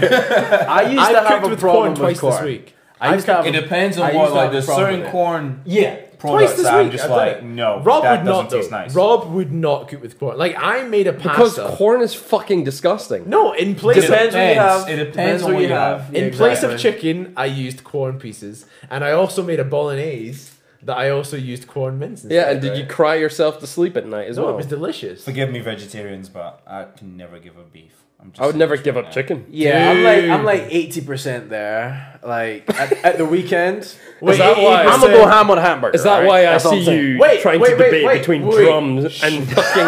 I used I've to have cooked a with corn problem twice with corn. this week. I used to have. It depends I on used what to like have a there's problem certain with it. corn Yeah. products this that I'm week, just I've done like it. no, Rob that would doesn't not though. taste nice. Rob would not cook with corn. Like I made a pasta. Because corn is fucking disgusting. no, in place of Depends what you Depends. have. It depends on what you have. Yeah, in place exactly. of chicken, I used corn pieces, and I also made a bolognese that I also used corn mince. Yeah, instead, and did right? you cry yourself to sleep at night as No, it well? was delicious. Forgive me, vegetarians, but I can never give up beef. I'm just I would saying never this give right up now. chicken. Yeah, I'm Dude. like I'm like eighty percent there. Like at, at the weekend, Wait, that it- why- it's, I'm gonna go uh, ham on a hamburger. Is that alright? why I That's all I'm see saying. you Wait, trying wait, to wait, debate wait, between wait. drums and fucking rings? Because I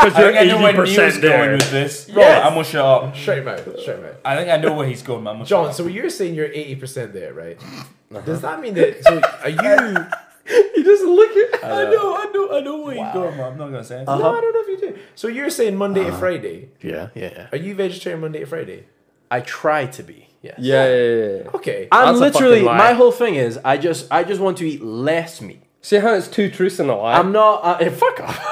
you're think I know eighty where Neil's percent going there. with this. Yes. Rob, I'm gonna shut up. Straight him out. Straight him out. I think I know where he's going, man. I'm gonna shut John, up. so you're saying you're eighty percent there, right? Does that mean that? So are you? He doesn't look it. I know, I know, I know where he's going, man. I'm not gonna say anything. Uh-huh. No, I don't know if you do. So you're saying Monday to Friday. Yeah, yeah, yeah. Are you vegetarian Monday to Friday? I try to be. Yes. Yeah, yeah, yeah, yeah. Okay. I'm That's a literally fucking lie. my whole thing is I just I just want to eat less meat. See how it's two truths and a lie? I'm not uh, eh, fuck off. I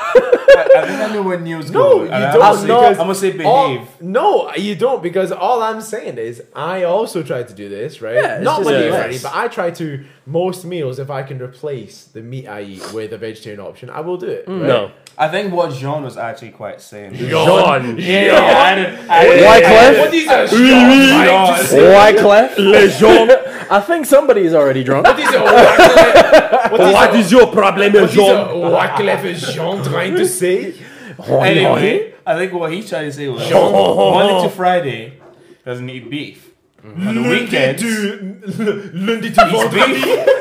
think I know where Neil's going. No, you I'm don't, gonna say- because I'm gonna say all- behave. no, you don't, because all I'm saying is I also try to do this, right? Yeah, it's Not just with you, less. Freddie, but I try to most meals if I can replace the meat I eat with a vegetarian option, I will do it. Mm. right? no. I think what Jean was actually quite *laughs* saying. John. Yeah, I didn't- I didn't- Wyclef? What these are Jean. Wyclef? I think somebody is already drunk. What is a Wyclef? What is a- is your problem, what is a Wyclef is Jean trying to say? Anyway, I think what he tried to say was Monday to Friday doesn't eat beef. On the weekends, eats Lundi to vendredi. beef.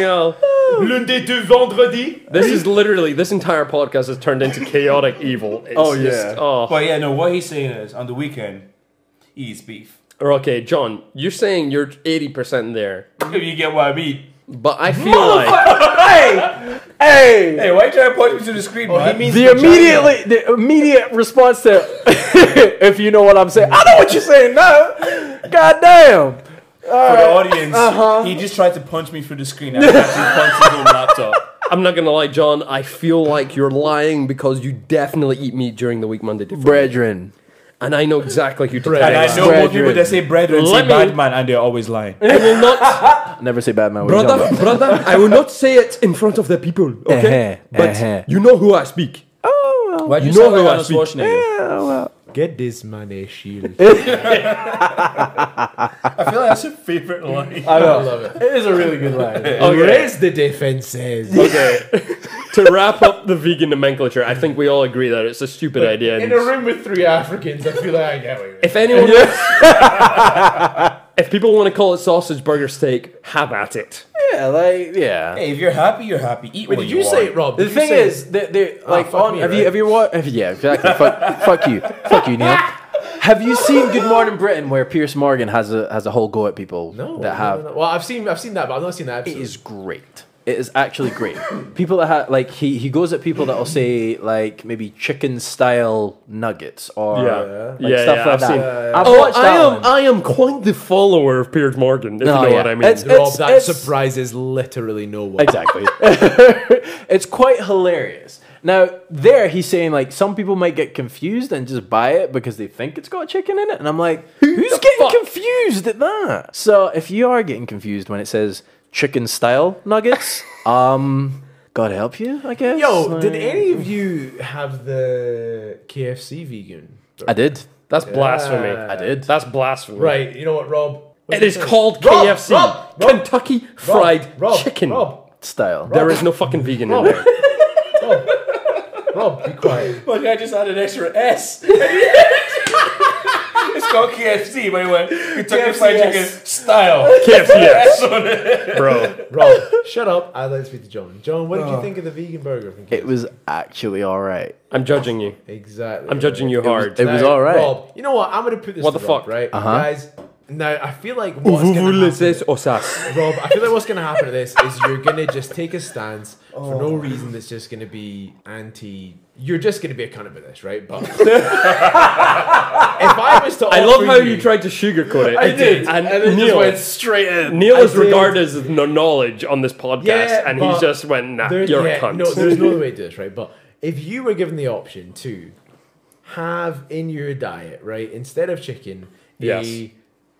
Lundi to vendredi. This is literally this entire podcast has turned into chaotic evil. It's Oh, yeah. Just, oh. But yeah, no, what he's saying is on the weekend, he eats beef. Or, Okay, John, you're saying you're eighty percent there, If you get what I mean. but I feel like Hey, why you trying to point me to the screen, man? He means The immediately the immediate response to *laughs* if you know what I'm saying. I know what you're saying now. God damn. For the audience, Uh-huh. he just tried to punch me through the *laughs* screen. I actually punched his own laptop. I'm not gonna lie, John. I feel like you're lying because you definitely eat meat during the week Monday to Friday, *laughs* Brethren. and I know exactly who to And tell. I know more people that say brethren Let say me- bad man, and they're always *laughs* lying. I will not, Never say bad man. brother, brother. I will not say it in front of the people, okay? Uh-huh, but uh-huh. you know who I speak. Oh, Why do You know who I speak. Get this man a *laughs* shield. I feel like that's your favorite line. I I know. love it. It is a really good line. Raise the defenses. to wrap up the vegan nomenclature, I think we all agree that it's a stupid idea. In a room with three Africans, I feel like I get away with it. If anyone, *laughs* if people want to call it sausage, burger, steak, have at it. Yeah, like yeah. Hey, if you're happy, you're happy. Eat Wait, what did you say it, Rob? The Did you thing say it? is, they they like fuck on. me, have right? you have you watched? *laughs* Yeah, exactly. *laughs* fuck, fuck you, fuck you, *laughs* Neil. Have you seen Good Morning Britain, where Pierce Morgan has a has a whole go at people no, that no, have? no, no. Well, I've seen, I've seen that, but I've not seen that It episode. is great. It is actually *laughs* great. people that have like he he goes at people that'll say like maybe chicken style nuggets or Yeah. like, Yeah, stuff yeah, like I've that. seen- I've Oh, watched that I am. one. I am quite the follower of Piers Morgan. If you Oh, know yeah. what I mean. It's- Rob, that it's- surprises literally no one. Exactly. *laughs* it's quite hilarious. Now, there he's saying like some people might get confused and just buy it because they think it's got chicken in it. And I'm like, who's getting fuck? confused at that? So if you are getting confused when it says chicken style nuggets, *laughs* um, God help you, I guess. *laughs* Yo, did Like- any of you have the KFC vegan? I did. That's blasphemy. I did. That's blasphemy. Right, you know what, Rob? What's It is name? called Rob, KFC, Rob, Rob, Kentucky Rob, Fried Rob, Chicken. Rob, Style. There is no fucking vegan in there. Rob, be quiet. But I just had an extra S. it's called KFC, by the way. Kentucky Fried Chicken style. KFC, yes. bro. Rob, shut up. Oh. I'd like to speak to John. John, what did you think of the vegan burger from KFC? *laughs* It was actually all right. I'm judging you. exactly. I'm judging you hard. It was Now, all right. Rob, you know what? I'm gonna put this. What to the Rob, fuck? Uh-huh. right, guys? Now I feel like what's gonna happen, Rob. I feel like what's gonna happen to this is you're gonna just take a stance for no reason. That's just gonna be anti. You're just gonna be a cunt about this, *laughs* right? But if I was to, I offer love how you tried to sugarcoat it. I did. And, And then just Neil, went straight in. Neil I is did. regarded as no knowledge on this podcast, Yeah, and he but just went, nah, There- you're yeah, a cunt. No, there's no other way to do this, right? But if you were given the option to have in your diet, right, instead of chicken, Yes. a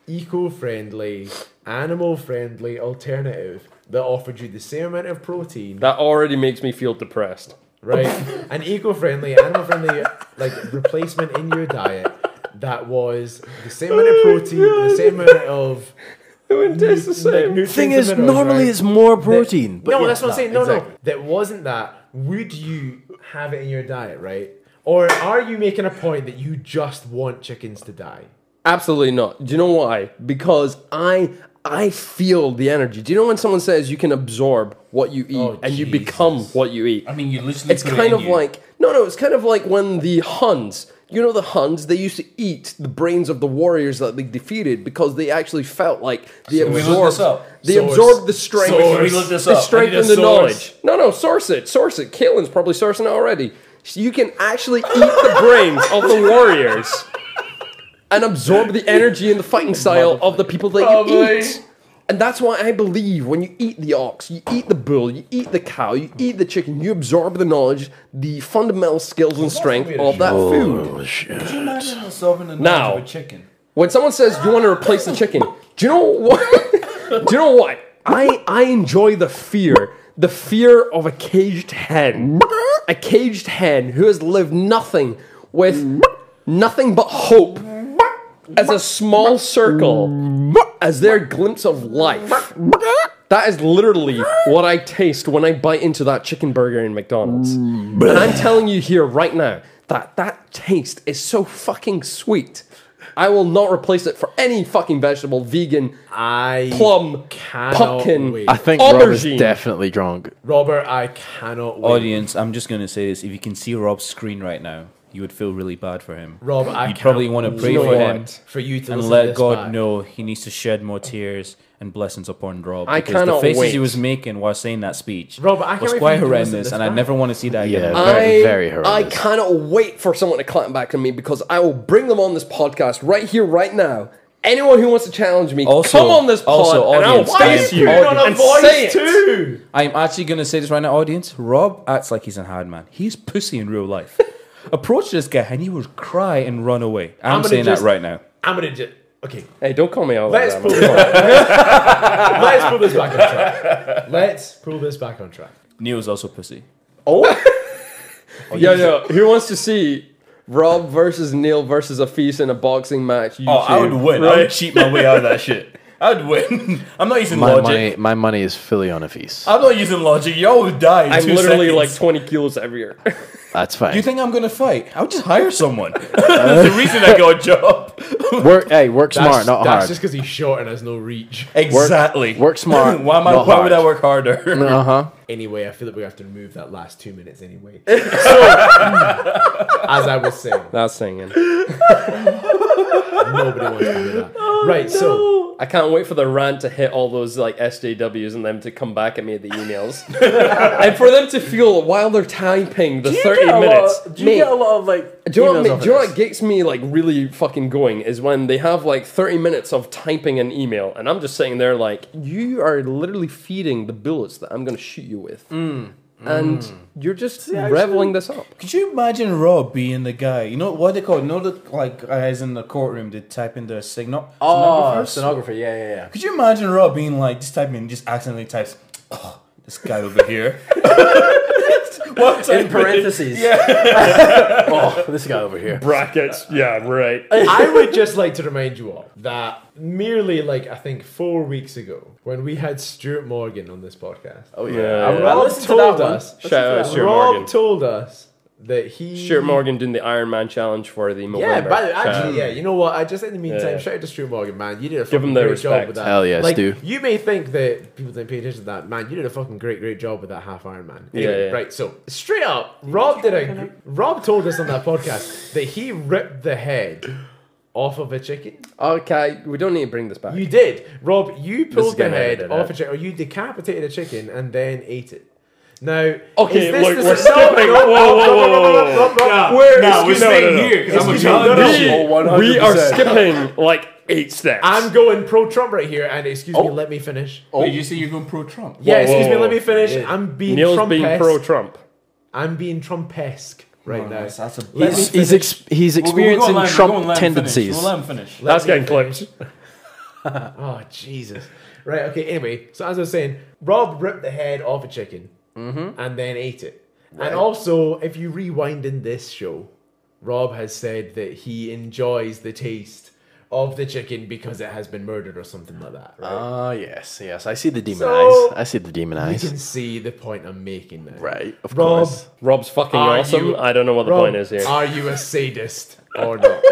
eco-friendly, animal-friendly alternative that offered you the same amount of protein, that already makes me feel depressed. *laughs* right, an eco-friendly, animal-friendly like replacement in your diet that was the same amount Oh of protein, the same amount of tastes the same. like, Thing nutrients and is, minerals, normally right? it's more protein. but no, yeah, that's what I'm saying. No, exactly. no, that wasn't that. Would you have it in your diet, right? Or are you making a point that you just want chickens to die? Absolutely not. Do you know why? Because I I feel the energy. Do you know when someone says you can absorb what you eat Oh, and you become Jesus. what you eat? I mean, you literally. it's kind of like no, no. It's kind of like when the Huns. You know the Huns. They used to eat the brains of the warriors that they defeated because they actually felt like they we looked absorbed. this up. They Source. absorbed the strength. Source. We looked this the up. I strength need a and the source. knowledge. No, no. Source it. Source it. Caitlin's probably sourcing it already. You can actually eat the brains of the warriors. and absorb the energy and the fighting style of the people that Probably. you eat. And that's why I believe when you eat the ox, you eat the bull, you eat the cow, you eat the chicken, you absorb the knowledge, the fundamental skills and strength of that food. Imagine absorbing the Now. knowledge of a chicken. When someone says you want to replace the chicken, do you know what? do you know what? I I enjoy the fear, the fear of a caged hen, a caged hen who has lived nothing with nothing but hope as a small circle as their glimpse of life. That is literally what I taste when I bite into that chicken burger in McDonald's. And I'm telling you here right now that that taste is so fucking sweet. I will not replace it for any fucking vegetable, vegan, I plum, cannot pumpkin. wait. I think Rob is aubergine. definitely drunk. Robert, I cannot wait. Audience, I'm just going to say this. If you can see Rob's screen right now, you would feel really bad for him. Rob, I you probably cannot want to pray wait for him for you to and listen to let this God back. know he needs to shed more tears and blessings upon Rob. I because the cannot faces wait. he was making while saying that speech Rob, I can't was wait for quite you to listen to horrendous, this and I back. never want to see that again. Yeah. I, Very, very I horrendous. cannot wait for someone to clap back on me because I will bring them on this podcast right here, right now. Anyone who wants to challenge me, Also- come on this pod also, and I'll audience, face I am you proud of and say it. I am actually going to say this right now, audience. Rob acts like he's a hard man. He's pussy in real *laughs* life. Approach this guy and he would cry and run away. I'm, gonna saying just- that right now. I'm gonna just okay. Hey, don't call me out. like Let's that, pull man. this back. *laughs* Let's pull this back on track. Let's pull this back on track. Neil's also pussy. Yo, yo, who wants to see Rob versus Neil versus a feast in a boxing match? YouTube? win. Oh, I would cheat my way out of that shit. I would win. *laughs* I'm not using My money, my money is Philly on a feast. I'm not using logic. Y'all would die. I'm literally like 20 kilos heavier. That's fine. You *laughs* think I'm gonna fight? I would just hire someone. *laughs* That's the reason I got a job. work, hey, work That's, smart, not that's hard. just because he's short and has no reach. Exactly. work smart, *laughs* why am I, not Why would hard. I work harder? *laughs* Uh huh. Anyway, I feel like we have to remove that last two minutes anyway. *laughs* So, as I was saying, *laughs* That's singing. nobody wants to do that. Right, so I can't wait for the rant to hit all those like SJWs and them to come back at me at the *laughs* emails, and for them to feel while they're typing the 30 minutes. Mate, lot of like? Do you, know what, ma- do you know what gets me like really fucking going is when they have like 30 minutes of typing an email and I'm just sitting there like, you are literally feeding the bullets that I'm going to shoot you with. And you're Mm. just reveling this up. Could you imagine Rob being the guy? You know what they call? No, the like guys in the courtroom. They type in their signal. Oh, stenographers? stenographer. Yeah, yeah, yeah. Could you imagine Rob being like just typing and just accidentally types, oh, this guy over here. What type In of- parentheses. *laughs* oh, this guy over here. Brackets. Yeah, right. I would just like to remind you all that merely like I think four weeks ago, when we had Stuart Morgan on this podcast, Oh yeah. Yeah. I Rob listened to that told one. us. Shout out to Stuart Rob Morgan. told us that he Stuart Morgan doing the Iron Man challenge for the November. Yeah, by the challenge. actually, yeah. You know what? I just in the meantime, Yeah. shout out to Stuart Morgan, man. You did a Give him fucking their great job respect. with that. Hell yes, like, do. You may think that people didn't pay attention to that, man. You did a fucking great, great job with that half Iron Man. Anyway, Yeah, yeah. right. So straight up, Rob did a. gr- Rob told us on that podcast that he ripped the head off of a chicken. Okay, we don't need to bring this back. You did, Rob. You pulled the getting head edited off out. a chicken, or you decapitated a chicken and then ate it. Now, Okay, is this look, the- we're no, skipping. no, no, Whoa, no, no, whoa, no, no, whoa, no, no, no, no. We're no, we excuse me. staying here because I'm a No, no, we, we are skipping *laughs* like eight steps. I'm going pro Trump right here, and excuse me, let me finish. Wait, you say you're going pro Trump? Yeah, Whoa, excuse whoa, me, whoa. let me finish. I'm being Neil's Trump. being pro Trump. I'm being Trumpesque right Oh, now. That's, that's a Let He's me he's, ex- he's experiencing Trump tendencies. We'll let him finish. That's getting clipped. Oh Jesus! Right. Okay. Anyway, so as I was saying, Rob ripped the head off a chicken Mm-hmm. and then ate it. And also, if you rewind in this show, Rob has said that he enjoys the taste of the chicken because it has been murdered or something like that. Oh, Right. Ah, yes, yes. I see the demon So- eyes. I see the demon you eyes. can see the point I'm making now. Right, of Rob, course. Rob's fucking Are awesome. you- I don't know what the Rob, point is here. Are you a sadist or not?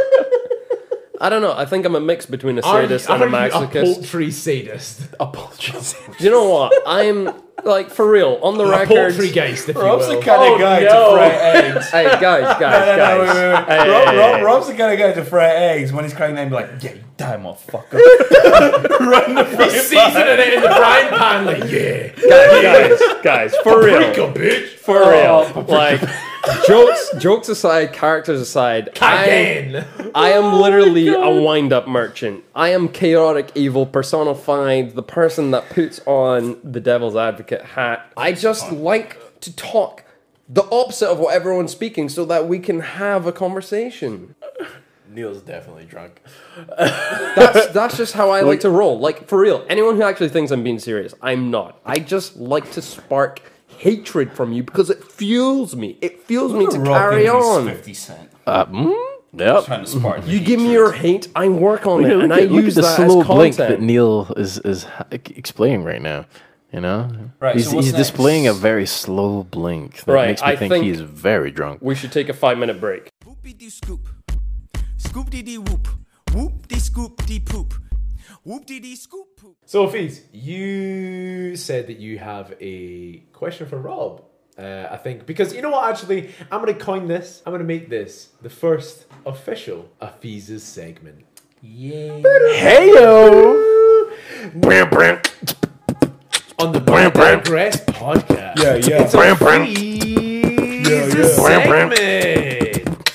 I don't know. I think I'm a mix between a Are *laughs* you, sadist and are a you a masochist. poultry sadist? Apologies. you know what? I'm like for real on the A record. poultry geist, if Rob's you the will. kind of guy to fry eggs. Hey guys, guys, *laughs* No, no, guys. Oh, *laughs* wait, wait, wait. Hey, Rob, hey, Rob, hey. Rob's the kind of guy to fry eggs when he's crying and be like, yeah, you die, motherfucker. Run the fuck. Seasoning it in the frying pan, like yeah. guys, guys, guys, for real, Paprika, bitch. Oh, for real. Like *laughs* jokes jokes aside, characters aside, Again! I am literally a wind up merchant. I am chaotic evil personified, the person that puts on the devil's advocate hat. I just like to talk the opposite of what everyone's speaking so that we can have a conversation. Neil's definitely drunk. *laughs* That's, that's just how I like to roll. Like, for real, anyone who actually thinks I'm being serious, I'm not. I just like to spark hatred from you because it fuels me. It fuels me to carry on. Uh, hmm? Fifty Cent. Yep. Trying to spark. You give me your hate, I work Oh, on it, and I look use at the that slow as blink content. that Neil is is ha- explaining right now. You know, Right, he's, so what's he's next? displaying a very slow blink that Right, makes me I think, think- he's very drunk. we should take a five minute break. Whoopie dee scoop. Scoop dee dee whoop. Whoop dee scoop dee poop. Whoop dee dee scoop poop. So, Fees, you said that you have a question for Rob. Uh, I think because you know what? Actually, I'm gonna coin this. I'm gonna make this the first official Afiz's segment. Yeah. Heyo. On the Brand Progress podcast. *laughs* Yeah, yeah. Afiz's segment.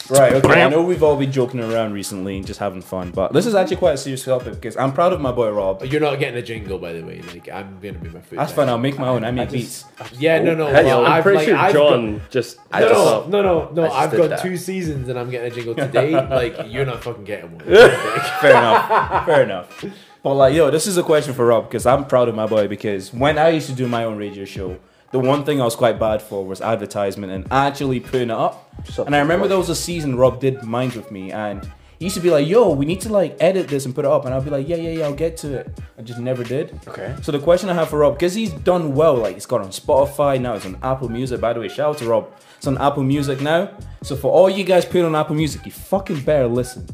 Right, okay. I know we've all been joking around recently and just having fun, but this is actually quite a serious topic because I'm proud of my boy Rob. You're not getting a jingle, by the way. Like I'm gonna be my foot. That's down. fine, I'll make my own. I make beats. Yeah. No. No. Oh, Hey, well, I'm I've, pretty like, sure I've got- John just. I No, just no, no, no, I've did got that. two seasons and I'm getting *laughs* a jingle today. like, you're not fucking getting one. Like, Fair enough. Fair enough. But like, yo, this is a question for Rob because I'm proud of my boy because when I used to do my own radio show, the one thing I was quite bad for was advertisement and actually putting it up. and I remember there was a season Rob did mine with me and he used to be like, yo, we need to like edit this and put it up. And I'll be like, yeah, yeah, yeah, I'll get to it. I just never did. Okay. So the question I have for Rob, because he's done well, like it's got on Spotify, now it's on Apple Music. By the way, shout out to Rob. It's on Apple Music now. So for all you guys putting on Apple Music, you fucking better listen.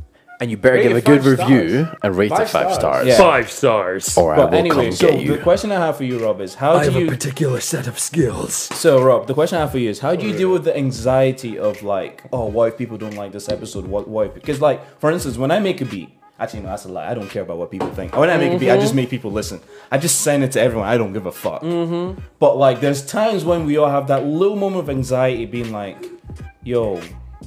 And you better Rate give a it good five review stars. and rate it Five five stars. stars, Yeah. Five stars. or I But will anyway, come so get you. the question I have for you, Rob, is how do you? particular set of skills. so, Rob, the question I have for you is how do you deal with the anxiety of like, oh, what if people don't like this episode? What, what? If, because, like, for instance, when I make a beat, actually, no, that's a lie. I don't care about what people think. When I make a beat, I just make people listen. I just send it to everyone. I don't give a fuck. But like, there's times when we all have that little moment of anxiety, being like, yo.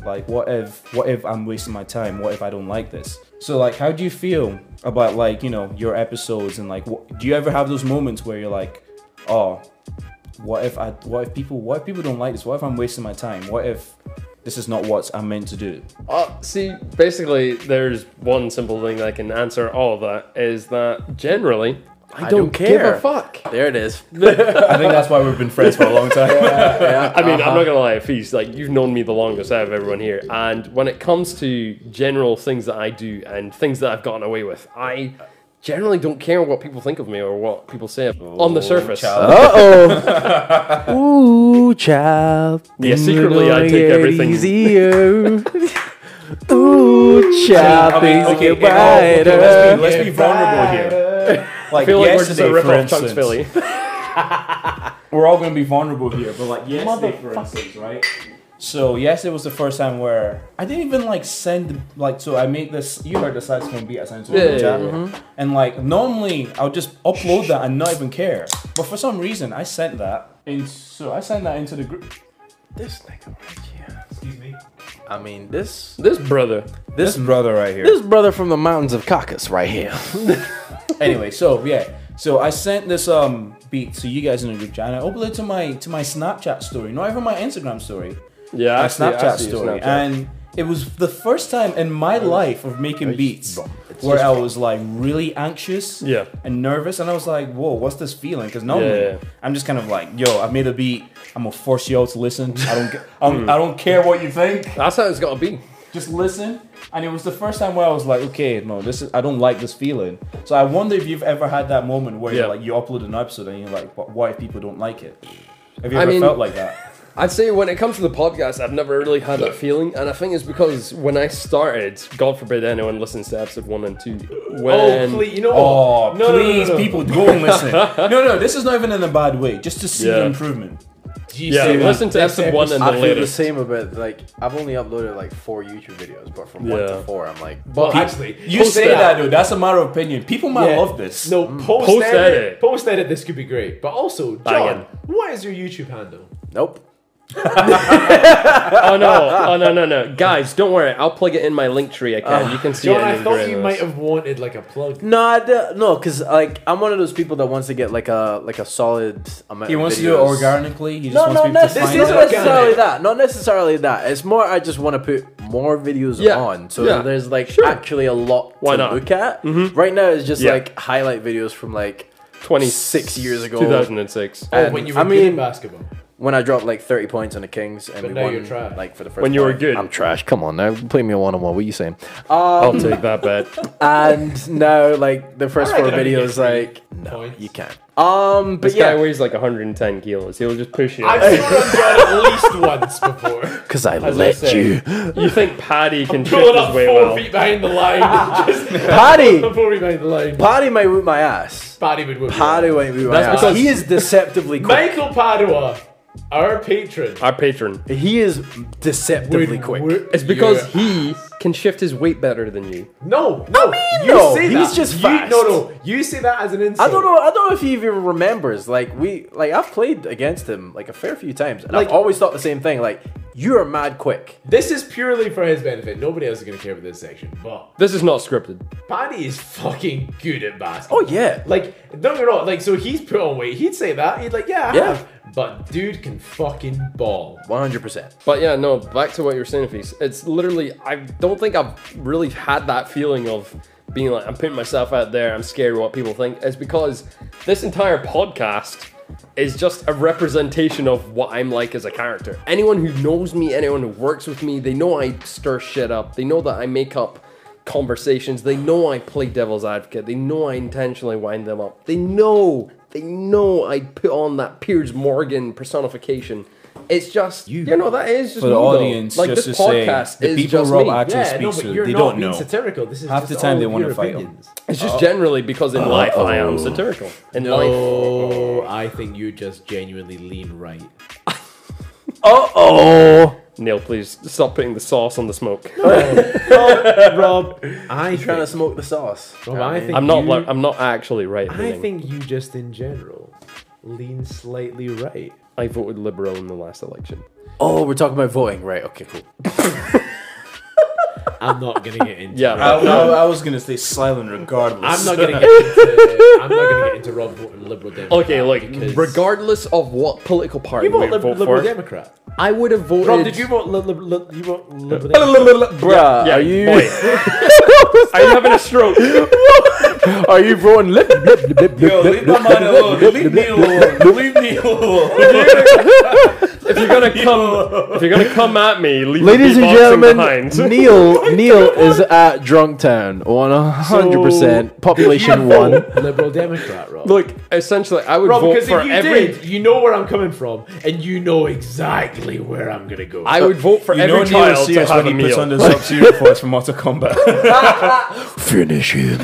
Like what if what if I'm wasting my time? What if I don't like this? So like, how do you feel about like you know your episodes and like what, do you ever have those moments where you're like, oh, what if I what if people what if people don't like this? What if I'm wasting my time? What if this is not what I'm meant to do? Uh, see, basically, there's one simple thing that can answer all of that is that generally, I, don't, give care. a fuck. there it is. I think that's why we've been friends for a *laughs* long time. I mean, Uh-huh. I'm not gonna lie, Feast, like you've known me the longest out of everyone here, and when it comes to general things that I do and things that I've gotten away with, I generally don't care what people think of me or what people say on the surface. *laughs* Ooh, child. Yeah, secretly I take everything. easier. Ooh, child, things okay, get it all- okay, brighter. let's be, let's be vulnerable here. *laughs* Like I feel like we're just a yesterday, rip for off Chunks instance, Philly. we're all gonna be vulnerable here, but like yesterday, for instance, right? So yesterday was the first time where I didn't even like send like so I made this you heard the saxophone beat I sent to the Yeah, chat yeah, and like normally I'll just upload that and not even care but for some reason I sent that and so I sent that into the group This nigga right here. Excuse me. I mean, this This brother. this brother right here this brother from the mountains of Caucasus right here. *laughs* anyway, so yeah, so I sent this um beat to you guys in the group chat. And I uploaded to my to my Snapchat story, not even my Instagram story, Yeah, my I see- I Snapchat see your story, Snapchat. and it was the first time in my life of making beats where I was like really anxious, Yeah. and nervous, and I was like, whoa, what's this feeling? Because normally Yeah, yeah. I'm just kind of like, yo, I made a beat. I'm gonna force you all to listen. I *laughs* don't, g- I'm, I don't care what you Hmm. think That's how it's gotta be. just listen. And it was the first time where I was like, okay, no, this is I don't like this feeling. So I wonder if you've ever had that moment where Yeah. you're like you upload an episode and you're like, but what if people don't like it? Have you I ever mean- felt like that? I'd say when it comes to the podcast, I've never really had that feeling, and I think it's because when I started, God forbid anyone listens to episode one and two. When oh, please, you know Oh, what? No, no, no, please, no, no. people, go and listen. no, no, this is not even in a bad way. Just to see Yeah. improvement. yeah, listen to episode one and I the feel the latest. same about like I've only uploaded like four YouTube videos, but from one Yeah. to four, I'm like, Well, actually, You Post say that. that, dude. That's a matter of opinion. People might yeah. love this. No, post, Post edit. edit. Post edit. This could be great. But also, John, Banging. what is your YouTube handle? nope. Oh no! Oh no! No no! Guys, don't worry. I'll plug it in my link tree. I can. you can see Ah, John, it. in I the thought grid you of might this. have wanted like a plug. No, I don't- no, because like I'm one of those people that wants to get like a like a solid amount. He of wants to videos. do it organically. He just No, wants no, people no. to This find isn't it. necessarily that. Not necessarily that. It's more I just want to put more videos Yeah. on, so Yeah. there's like Sure. actually a lot Why to not? Mm-hmm. look at. Right now, it's just Yeah. like highlight videos from like 26 years ago. 2006. Oh, And when you were I I mean- mean, basketball. when I dropped like 30 points on the Kings, and But we now won you're trash. like for the first. When you were time. good. I'm trash. Come on now, play me a one on one. What are you saying? Um, I'll take that bet. *laughs* And now, like the first four that I'd videos, like no, Points. you can't. Um, but This yeah, guy weighs like 110 kilos. He'll just push you. *laughs* I've seen Ron John at least once before. Because I As I let say, *laughs* you. You think Paddy can shift Pulling his up way four well? feet behind the *laughs* line. Just Party! four feet behind the line. Party might whip my ass. Paddy would whoop you. Party might whip my That's ass. because- he is deceptively quick. Michael Padua, our patron, Uh, Our patron. He is deceptively quick. whoop It's because your- he can shift his weight better than you. no, no, you no, say he's that. just you, fast. No, no, you say that as an insult. I don't know. I don't know if he even remembers. Like we, like I've played against him like a fair few times, and I've always thought the same thing. Like you are mad quick. This is purely for his benefit. Nobody else is going to care about this section. But This is not scripted. Paddy is fucking good at basketball. Oh yeah. Like, don't get me wrong. Like, so he's put on weight. He'd say that. He'd like, yeah, I Yeah. have. But dude can fucking ball. One hundred percent. But yeah, no, back to what you were saying, Fis. It's literally, I don't think I've really had that feeling of being like, I'm putting myself out there, I'm scared of what people think. It's because this entire podcast is just a representation of what I'm like as a character. Anyone who knows me, anyone who works with me, they know I stir shit up, they know that I make up conversations, they know I play devil's advocate, they know I intentionally wind them up, they know. They know I put on that Piers Morgan personification. It's just you, know that is just for the me, though. audience, Like just this to say, podcast the is people just Rob me. actually Yeah, no, speaks but to, you're they not don't being know. satirical. This is Half just the time all they of wanna your fight him. opinions. It's just generally because in life I am satirical. In life, Oh, I think you just genuinely lean right. Neil, please stop putting the sauce on the smoke. Rob, I Trying to think, smoke the sauce. Rob, I think Oh, I'm not. You, li- I'm not actually right. I leaning. think you just in general lean slightly right. I voted liberal in the last election. Oh, we're talking about voting, right? Okay, cool. I'm not gonna get into. Yeah, I, I, I was gonna stay silent regardless. I'm *laughs* not gonna get into. I'm not gonna get into Rob voting Liberal Democrat. Okay, look. because- Regardless of what political party you we vote vote Lib- for, Liberal Democrat. I would have voted. Rob, did you vote? Li- Lib- Lib- you vote Liberal Democrat. Bruh, Yeah, are you *laughs* boy. *laughs* Are you having a stroke? are you voting lip? Yo, leave my mind alone. Leave me alone. Leave me alone. If you're gonna *laughs* come, if you're gonna come at me, leave the Ladies and beatboxing gentlemen, behind. *laughs* Neil Neil is at Drunktown, one hundred percent population one. Liberal Democrat, Rob. Look, essentially, I would Rob, vote because for if you every. did, you know where I'm coming from, and you know exactly where I'm gonna go. I would vote for You know every Neil is child to serious have when a he puts meal. on the Sub Zero voice from Mortal Kombat. Finish him.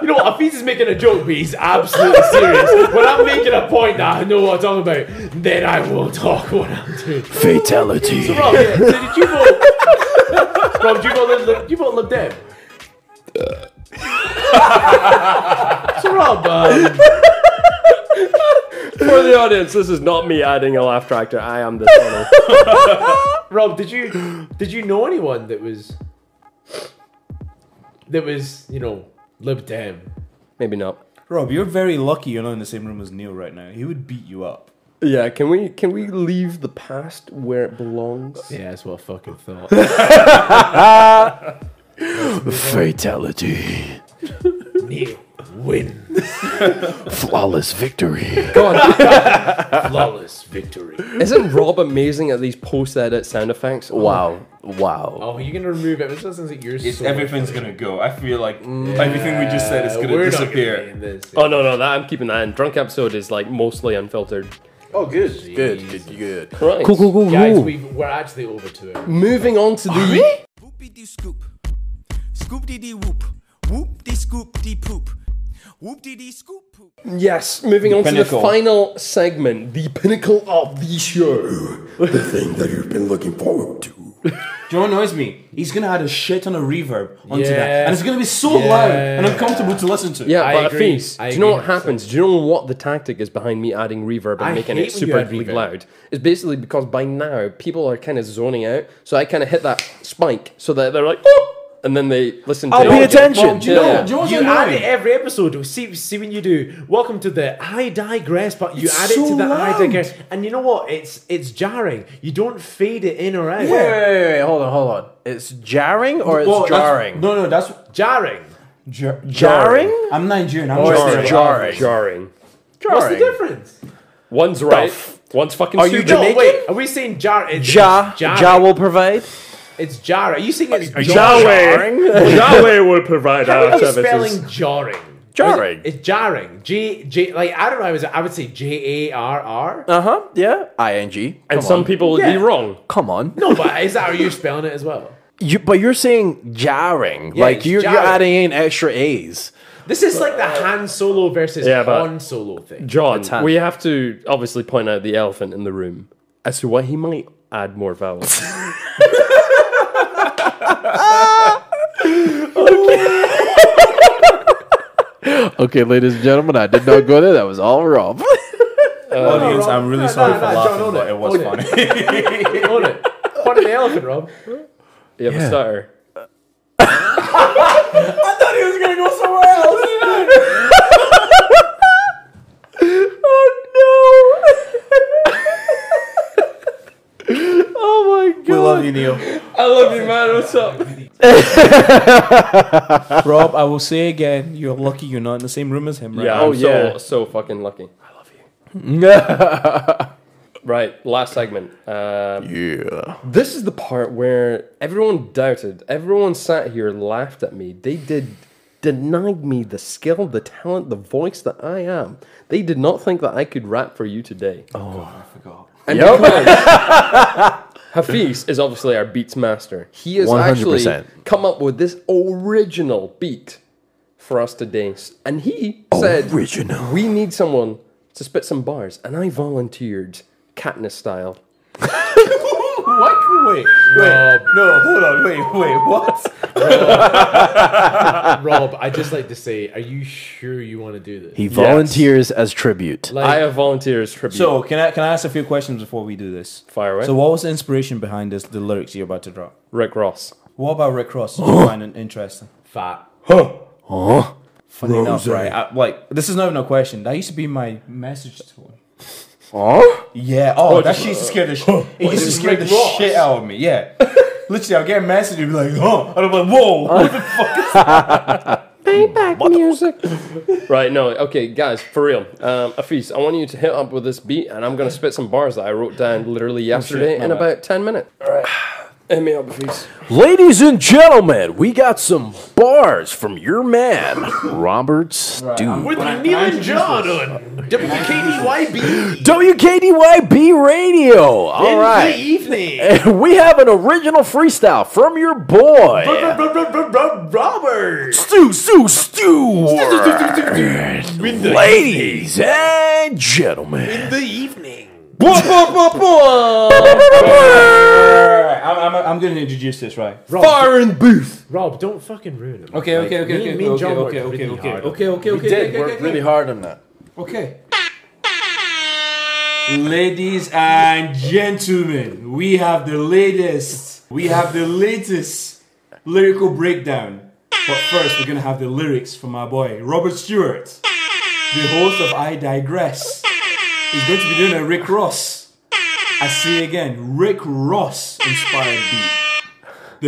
You know what? Afeez is making a joke, but he's absolutely serious. when I'm making a point that I know what I'm talking about, then I will talk what I'm doing. Fatality. Rob, yeah, so did you vote? Rob, did you vote *laughs* Lib, Lib, you vote Lib Dem? *laughs* so Rob, um, For the audience, this is not me adding a laugh track to I am the tunnel. Rob, did you did you know anyone that was that was you know Lib Dem? Maybe not. Rob, you're very lucky you're not in the same room as Neil right now. He would beat you up. Yeah, can we can we leave the past where it belongs? Yeah, that's what I fucking thought. *laughs* Fatality. Neil, win. Flawless victory. *laughs* flawless victory. Isn't Rob amazing at these post-edit sound effects? Oh, Wow, wow. Oh, you're gonna remove it. This sounds like you're. so gonna go. I feel like Mm. everything we just said is Uh, we're not gonna be in this. Oh no no, that I'm keeping that in. Drunk episode is like mostly unfiltered. Oh, good, good, good, good. Right. Cool, cool, cool, Guys, cool. we've, we're actually over to it. Moving on to the Whoopie dee scoop. Scoop dee dee whoop. Whoop dee scoop dee poop. Whoop dee dee scoop poop. yes, moving on pinnacle. to the final segment, the pinnacle of the show. the thing that you've been looking forward to. you know what annoys me? He's gonna add a shit ton of reverb onto that, Yeah. and it's gonna be so loud and uncomfortable to listen to. Yeah, I but agree. Hafiz, I do you know agree what happens? Do you know what the tactic is behind me adding reverb and I making hate it when you super add reverb. loud? It's basically because by now people are kind of zoning out, so I kind of hit that spike so that they're like, oh, and then they listen to I'll it. pay attention. Well, do you know- Yeah. do you know what's you add annoying? it every episode. See, see when you do. Welcome to the I digress, but you It's add it so to the loud. I digress, and you know what? It's it's jarring. You don't fade it in or out. Wait, wait, wait, wait, hold on, hold on. It's jarring or it's Well, that's- jarring? No, no, that's Jarring. jar- Jarring? I'm Nigerian. I'm Or just it's jarring. you- jarring. jarring. What's the difference? One's right, one's fucking Are you stupid. Jamaican? No, wait. Are we saying jar? It's, Ja, it's ja jarring. will provide. It's jarring. Are you saying it's Yahweh will provide How are you spelling jarring? Jarring. It's jarring. J J. Like I don't know. I was. I would say J A R R. Uh huh. Yeah. Ing. Come And some on. people would Yeah. be wrong. Come on. No, but is that how you're spelling it as well? You, but you're saying jarring. Yeah, like it's you're, you're jarring. adding in extra A's. This is like the Uh, Han Solo versus Yeah, but- Han Solo thing. John, Attack. we have to obviously point out the elephant in the room as to why he might add more vowels. Okay, ladies and gentlemen, I did not go there. That was all *laughs* wrong. audience. I'm really sorry for no, laughing, John, but it was funny. Own it. What an *laughs* elephant, Rob. You have a stutter. *laughs* Oh, *laughs* we love you, Neil. Oh, I love you, man. What's up? *laughs* Rob, I will say again, you're lucky you're not in the same room as him, right? Yeah. now. oh, Oh, yeah. yeah. So, so fucking lucky. I love you. *laughs* right. Last segment. Um, yeah. This is the part where everyone doubted. Everyone sat here, laughed at me. They did denied me the skill, the talent, the voice that I am. They did not think that I could rap for you today. Oh, I forgot. *laughs* And because Hafiz is obviously our beats master. He has actually 100%. come up with this original beat for us today, and he said, Original. "We need someone to spit some bars," and I volunteered, Katniss style. What? Wait, wait. No, hold on. Wait, wait. What? Rob, I just like to say, are you sure you want to do this? He volunteers as tribute. like, I have volunteered as tribute. So, can I can I ask a few questions before we do this? Fire away. So, what was the inspiration behind this? The lyrics you're about to drop. Rick Ross. What about Rick Ross? Did you find it interesting? fat. Funny enough, right? I, like, this is not even a question. That used to be my message to him. Huh? Yeah. Oh, that shit used to scare the shit. It used to is scare Rick the Ross? shit out of me. Yeah. Literally, I'll get a message and be like, "Huh?" And I'm like, "Whoa, what the fuck?" Right, no, okay, guys, for real. Um, Afis, I want you to hit up with this beat, and I'm going to spit some bars that I wrote down literally yesterday in about 10 minutes. All right. *sighs* Hit me up, Afis. Ladies and gentlemen, we got some bars from your man, Robert Stu. With Neil and John on WKDYB WKDYB Radio. *laughs* All E in the right. evening. *laughs* We have an original freestyle from your boy, Robert. Stu Stu Stu. Ladies and gentlemen. The evening. Alright, I'm, I'm, I'm gonna introduce this, right? *laughs* Fire in booth. Rob, don't fucking ruin it. Okay, okay, okay, me- okay, me and okay, John okay, worked okay, really okay, hard on okay, okay, okay, okay, okay, okay, hard on that. okay. Ladies and gentlemen, we have the latest, we have the latest lyrical breakdown. But first, we're gonna have the lyrics from our boy Robert Stewart, the host of I Digress. He's going to be doing a Rick Ross. I say again, Rick Ross inspired beat.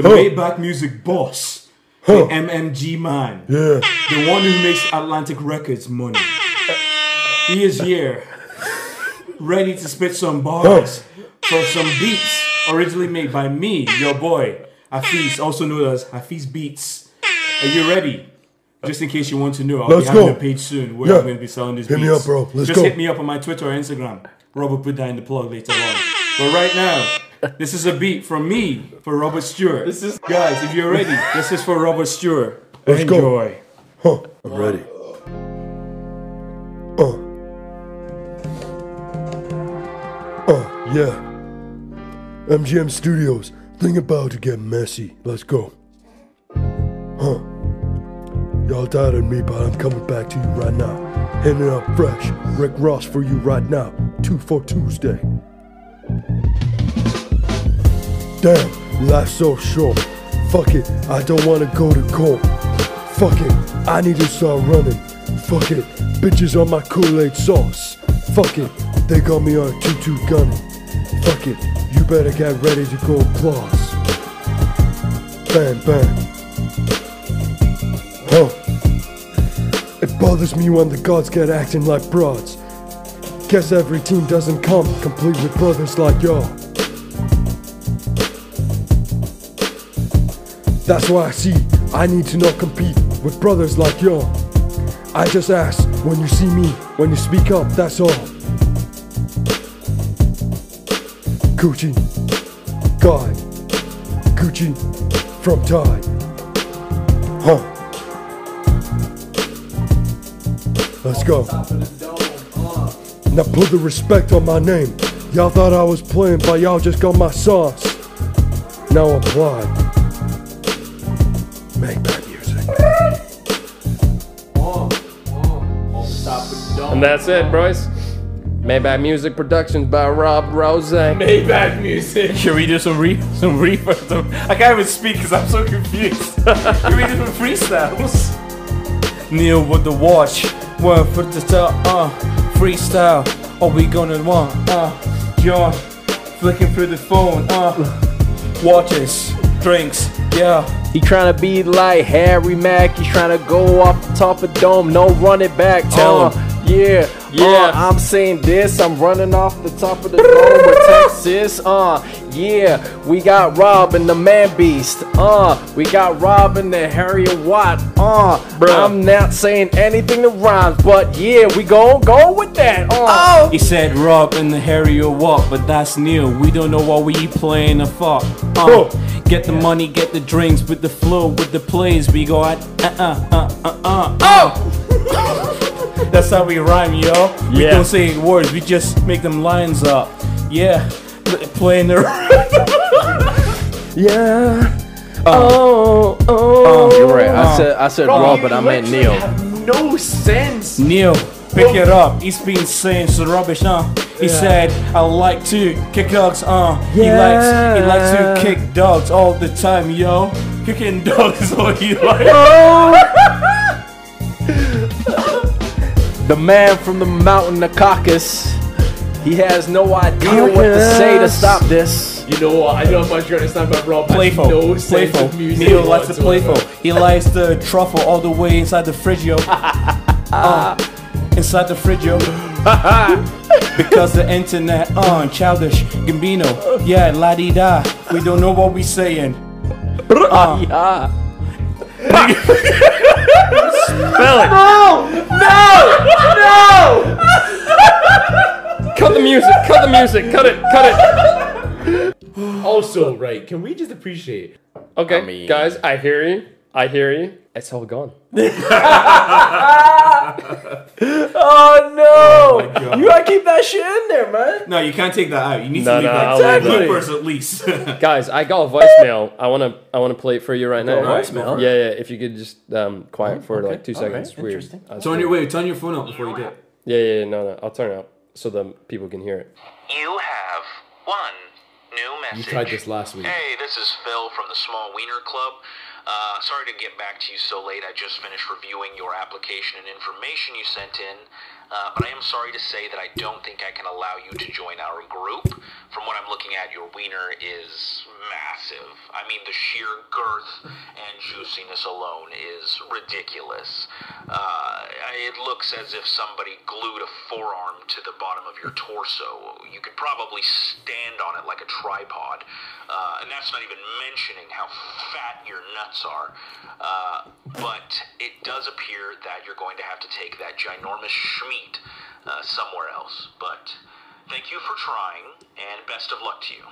The Maybach music boss. The MMG man. The one who makes Atlantic Records money. He is here, ready to spit some bars for some beats originally made by me, your boy, Hafiz, also known as Hafiz Beats. Are you ready? Just in case you want to know, I'll Let's be having go. a page soon where Yeah. I'm going to be selling these Hit me beats. up, bro. Let's Just go. hit me up on my Twitter or Instagram. Rob will put that in the plug later on. But right now, this is a beat from me for Robert Stewart. This is guys, if you're ready, this is for Robert Stewart. Let's go. Enjoy. Huh, I'm ready. Uh. Uh, yeah. MGM Studios, Think about to get messy. Let's go. Huh. Y'all tired of me, but I'm coming back to you right now. Hitting up fresh. Rick Ross for you right now. Two for Tuesday. Damn, life's so short. Fuck it, I don't wanna go to court. Fuck it, I need to start running. Fuck it, bitches on my Kool-Aid sauce. Fuck it, they got me on tutu gunning. Fuck it, you better get ready to go claws. Bang bang. Huh. It bothers me when the gods get acting like broads. Guess every team doesn't come complete with brothers like y'all. That's why I see I need to not compete with brothers like y'all. I just ask when you see me, when you speak up, that's all. Gucci, God, Gucci from Tide. Huh. Let's go. Now put the respect on my name. Y'all thought I was playing, but y'all just got my sauce. Now apply. Make that music. And that's it, Bryce. Maybach Music Productions by Rob *laughs* Rose. Maybach music. Should we do some re some reverb? Some- *laughs* I can't even speak because I'm so confused. *laughs* Should we do some freestyles? Neil with the watch. Word for the tell, uh, freestyle. All we gonna want, uh, John. Flicking through the phone, uh, watches, drinks, yeah. He tryna be like Harry Mack. He's tryna go off the top of dome. No run it back. Tell Uh, Yeah. Yeah. Uh, I'm saying this. I'm running off the top of the dome with Texas. Uh. Yeah. We got Rob and the Man Beast. Uh. We got Rob and the Harriet Watt. Uh. I'm not saying anything that rhymes, but yeah, we gon' go with that. Uh. Oh. He said Rob and the Harry or what, but that's new. We don't know what we playing or fuck. Uh, get the money, get the drinks, with the flow, with the plays. We go at uh uh uh uh uh. Oh! *laughs* that's how we rhyme, yo. We Yeah. don't say words, we just make them lines up. Yeah, L- playing the. *laughs* Yeah. Oh, oh. Uh. You're right. I said I said Rob, you but I meant literally Neil. Have no sense. Neil, pick it up. He's been saying some rubbish, huh? He said, I like to kick dogs, uh. He likes he likes to kick dogs all the time, yo. Kicking *laughs* dogs is all he *laughs* likes. *laughs* The man from the mountain, the caucus. He has no idea what to say to stop this. You know what? I know how much you're gonna stand by Rob. has Playful, No sense playful. Of music Neil likes to whatsoever. playful. He likes the truffle all the way inside the fridge, *laughs* yo. Uh, inside the fridge, yo. because the internet on childish Gambino. Yeah, la di da. We don't know what we saying. Uh, Uh-uh. *laughs* Cut the music, cut the music, cut it, cut Also, right? Can we just appreciate? it. Okay, guys, I hear you. I hear you. It's all gone. Oh no! you gotta keep that shit in there, man. No, you can't take that out. You need No, to leave no, I'll that leave that. bloopers at least. *laughs* Guys, I got a voicemail. I wanna I wanna play it for you right now. Alright, voicemail? Oh, go for it. Yeah, yeah. If you could just um, quiet for like two seconds. Weird. That's turn weird. your wait, turn your phone up before you do it. Yeah, yeah, yeah, no, no. I'll turn it up so the people can hear it. You have one new You message. tried this last week. Hey, this is Phil from the Small Wiener Club. Uh, sorry to get back to you so late. I just finished reviewing your application and information you sent in, uh, but I am sorry to say that I don't think I can allow you to join our group. From what I'm looking at, your wiener is massive. I mean, the sheer girth and juiciness alone is ridiculous. Uh, it looks as if somebody glued a forearm to the bottom of your torso. You could probably stand on it like a tripod. Uh, and that's not even mentioning how fat your nuts are. Uh, but it does appear that you're going to have to take that ginormous schmeat uh, somewhere else. But thank you for trying, and best of luck to you.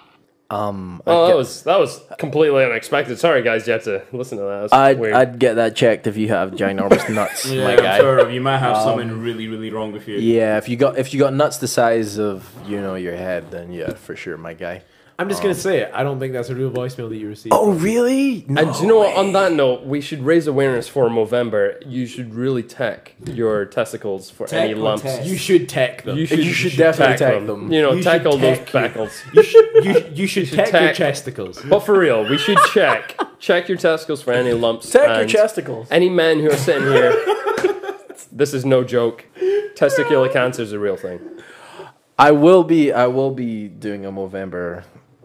Oh, that was that was completely unexpected. Sorry, guys, you have to listen to that. That's I'd, weird. I'd get that checked if you have ginormous *laughs* nuts, my I'm guy. sure you might Um, have something really, really wrong with you. Yeah, if you got if you got nuts the size of you know your head, then yeah, for sure, my guy. I'm just gonna say it. I don't think that's a real voicemail that you received. Oh. really? and do you know what? On that note, we should raise awareness for Movember. You should really tech your testicles for Tech any or lumps. test? You should tech them. You should, You should definitely tech them. tech them. You know, You should tackle those tech your- backles. You should you, you should, should tech, tech- your chesticles. But for real, we should *laughs* check check your testicles for any lumps. Check your and chesticles. Any men who are sitting *laughs* here, this is no joke. Testicular cancer is a real thing. I will be I will be doing a Movember.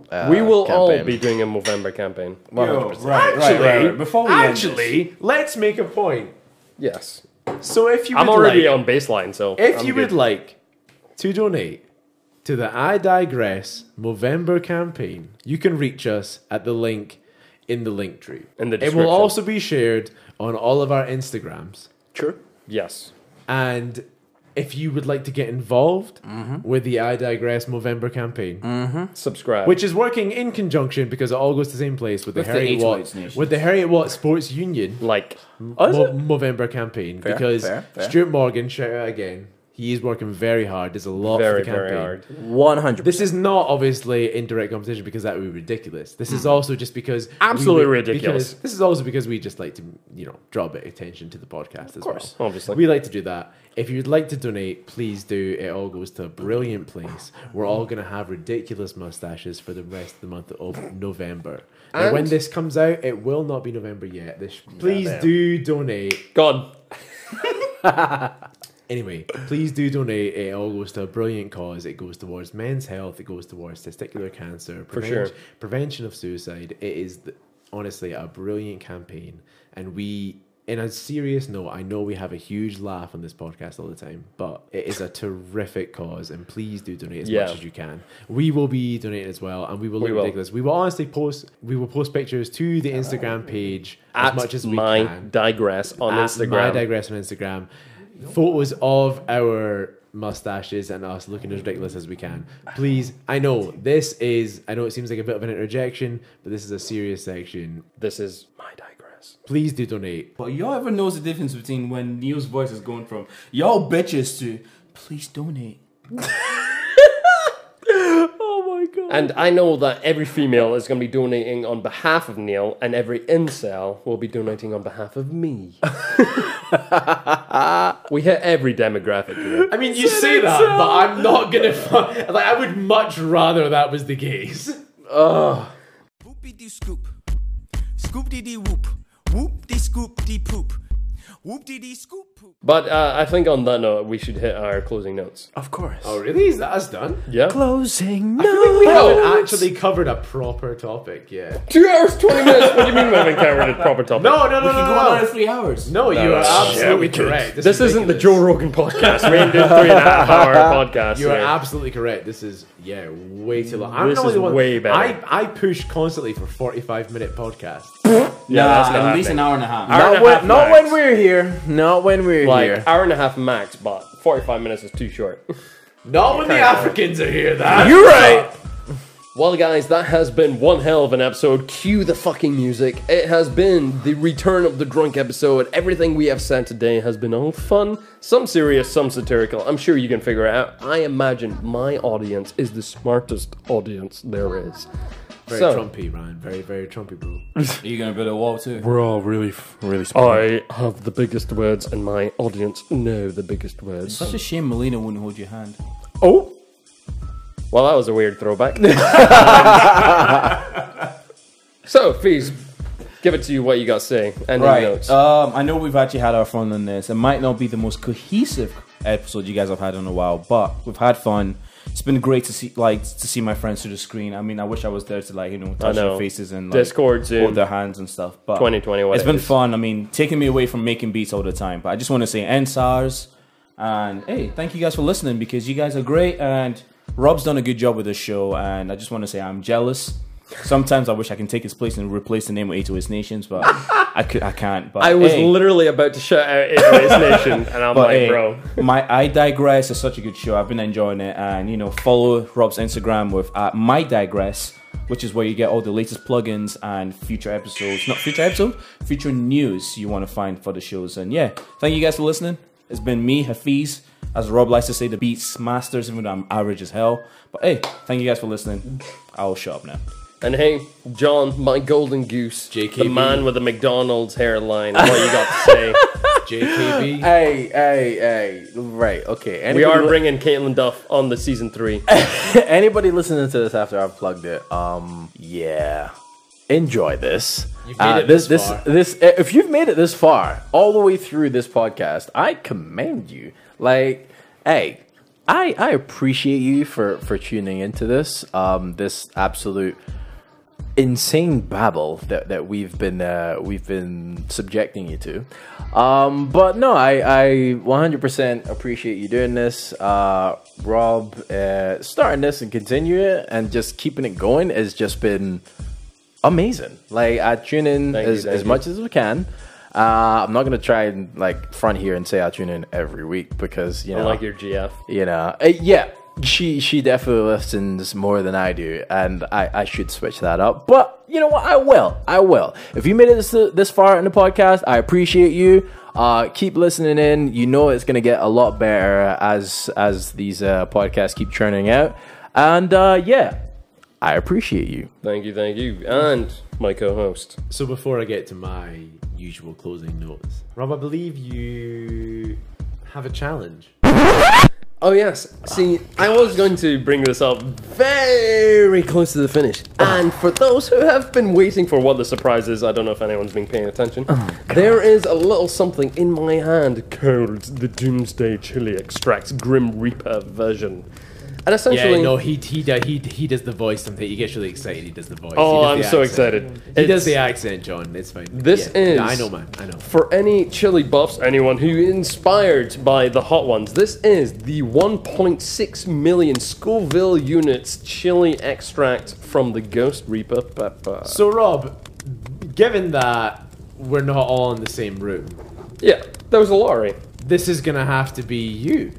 Uh, we will all campaign. be doing a Movember campaign. 100%. Actually, Before we actually, let's make a point. Yes. So if you, I'm would already like, on baseline, so um, If I'm you good. would like to donate to the I Digress Movember campaign, you can reach us at the link in the link tree. In the it will description. also be shared on all of our Instagrams. Sure. Yes. And if you would like to get involved with the I Digress Movember campaign, subscribe. which is working in conjunction because it all goes to the same place with, With the the Harriet H Watt Waits Nation. with the Harriet Watt Sports Union like is Mo- Movember campaign Fair, because fair, fair. Stuart Morgan shout out again he is working very hard there's a lot very, for the campaign very hard. One hundred. this is not obviously in direct competition because that would be ridiculous this is also just because we Mm-hmm. Absolutely would- ridiculous. because- this is also because we just like to you know draw a bit of attention to the podcast as course, well obviously. we like to do that if you'd like to donate please do it all goes to a brilliant place we're all going to have ridiculous mustaches for the rest of the month of november and when And- this comes out it will not be november yet this please do donate God. Anyway, please do donate. It all goes to a brilliant cause. It goes towards men's health. It goes towards testicular cancer, sure. prevention of suicide. It is th- honestly a brilliant campaign, and we. In a serious note, I know we have a huge laugh on this podcast all the time, but it is a terrific cause, and please do donate as Yeah. much as you can. We will be donating as well, and we will look We will. Uh, ridiculous. We will honestly post. We will post pictures to the Instagram page as At much as we my can digress on at My Instagram. digress on Instagram. Photos of our mustaches and us looking as ridiculous as we can. Please, I know this is. I know it seems like a bit of an interjection, but this is a serious section. this is my digress. Please do donate. But y'all ever knows the difference between when Neil's voice is going from y'all bitches to please donate. And I know that every female is going to be donating on behalf of Neil, and every incel will be donating on behalf of *laughs* me. we hit every demographic here. I mean, you say that, but I'm not *laughs* gonna. Fu- like, I would much rather that was the case. Whoopie dee scoop. Scoop dee dee whoop. Whoop dee scoop dee poop. Whoop dee dee scoop poop. But uh, I think on that note, we should hit our closing notes. Of course. Oh, really? Is that us done? Yeah. Closing. We haven't actually covered a proper topic yet. Two hours, 20 minutes. What do you mean we haven't covered a proper topic? No, no, no, We no, can go no, on no. for three hours. No, you are shit, absolutely correct. This is isn't the ridiculous. Joe Rogan podcast. We ain't doing three and a half *laughs* hour podcast. You are here. absolutely correct. This is yeah, way too long. I'm This the only is one- way better. I, I push constantly for 45 minute podcasts. yeah, that's not at least happening. an hour and a half. Hour and a Not half when, not max. when we're here. Not when we're like here. hour and a half max, but 45 minutes is too short. *laughs* Not when the Africans are here. That You're right. Well, guys, that has been one hell of an episode. Cue the fucking music. It has been the return of the drunk episode. Everything we have said today has been all fun, some serious, some satirical. I'm sure you can figure it out. I imagine my audience is the smartest audience there is. very so, Trumpy, Ryan. Very very Trumpy, bro. Are you gonna build a wall too? We're all really, f- really smart. I have the biggest words, and my audience know the biggest words. Such a shame Melina wouldn't hold your hand. Oh. Well, that was a weird *laughs* throwback. so, Fees, give it to you what you got to say. Ending Right. notes. Um, I know we've actually had our fun on this. It might not be the most cohesive episode you guys have had in a while, but we've had fun. It's been great to see, like, to see my friends through the screen. I mean, I wish I was there to, like, you know, touch know. their faces and like, Discord, Zoom. hold their hands and stuff. But 2020, what it's it been is. fun. I mean, taking me away from making beats all the time. But I just want to say, NSARS, and hey, thank you guys for listening because you guys are great. And Rob's done a good job with the show, and I just want to say I'm jealous. Sometimes I wish I can take his place and replace the name with 808 Nations, but I could, I can't. But I was hey. literally about to shout out Airways *laughs* Nation, and I'm But like, hey, bro. *laughs* my I digress is such a good show. I've been enjoying it, and you know, follow Rob's Instagram with at my digress, which is where you get all the latest plugins and future episodes. Not future episodes, future news you want to find for the shows. And yeah, thank you guys for listening. It's been me, Hafiz, As Rob likes to say, the beats masters, even though I'm average as hell. But hey, thank you guys for listening. I'll shut up now. And hey, John, my golden goose, the man with the McDonald's hairline. What you got to *laughs* say? *laughs* JKB. Hey, hey, hey. Right, okay. we Anybody are li- bringing Caitlin Duff on the season three. *laughs* Anybody listening to this after I've plugged it, um, yeah. Enjoy this. Uh, You've made it this, this far. this, this. If you've made it this far, all the way through this podcast, I commend you. Like, hey, I I appreciate you for for tuning into this. Um, this absolute insane babble that, that we've been uh, we've been subjecting you to. Um, but no, I, I 100% appreciate you doing this, uh, Rob. Uh, starting this and continuing it and just keeping it going has just been amazing. Like I tune in Thank you, as, thank as you. much as we can. Uh, I'm not gonna try and like front here and say I tune in every week because you know Unlike your GF. you know uh, yeah she she definitely listens more than i do and i i should switch that up but you know what i will i will if you made it this this far in the podcast i appreciate you uh keep listening in you know it's gonna get a lot better as as these uh podcasts keep churning out and uh yeah i appreciate you Thank you, thank you. And my co host. So before I get to my usual closing notes, Rob, I believe you have a challenge. Oh, yes. See, I was going to bring this up very close to the finish. Ah. And for those who have been waiting for what the surprise is, I don't know if anyone's been paying attention. Oh, there is a little something in my hand called the Doomsday Chili Extract Grim Reaper version. And Yeah, essentially. no, he he does he, he does the voice. Something he gets really excited. He does the voice. Oh, He I'm does the so accent. excited. He It's- does the accent, John. It's fine. This Yeah. is. I know, man. I know. For any chili buffs, anyone who inspired by the hot ones, this is the 1.6 million Scoville units chili extract from the Ghost Reaper pepper. So, Rob, given that we're not all in the same room, Yeah, there was a lorry. this is gonna have to be you.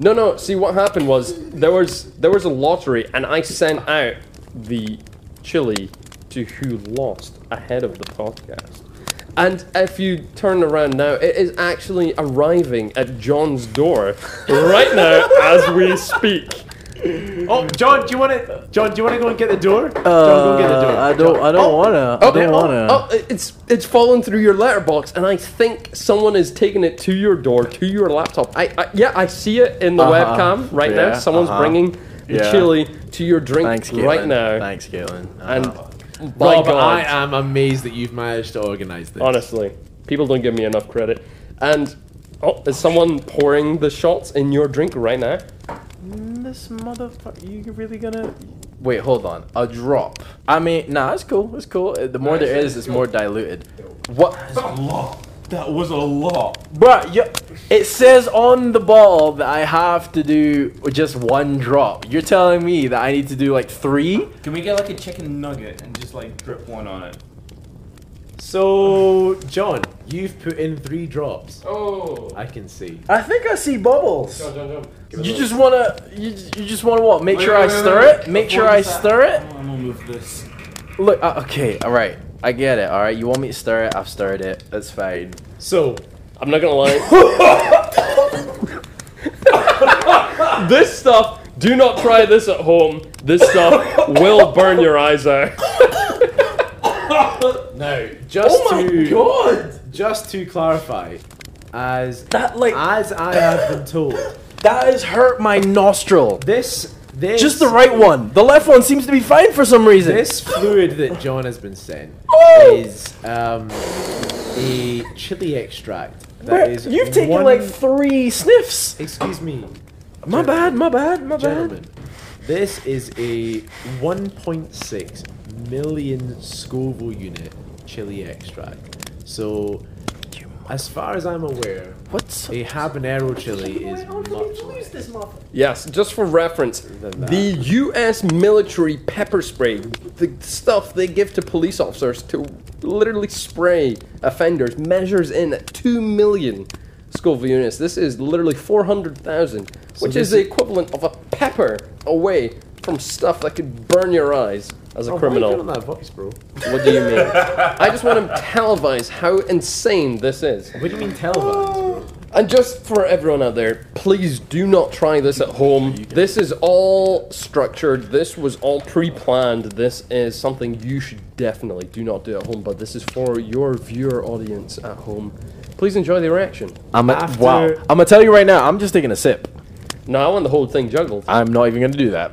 No, no. See, what happened was there was there was a lottery, and I sent out the chili to who lost ahead of the podcast. And if you turn around now, it is actually arriving at John's door right now as we speak. Oh, John, do you want to? John, do you want to go and get the door? John, go get the door. Uh, i don't i don't wanna i don't wanna Oh, it's it's fallen through your letterbox, and I think someone is taking it to your door, to your laptop. I, I yeah, I see it in the webcam right now. Uh-huh. Yeah, Someone's uh-huh. bringing the Yeah. chili to your drink thanks Caitlin. right now. thanks Caitlin. And Uh, by Rob, God, I am amazed that you've managed to organize this. honestly, people don't give me enough credit. And oh, is someone pouring the shots in your drink right now? This motherfucker, you really gonna? Wait, hold on. A drop. I mean, nah, it's cool. It's cool. Uh, The more there is, it's more diluted. What, That lot. That was a lot. Bruh, You, it says on the ball that I have to do just one drop. You're telling me that I need to do like three? Can we get like a chicken nugget and just like drip one on it? So, John, you've put in three drops. Oh, I can see. I think I see bubbles. You just wanna, you, you just wanna what? Make Wait, sure wait, I wait, stir wait. it. Make sure Avoid I that. stir it. I'm gonna move this. Look, uh, okay, all right. I get it. All right, you want me to stir it? I've stirred it. That's fine. So, I'm not gonna lie. *laughs* this stuff. Do not try this at home. This stuff will burn your eyes out. now, just to Oh god! just to clarify, as That like as I have been told, that has hurt my nostril. this this Just the right one. The left one seems to be fine for some reason. *laughs* This fluid that John has been sent Oh! is um, a chili extract. Where- That is You've taken one- like three sniffs. Excuse me, My bad. My bad. My bad. gentlemen. This is a 1.6 million Scoville unit chili extract. So, as far as I'm aware, What's a habanero chili is much less. Yes, just for reference, the U.S. military pepper spray, the stuff they give to police officers to literally spray offenders, measures in at 2 million Scoville units. This is literally 400,000, which this is the is- equivalent of a pepper away from stuff that could burn your eyes as a Oh, why are you doing criminal. that voice, bro? What do you mean? I just want to televise how insane this is. What do you mean televised, bro? And just for everyone out there, please do not try this at home. This is all structured. This was all pre-planned. This is something you should definitely do not do at home. But this is for your viewer audience at home. Please enjoy the reaction. I'm a, wow. I'm gonna tell you right now. I'm just taking a sip. No, I want the whole thing juggled. I'm not even gonna *laughs* do that.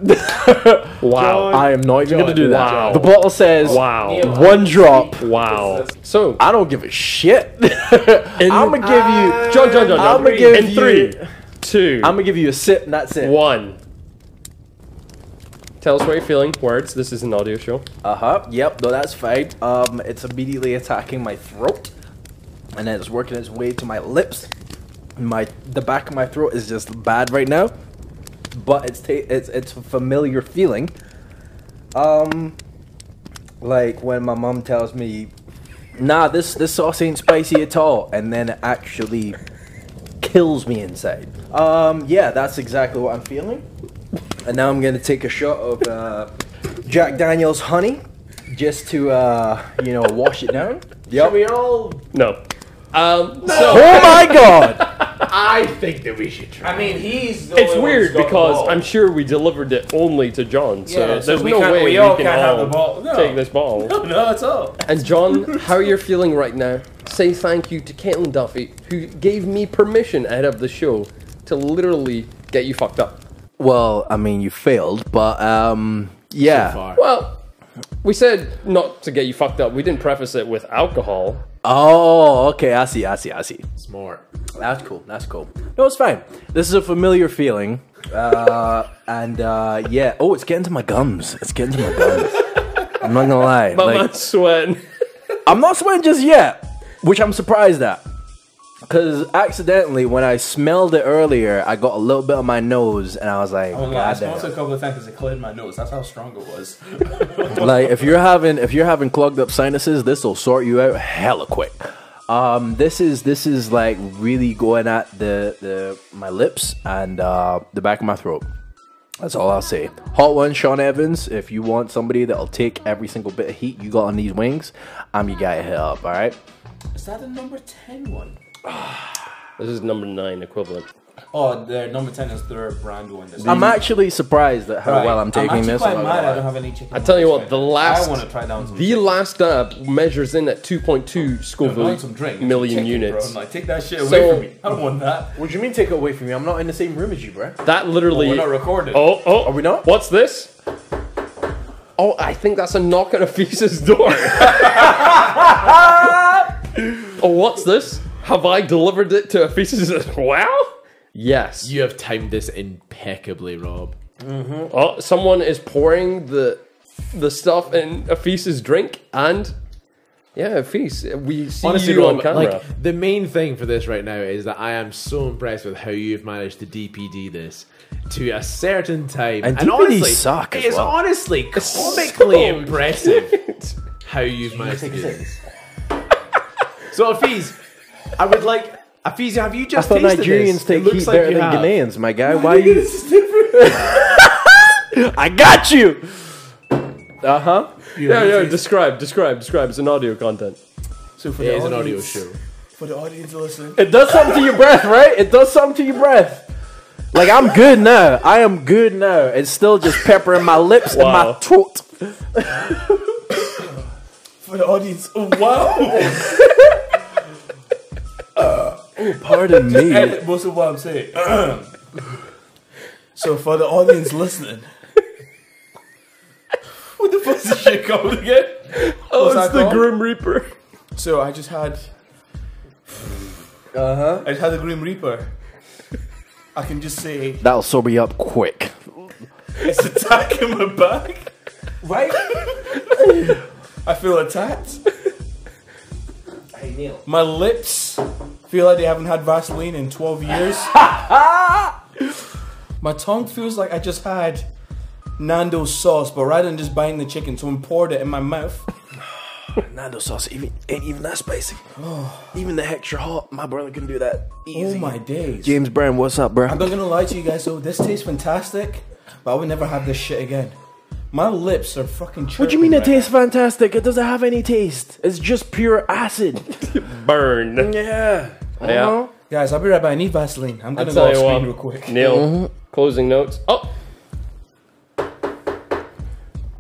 wow. I am not even gonna do that. Wow. The bottle says Wow. one drop. Wow. So I don't give a *laughs* shit. I'm gonna give you. John, John, John, John. I'ma give in you- three, two, I'm gonna give you a sip. and That's it. one. Tell us what you're feeling. Words. This is an audio show. Uh huh. Yep. No, that's fine. Um, it's immediately attacking my throat, and then it's working its way to my lips. My the back of my throat is just bad right now, but it's ta- it's it's a familiar feeling. Um, like when my mom tells me, "Nah, this this sauce ain't spicy at all," and then it actually kills me inside. Um, yeah, that's exactly what I'm feeling. And now I'm gonna take a shot of uh, Jack Daniel's honey, just to uh, you know wash it down. Yep. We all. No. Um, so Oh my god! I think that we should try. I mean, he's. it's weird because I'm sure we delivered it only to John. So Yeah, there's so we no can't- way we we, all can can't have all the ball. No. take this ball. *laughs* No, it's all. And John, how you're feeling right now? Say thank you to Caitlin Duffy, who gave me permission ahead of the show to literally get you fucked up. Well, I mean you failed, but um, yeah. Well, we said not to get you fucked up. We didn't preface it with alcohol. Oh, okay. I see. I see. I see. Smart. That's cool. That's cool. No, it's fine. This is a familiar feeling. Uh, and uh, yeah. Oh, it's getting to my gums. It's getting to my gums. *laughs* I'm not gonna lie. Oh, But like- I'm sweating. I'm not sweating just yet, which I'm surprised at. Because accidentally, when I smelled it earlier, I got a little bit on my nose, and I was like, I'm like, I "God smoked damn." a couple of times because it cleared my nose. That's how strong it was. like if you're having if you're having clogged up sinuses, this will sort you out hella quick. Um, this is this is like really going at the the my lips and uh, the back of my throat. That's all I'll say. Hot one, Sean Evans. If you want somebody that'll take every single bit of heat you got on these wings, I'm your guy to help. All right. Is that the number 10 one? This is number nine equivalent. Oh, their number 10 is their brand one. That's I'm actually surprised at how Right. well I'm taking actually this. quite I'm not mad gonna I lie. don't have any chicken. I tell you nuggets what, the right now. last- I want to try down some. The last dab measures in at 2.2 I Scoville want some drink. million Chicken, units. Bro. Like, take that shit away So- from me. I don't want that. What do you mean take it away from me? I'm not in the same room as you, bro. That literally. We're not recorded. oh, oh, Are we not? What's this? Oh, I think that's a knock at a fetus *laughs* door. oh, what's this? Have I delivered it to a fetus as well? Yes. You have timed this impeccably, Rob. Oh, someone is pouring the the stuff in a feces drink and yeah, a feast. We see you on Rob, camera. Like the main thing for this right now is that I am so impressed with how you've managed to DPD this to a certain time. And DPD suck as it's well. honestly so comically impressive *laughs* how you've managed to do this. so Afiz, I would like Afiz, have you I just thought tasted Nigerians this? take it looks heat like better you than have. Ghanaians, my guy. Why you? I got you. Uh huh. yeah, yeah. Describe, describe, describe. It's an audio content. So for It the is an audio audience- show. For the audience to listen. It does something to your *laughs* breath, right? It does something to your breath. Like I'm good now. I am good now. It's still just peppering my lips and Wow. my throat. For the audience. Oh, wow. Pardon *laughs* me. Edit most of what I'm saying. so for the audience listening. *laughs* what the fuck is this shit called again? Oh, It's the Grim Reaper. So I just had. Uh huh. I just had the Grim Reaper. I can just say That'll sober you up quick. it's attacking my back. Right? I feel attacked. Hey Neil. My lips feel like they haven't had Vaseline in 12 *laughs* years. My tongue feels like I just had Nando's sauce, but rather than just buying the chicken, someone poured it in my mouth. Oh Nando sauce even ain't even that spicy. even the extra hot, my brother can do that Oh easy. my days. James Brown, what's up, bro? I'm not gonna lie to you guys though, this tastes fantastic, but I would never have this shit again. My lips are fucking chirping. What do you mean it right now. tastes fantastic? It doesn't have any taste. It's just pure acid. Burn. Yeah. Yeah. Guys, I'll be right back. I need Vaseline. I'm gonna I'll go tell off you screen what. real quick. Neil, closing notes. Oh.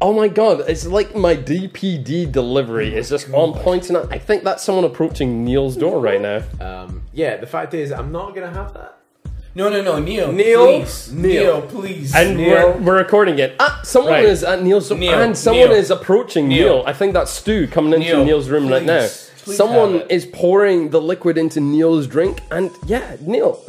Oh my god, it's like my DPD delivery is just on point and I I think that's someone approaching Neil's door right now. Um, yeah, the fact is, I'm not gonna have that. No, no, no, Neil. Neil? please. Neil, please. And Neil. we're, we're recording it. Ah, someone Right. is at Neil's Neil, and someone Neil, is approaching Neil. Neil. I think that's Stu coming into Neil, Neil's room right now. please, please Someone have it. is pouring the liquid into Neil's drink, and yeah, Neil,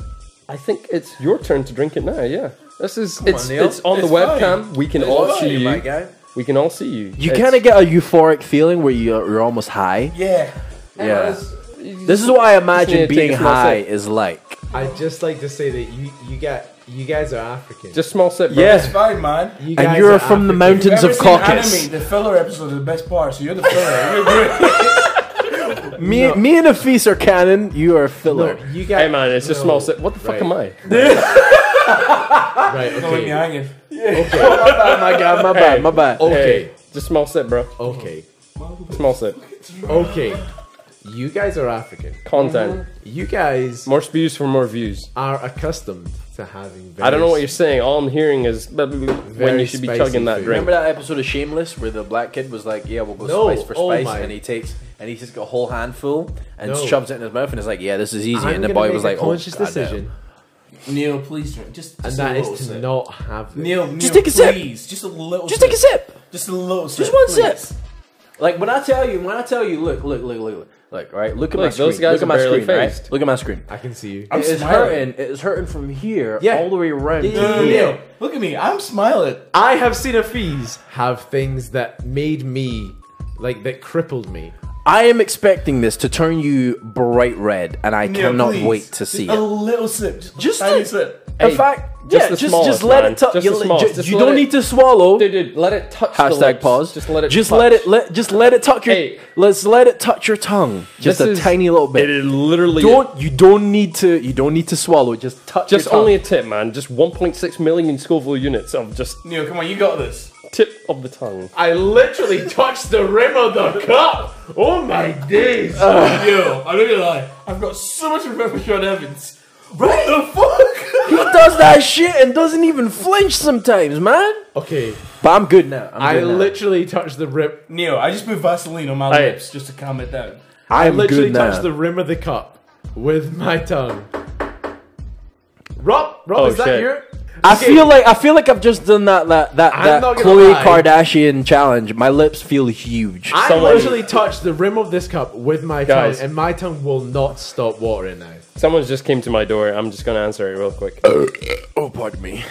I think it's your turn to drink it now. Yeah, this is it's Neil. it's on It's the webcam. fine. We can It's all fine, see My you. guy. We can all see you. You It's- kind of get a euphoric feeling where you're, you're almost high. Yeah. Yeah. This is what I need to imagine take being a small high sip. is like. I'd just like to say that you you got you guys are African. just small sip. bro. It's fine, man. you And guys you're are from the African. You've mountains ever of seen Caucasus. Anime, the filler episode is the best part, so you're the *laughs* filler. You're great. Me, me and Afis are canon. You are filler. No, you guys. Hey man, it's just no. small sip. What the fuck am I? Right. Leave me Okay. hanging. *laughs* my god, my bad, my Oh, bad. Hey, Okay. just small sip, bro. Okay. Small sip. Okay. You guys are African. Content. You guys More spews for more views. are accustomed to having. Very I don't know what you're saying. All I'm hearing is blah, blah, blah, when Very you should be spicy chugging that food. drink. Remember that episode of Shameless where the black kid was like, "Yeah, we'll go No, spice for oh spice," my- and he takes and he just got a whole handful and No. shoves it in his mouth, and it's like, "Yeah, this is easy." I'm and the gonna boy make was a like, "Oh, conscious goddamn." decision, Neil, please drink. Just, and just that a little is to sip. not have this. Neil, Just Neil, take a sip. Please, just a little. Just take a sip. Just a little. Sip, Just one sip. please. Like when I tell you, when I tell you, look, look, look, look, look, look right? Look at my Look, screen. those guys look are at my barely screen. Right? phased. Look at my screen. I can see you. I'm It is smiling. hurting. It is hurting from here Yeah. all the way around. Yeah, to yeah, No, here. Neil, look at me. I'm smiling. I have seen a fees have things that made me like that crippled me. I am expecting this to turn you bright red, and I Neil, cannot please. wait to Just see a it. little sip. Just, Just a tiny a- sip. In Hey, fact, just yeah, the just smallest, just let man. it touch. Just the You, smallest. ju- Just you let don't it- need to swallow. Dude, dude, let it touch. the Hashtag lips. pause. Just let it. Just touch. let it. Let just let it tuck your. Hey. Let's let it touch your tongue. Just This a is- tiny little bit. It is literally. don't you don't need to you don't need to swallow. Just touch. just your tongue. only a tip, man. Just 1.6 million Scoville units of just Neil, come on, you got this. tip of the tongue. I literally *laughs* touched the rim of the cup. Oh my days! Uh. Yo, I'm not gonna lie. I've got so much respect for Sean Evans. Right? What the fuck? He does that shit and doesn't even flinch sometimes, man. Okay, But I'm good now. I'm I good now. literally touched the rim. Neil, I just put Vaseline on my Hey. lips just to calm it down. I I'm literally good now. touched the rim of the cup with my tongue. Rob, Rob, Oh, is that shit. your? I feel like I feel like I've just done that that I'm that, not that gonna Khloe lie. Kardashian challenge. My lips feel huge. I someone- literally touched the rim of this cup with my Guys. tongue, and my tongue will not stop watering now. Someone just came to my door. I'm just gonna answer it real quick. oh, pardon me.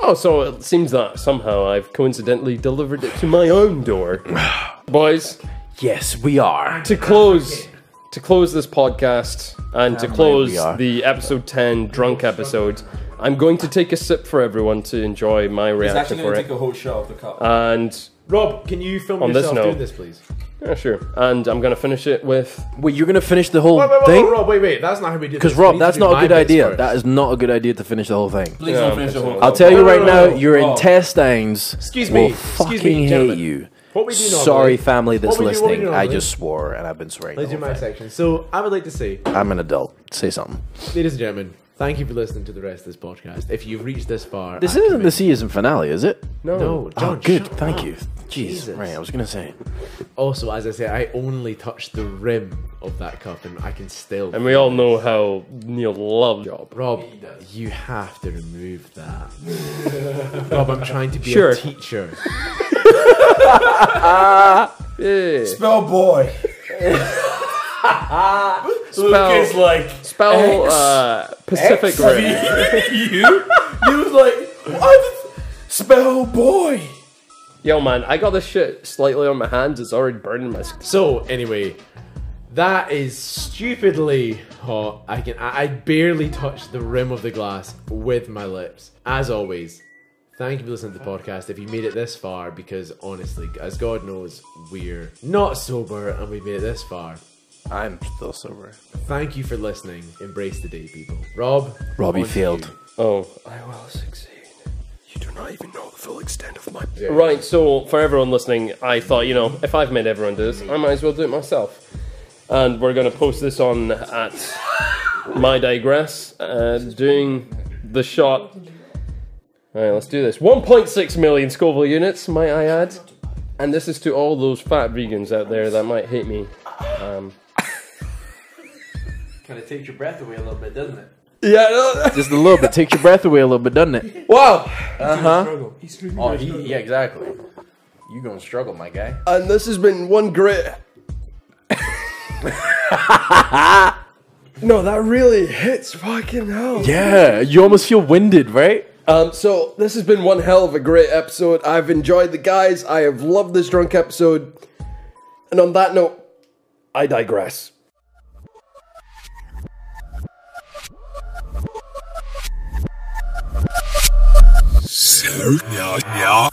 Oh, so it seems that somehow I've coincidentally delivered it to my own door, *sighs* boys. Yes, we are. to close to close this podcast and to close we are. the episode 10 drunk episode i'm going to take a sip for everyone to enjoy my reaction for it whole shot of the cup. Uh, and Rob, can you film On this yourself note- doing this, please? yeah, sure and i'm going to finish it with Wait, you're gonna finish the whole Wait, wait, wait, wait, thing? Rob, wait, wait. That's not how we do this. Because We Rob, need to that's do not a my good bits idea. first. That is not a good idea to finish the whole thing. Please Yeah, don't finish the whole. I'll tell you no, right no, now, no, no. your Oh. intestines Excuse will me, excuse fucking me, hate gentlemen. you. What we do normally- Sorry, family that's what we do- what we do listening. I normally- just swore and I've been swearing. Let's the do whole my time. section. So I would like to say, I'm an adult. Say something. ladies and gentlemen, thank you for listening to the rest of this podcast. If you've reached this far, This I isn't the commend- season finale, is it? No, Oh, John, good. shut Thank up. you. Jeez, Jesus. right. I was gonna say. Also, as I say, I only touched the rim of that cup, and I can still. and we all know how neil loved job Rob, you have to remove that. Rob, I'm trying to be Sure. a teacher. yeah. Spell boy. *laughs* Luke is spell, like *laughs* spell uh, pacific rim you. He was like what? Spell boy. yo man i got this shit slightly on my hands it's already burning my skin So anyway, that is stupidly hot. I can I I barely touched the rim of the glass with my lips. As always, thank you for listening to the podcast. If you made it this far, because honestly, as God knows, we're not sober and we made it this far. I'm still sober. Thank you for listening. Embrace the day, people. Rob, Robbie on to Field. you. oh I will succeed. You do not even know the full extent of my. Right, so for everyone listening, I thought, you know, if I've made everyone do this, I might as well do it myself. And we're going to post this on at my digress. Uh, doing the shot. All right, let's do this. 1.6 million Scoville units, might I add. And this is to all those fat vegans out there that might hate me. Um, Kind of takes your breath away a little bit, doesn't it? yeah, no, Just a little bit. Takes your breath away a little bit, doesn't it? wow. Oh, he, yeah, exactly. You gonna struggle, my guy. And this has been one grit. no, that really hits fucking hell. Yeah, you almost feel winded, right? Um, so this has been one hell of a great episode. I've enjoyed the guys. I have loved this drunk episode. And on that note, I digress. Yeah, yeah.